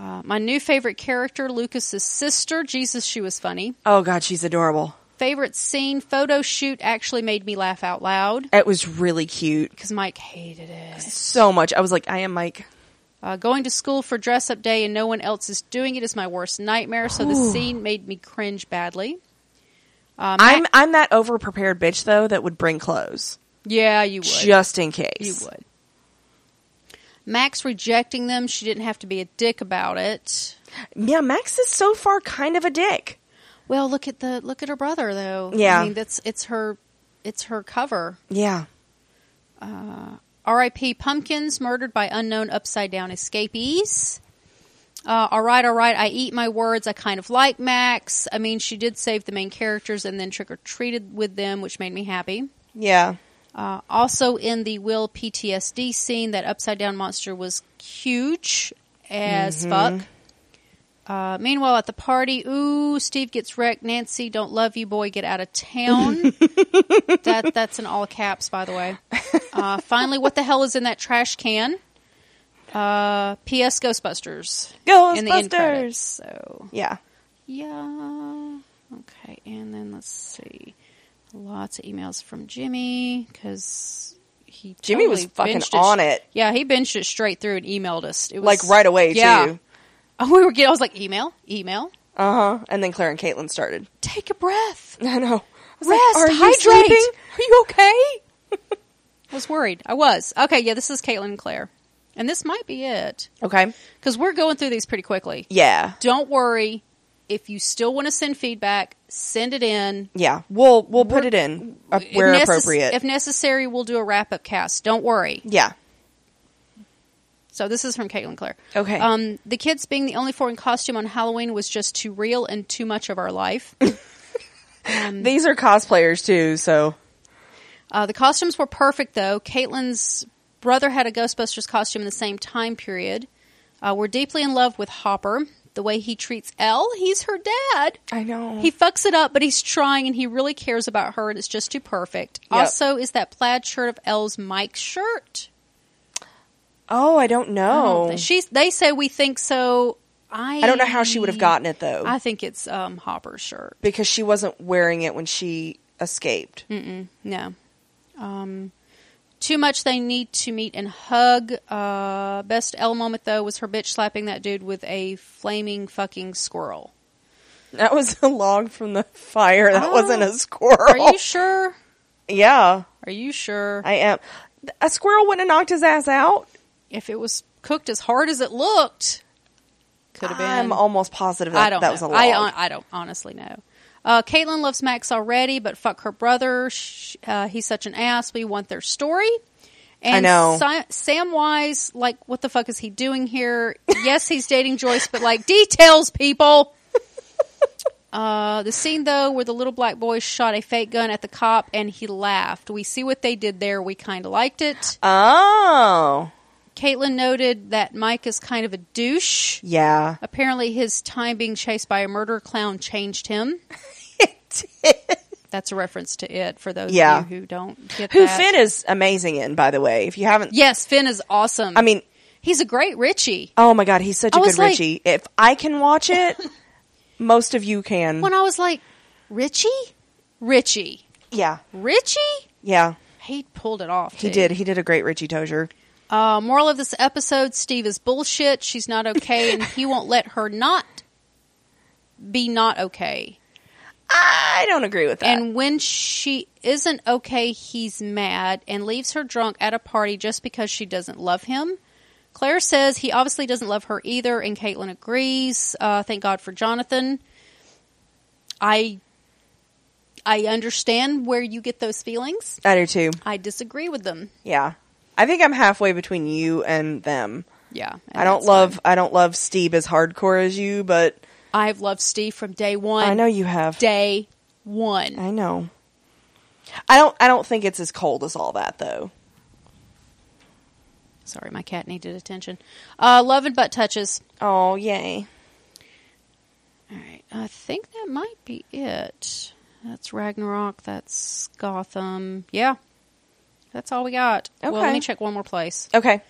[SPEAKER 2] Uh, my new favorite character, Lucas's sister. Jesus, she was funny.
[SPEAKER 1] Oh god, she's adorable.
[SPEAKER 2] Favorite scene, photo shoot actually made me laugh out loud
[SPEAKER 1] It was really cute.
[SPEAKER 2] because Mike hated it.
[SPEAKER 1] So much. I was like, I am Mike.
[SPEAKER 2] Uh, going to school for dress up day and no one else is doing it is my worst nightmare, so the scene made me cringe badly. Uh, Matt-
[SPEAKER 1] I'm I'm that over prepared bitch though that would bring clothes
[SPEAKER 2] yeah, you would.
[SPEAKER 1] just in case.
[SPEAKER 2] You would. Max rejecting them. She didn't have to be a dick about it.
[SPEAKER 1] Yeah, Max is so far kind of a dick.
[SPEAKER 2] Well, look at the look at her brother though.
[SPEAKER 1] Yeah.
[SPEAKER 2] I mean that's it's her it's her cover.
[SPEAKER 1] Yeah.
[SPEAKER 2] R.I.P. Pumpkins murdered by unknown upside down escapees. Uh, all right, all right. I eat my words. I kind of like Max. I mean, she did save the main characters and then trick or treated with them, which made me happy.
[SPEAKER 1] Yeah.
[SPEAKER 2] Uh, also, in the Will PTSD scene, that upside down monster was huge as fuck. Uh, meanwhile, at the party, ooh, Steve gets wrecked. Nancy, don't love you, boy. Get out of town. that that's in all caps, by the way. Uh, finally, what the hell is in that trash can? Uh, P.S. Ghostbusters. In the end credits.
[SPEAKER 1] Ghostbusters.
[SPEAKER 2] So
[SPEAKER 1] Yeah.
[SPEAKER 2] yeah. Okay, and then let's see. Lots of emails from Jimmy because he
[SPEAKER 1] Jimmy was
[SPEAKER 2] totally
[SPEAKER 1] fucking
[SPEAKER 2] binged
[SPEAKER 1] on it.
[SPEAKER 2] Yeah, he binged it straight through and emailed us. It was
[SPEAKER 1] Like right away
[SPEAKER 2] yeah.
[SPEAKER 1] too.
[SPEAKER 2] Oh, we were getting. I was like, email, email.
[SPEAKER 1] Uh huh. And then Claire and Caitlin started.
[SPEAKER 2] Take a breath.
[SPEAKER 1] I know. I was
[SPEAKER 2] Rest.
[SPEAKER 1] like, Are you
[SPEAKER 2] hydrate.
[SPEAKER 1] sleeping?
[SPEAKER 2] Are you okay? I was worried. I was okay. Yeah, this is Caitlin and Claire, and this might be it
[SPEAKER 1] Okay.
[SPEAKER 2] because we're going through these pretty quickly.
[SPEAKER 1] Yeah.
[SPEAKER 2] Don't worry. If you still want to send feedback, send it in.
[SPEAKER 1] Yeah. We'll we'll put it in uh,
[SPEAKER 2] If
[SPEAKER 1] where
[SPEAKER 2] necess-
[SPEAKER 1] appropriate.
[SPEAKER 2] If necessary, we'll do a wrap up cast. Don't worry.
[SPEAKER 1] yeah.
[SPEAKER 2] So this is from Caitlin Clare.
[SPEAKER 1] Okay.
[SPEAKER 2] Um, the kids being the only four in costume on Halloween was just too real and too much of our life.
[SPEAKER 1] These are cosplayers too, so
[SPEAKER 2] uh, the costumes were perfect though. Caitlin's brother had a Ghostbusters costume in the same time period. Uh, we're deeply in love with Hopper. The way he treats Elle, he's her dad.
[SPEAKER 1] I know.
[SPEAKER 2] He fucks it up, but he's trying and he really cares about her, and it's just too perfect.
[SPEAKER 1] Yep.
[SPEAKER 2] Also, is that plaid shirt of Elle's Mike's shirt?
[SPEAKER 1] oh, I don't know.
[SPEAKER 2] She's, they say we think so. I,
[SPEAKER 1] I don't know how she would have gotten it though,
[SPEAKER 2] I think it's um, Hopper's shirt.
[SPEAKER 1] because she wasn't wearing it when she escaped.
[SPEAKER 2] Hmm. No. Um, too much they need to meet and hug. Uh, best L moment, though, was her bitch slapping that dude with a flaming fucking squirrel.
[SPEAKER 1] That was a log from the fire. That
[SPEAKER 2] Oh.
[SPEAKER 1] wasn't a squirrel.
[SPEAKER 2] Are you sure?
[SPEAKER 1] yeah,
[SPEAKER 2] Are you sure?
[SPEAKER 1] Oh. I am. A squirrel wouldn't have knocked his ass out.
[SPEAKER 2] if it was cooked as hard as it looked, could have been.
[SPEAKER 1] I'm almost positive that,
[SPEAKER 2] I don't
[SPEAKER 1] that
[SPEAKER 2] know.
[SPEAKER 1] was a log.
[SPEAKER 2] I, uh, hon- I don't honestly know. Uh, Caitlin loves Max already, but fuck her brother. Sh uh, he's such an ass. We want their story. And
[SPEAKER 1] know.
[SPEAKER 2] Si- Samwise, like, what the fuck is he doing here? yes, he's dating Joyce, but like, details, people. Uh, the scene though, where the little black boy shot a fake gun at the cop and he laughed. We see what they did there. We kind of liked it.
[SPEAKER 1] oh,
[SPEAKER 2] Caitlin noted that Mike is kind of a douche.
[SPEAKER 1] yeah.
[SPEAKER 2] Apparently, his time being chased by a murder clown changed him. That's a reference to it for those
[SPEAKER 1] Yeah.
[SPEAKER 2] of you who don't get
[SPEAKER 1] Who
[SPEAKER 2] that.
[SPEAKER 1] Finn is amazing in, by the way. If you haven't,
[SPEAKER 2] Yes, Finn is awesome.
[SPEAKER 1] I mean,
[SPEAKER 2] he's a great Richie.
[SPEAKER 1] oh my god, he's such a
[SPEAKER 2] I was
[SPEAKER 1] good
[SPEAKER 2] like-
[SPEAKER 1] Richie. If I can watch it, most of you can.
[SPEAKER 2] When I was like, Richie, Richie,
[SPEAKER 1] yeah,
[SPEAKER 2] Richie,
[SPEAKER 1] yeah.
[SPEAKER 2] he pulled it off.
[SPEAKER 1] He
[SPEAKER 2] dude.
[SPEAKER 1] did. He did a great Richie Tozier.
[SPEAKER 2] Uh, moral of this episode: Steve is bullshit. She's not okay, and he won't let her not be not okay.
[SPEAKER 1] I don't agree with that.
[SPEAKER 2] And when she isn't okay, he's mad and leaves her drunk at a party just because she doesn't love him. Claire says he obviously doesn't love her either, and Caitlin agrees. Uh, thank God for Jonathan. I I understand where you get those feelings.
[SPEAKER 1] I do too.
[SPEAKER 2] I disagree with them.
[SPEAKER 1] Yeah. I think I'm halfway between you and them.
[SPEAKER 2] Yeah, and
[SPEAKER 1] I don't
[SPEAKER 2] that's
[SPEAKER 1] love
[SPEAKER 2] fine.
[SPEAKER 1] I don't love Steve as hardcore as you, but
[SPEAKER 2] I've loved Steve from day one.
[SPEAKER 1] I know you have.
[SPEAKER 2] Day one.
[SPEAKER 1] I know. I don't I don't think it's as cold as all that though.
[SPEAKER 2] Sorry, my cat needed attention. Uh, love and butt touches.
[SPEAKER 1] Oh, yay.
[SPEAKER 2] All right, I think that might be it. That's Ragnarok. That's Gotham. Yeah, that's all we got. Well, let
[SPEAKER 1] Okay.
[SPEAKER 2] me check one more place.
[SPEAKER 1] Okay.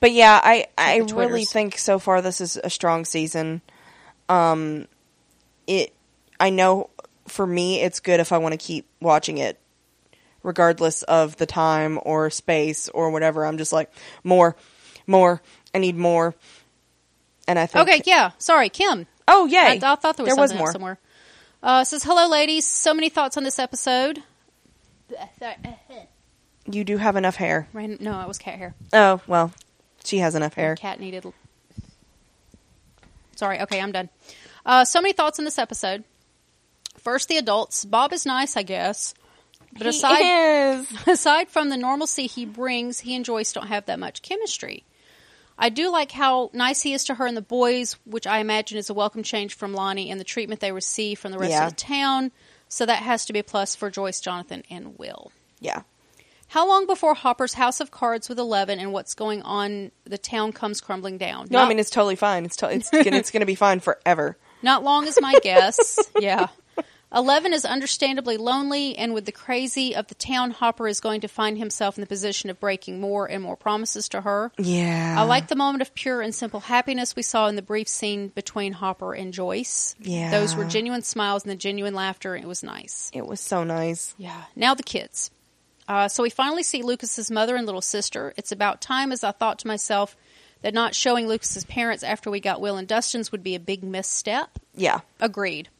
[SPEAKER 1] But yeah, I I
[SPEAKER 2] the
[SPEAKER 1] really
[SPEAKER 2] Twitters.
[SPEAKER 1] think so far this is a strong season. Um it I know for me it's good if I want to keep watching it regardless of the time or space or whatever. I'm just like more more I need more. And I think
[SPEAKER 2] Okay, yeah. Sorry, Kim.
[SPEAKER 1] Oh, yay.
[SPEAKER 2] I, I thought there was
[SPEAKER 1] there
[SPEAKER 2] something
[SPEAKER 1] was more.
[SPEAKER 2] somewhere. Uh, it says hello, ladies. So many thoughts on this episode.
[SPEAKER 1] You do have enough hair.
[SPEAKER 2] Ran- No, it was cat hair.
[SPEAKER 1] Oh, well, she has enough hair.
[SPEAKER 2] Cat needed. Sorry. Okay, I'm done. Uh, so many thoughts on this episode. First, the adults. Bob is nice, I guess. But aside aside from the normalcy he brings, he and Joyce don't have that much chemistry. I do like how nice he is to her and the boys, which I imagine is a welcome change from Lonnie and the treatment they receive from the rest
[SPEAKER 1] Yeah.
[SPEAKER 2] of the town. So that has to be a plus for Joyce, Jonathan, and Will.
[SPEAKER 1] Yeah.
[SPEAKER 2] How long before Hopper's house of cards with Eleven and what's going on, the town comes crumbling down?
[SPEAKER 1] No,
[SPEAKER 2] Not-
[SPEAKER 1] I mean, it's totally fine. It's, to- it's, gonna, it's gonna be fine forever.
[SPEAKER 2] Not long is my guess. yeah. Eleven is understandably lonely, and with the crazy of the town, Hopper is going to find himself in the position of breaking more and more promises to her.
[SPEAKER 1] Yeah.
[SPEAKER 2] I like the moment of pure and simple happiness we saw in the brief scene between Hopper and Joyce.
[SPEAKER 1] Yeah.
[SPEAKER 2] Those were genuine smiles and the genuine laughter, and it was nice.
[SPEAKER 1] It was so nice.
[SPEAKER 2] Yeah. Now the kids. Uh, so we finally see Lucas's mother and little sister. It's about time, as I thought to myself, that not showing Lucas's parents after we got Will and Dustin's would be a big misstep.
[SPEAKER 1] Yeah.
[SPEAKER 2] Agreed.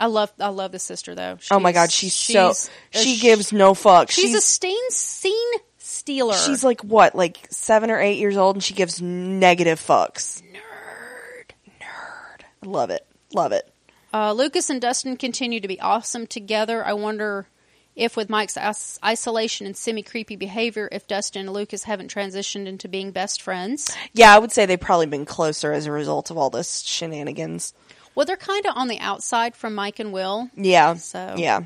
[SPEAKER 2] I love I love the sister though.
[SPEAKER 1] oh my God, she's, so she gives no fucks.
[SPEAKER 2] she's,
[SPEAKER 1] She's
[SPEAKER 2] a steen scene stealer.
[SPEAKER 1] she's like what, like seven or eight years old, and she gives negative fucks. Nerd, nerd. Love it, love it.
[SPEAKER 2] Uh, Lucas and Dustin continue to be awesome together. I wonder if, with Mike's is- isolation and semi creepy behavior, if Dustin and Lucas haven't transitioned into being best friends.
[SPEAKER 1] Yeah, I would say they've probably been closer as a result of all this shenanigans.
[SPEAKER 2] Well, they're kind of on the outside from Mike and Will.
[SPEAKER 1] Yeah,
[SPEAKER 2] So-
[SPEAKER 1] yeah,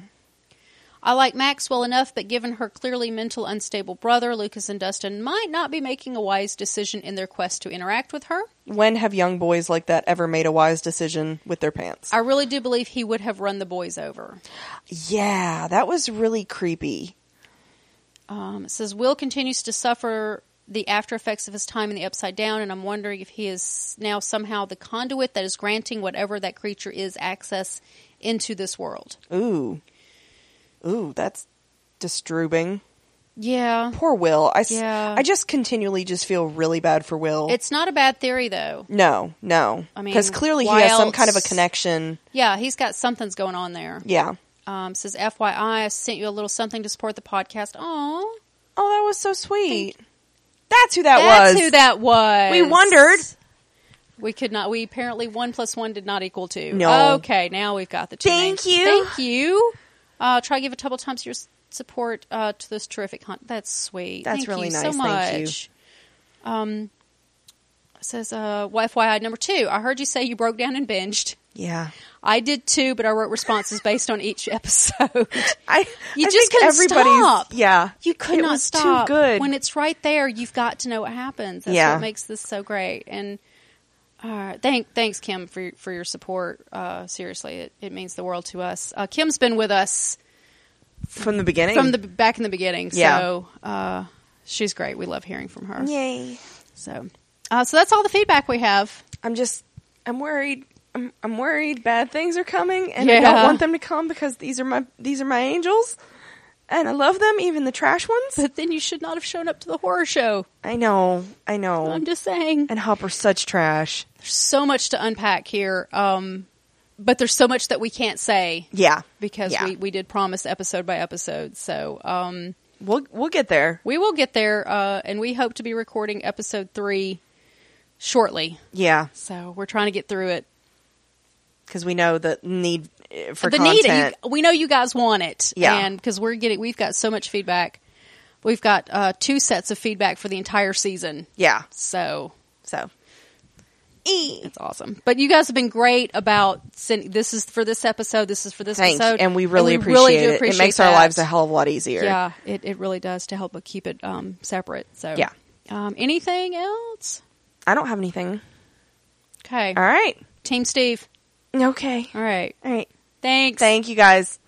[SPEAKER 2] I like Maxwell enough, but given her clearly mental unstable brother, Lucas and Dustin might not be making a wise decision in their quest to interact with her.
[SPEAKER 1] when have young boys like that ever made a wise decision with their pants?
[SPEAKER 2] I really do believe he would have run the boys over.
[SPEAKER 1] yeah, that was really creepy.
[SPEAKER 2] Um, it says Will continues to suffer the after effects of his time in the Upside Down, and I'm wondering if he is now somehow the conduit that is granting whatever that creature is access into this world.
[SPEAKER 1] Ooh, ooh, that's disturbing.
[SPEAKER 2] Yeah.
[SPEAKER 1] Poor Will. I, s-
[SPEAKER 2] Yeah.
[SPEAKER 1] I just continually just feel really bad for Will.
[SPEAKER 2] It's not a bad theory, though.
[SPEAKER 1] no, no.
[SPEAKER 2] I mean,
[SPEAKER 1] because clearly he has
[SPEAKER 2] why
[SPEAKER 1] some kind of a
[SPEAKER 2] else?
[SPEAKER 1] connection.
[SPEAKER 2] Yeah, he's got something's going on there.
[SPEAKER 1] Yeah.
[SPEAKER 2] Um, says FYI, I sent you a little something to support the podcast. Oh,
[SPEAKER 1] Oh, that was so sweet. That's who that
[SPEAKER 2] that's
[SPEAKER 1] was.
[SPEAKER 2] who that was.
[SPEAKER 1] We wondered.
[SPEAKER 2] We could not. We apparently one plus one did not equal two.
[SPEAKER 1] No.
[SPEAKER 2] Okay, now we've got the two.
[SPEAKER 1] Thank
[SPEAKER 2] names.
[SPEAKER 1] you.
[SPEAKER 2] Thank you. Uh, try to give a couple times your s- support uh, to this terrific hunt. That's sweet.
[SPEAKER 1] That's
[SPEAKER 2] Thank
[SPEAKER 1] really
[SPEAKER 2] you
[SPEAKER 1] nice.
[SPEAKER 2] So much.
[SPEAKER 1] Thank you.
[SPEAKER 2] Um, it says uh, FYI number two. I heard you say you broke down and binged.
[SPEAKER 1] Yeah.
[SPEAKER 2] I did too, but I wrote responses based on each episode.
[SPEAKER 1] I.
[SPEAKER 2] You
[SPEAKER 1] I
[SPEAKER 2] just
[SPEAKER 1] think
[SPEAKER 2] couldn't
[SPEAKER 1] everybody's-
[SPEAKER 2] stop.
[SPEAKER 1] Yeah.
[SPEAKER 2] You could
[SPEAKER 1] it
[SPEAKER 2] not
[SPEAKER 1] was
[SPEAKER 2] stop.
[SPEAKER 1] Too good.
[SPEAKER 2] When it's right there, you've got to know what happens. That's
[SPEAKER 1] Yeah.
[SPEAKER 2] what makes this so great. And uh, thank, thanks, Kim, for your- for your support. Uh, seriously, it, it means the world to us. Uh, Kim's been with us
[SPEAKER 1] from the beginning.
[SPEAKER 2] from the back in the beginning,
[SPEAKER 1] Yeah.
[SPEAKER 2] so uh, she's great. We love hearing from her.
[SPEAKER 1] Yay.
[SPEAKER 2] So, uh, so that's all the feedback we have.
[SPEAKER 1] I'm just. I'm worried. I'm, I'm worried. Bad things are coming, and I
[SPEAKER 2] Yeah.
[SPEAKER 1] don't want them to come because these are my these are my angels, and I love them, even the trash ones.
[SPEAKER 2] But then you should not have shown up to the horror show.
[SPEAKER 1] I know, I know.
[SPEAKER 2] I'm just saying.
[SPEAKER 1] and Hopper's such trash.
[SPEAKER 2] There's so much to unpack here. Um, but there's so much that we can't say
[SPEAKER 1] Yeah,
[SPEAKER 2] because
[SPEAKER 1] Yeah.
[SPEAKER 2] we, we did promise episode by episode. So um,
[SPEAKER 1] we'll we'll get there.
[SPEAKER 2] we will get there, uh, and we hope to be recording episode three shortly.
[SPEAKER 1] Yeah,
[SPEAKER 2] So we're trying to get through it.
[SPEAKER 1] because we know the need uh, for
[SPEAKER 2] the
[SPEAKER 1] content.
[SPEAKER 2] need you, we know you guys want it,
[SPEAKER 1] Yeah.
[SPEAKER 2] and because we're getting we've got so much feedback. We've got uh, two sets of feedback for the entire season,
[SPEAKER 1] Yeah,
[SPEAKER 2] so
[SPEAKER 1] so e
[SPEAKER 2] It's awesome. But you guys have been great about sending. This is for this episode. This is for this
[SPEAKER 1] thanks,
[SPEAKER 2] episode,
[SPEAKER 1] and we really appreciate
[SPEAKER 2] do
[SPEAKER 1] it. it makes our
[SPEAKER 2] that.
[SPEAKER 1] lives a hell of a lot easier.
[SPEAKER 2] Yeah, it, it really does to help keep it um, separate. So
[SPEAKER 1] Yeah.
[SPEAKER 2] Um, anything else?
[SPEAKER 1] I don't have anything.
[SPEAKER 2] Okay.
[SPEAKER 1] All right.
[SPEAKER 2] Team Steve.
[SPEAKER 1] Okay.
[SPEAKER 2] All right.
[SPEAKER 1] All right.
[SPEAKER 2] Thanks.
[SPEAKER 1] Thank you guys.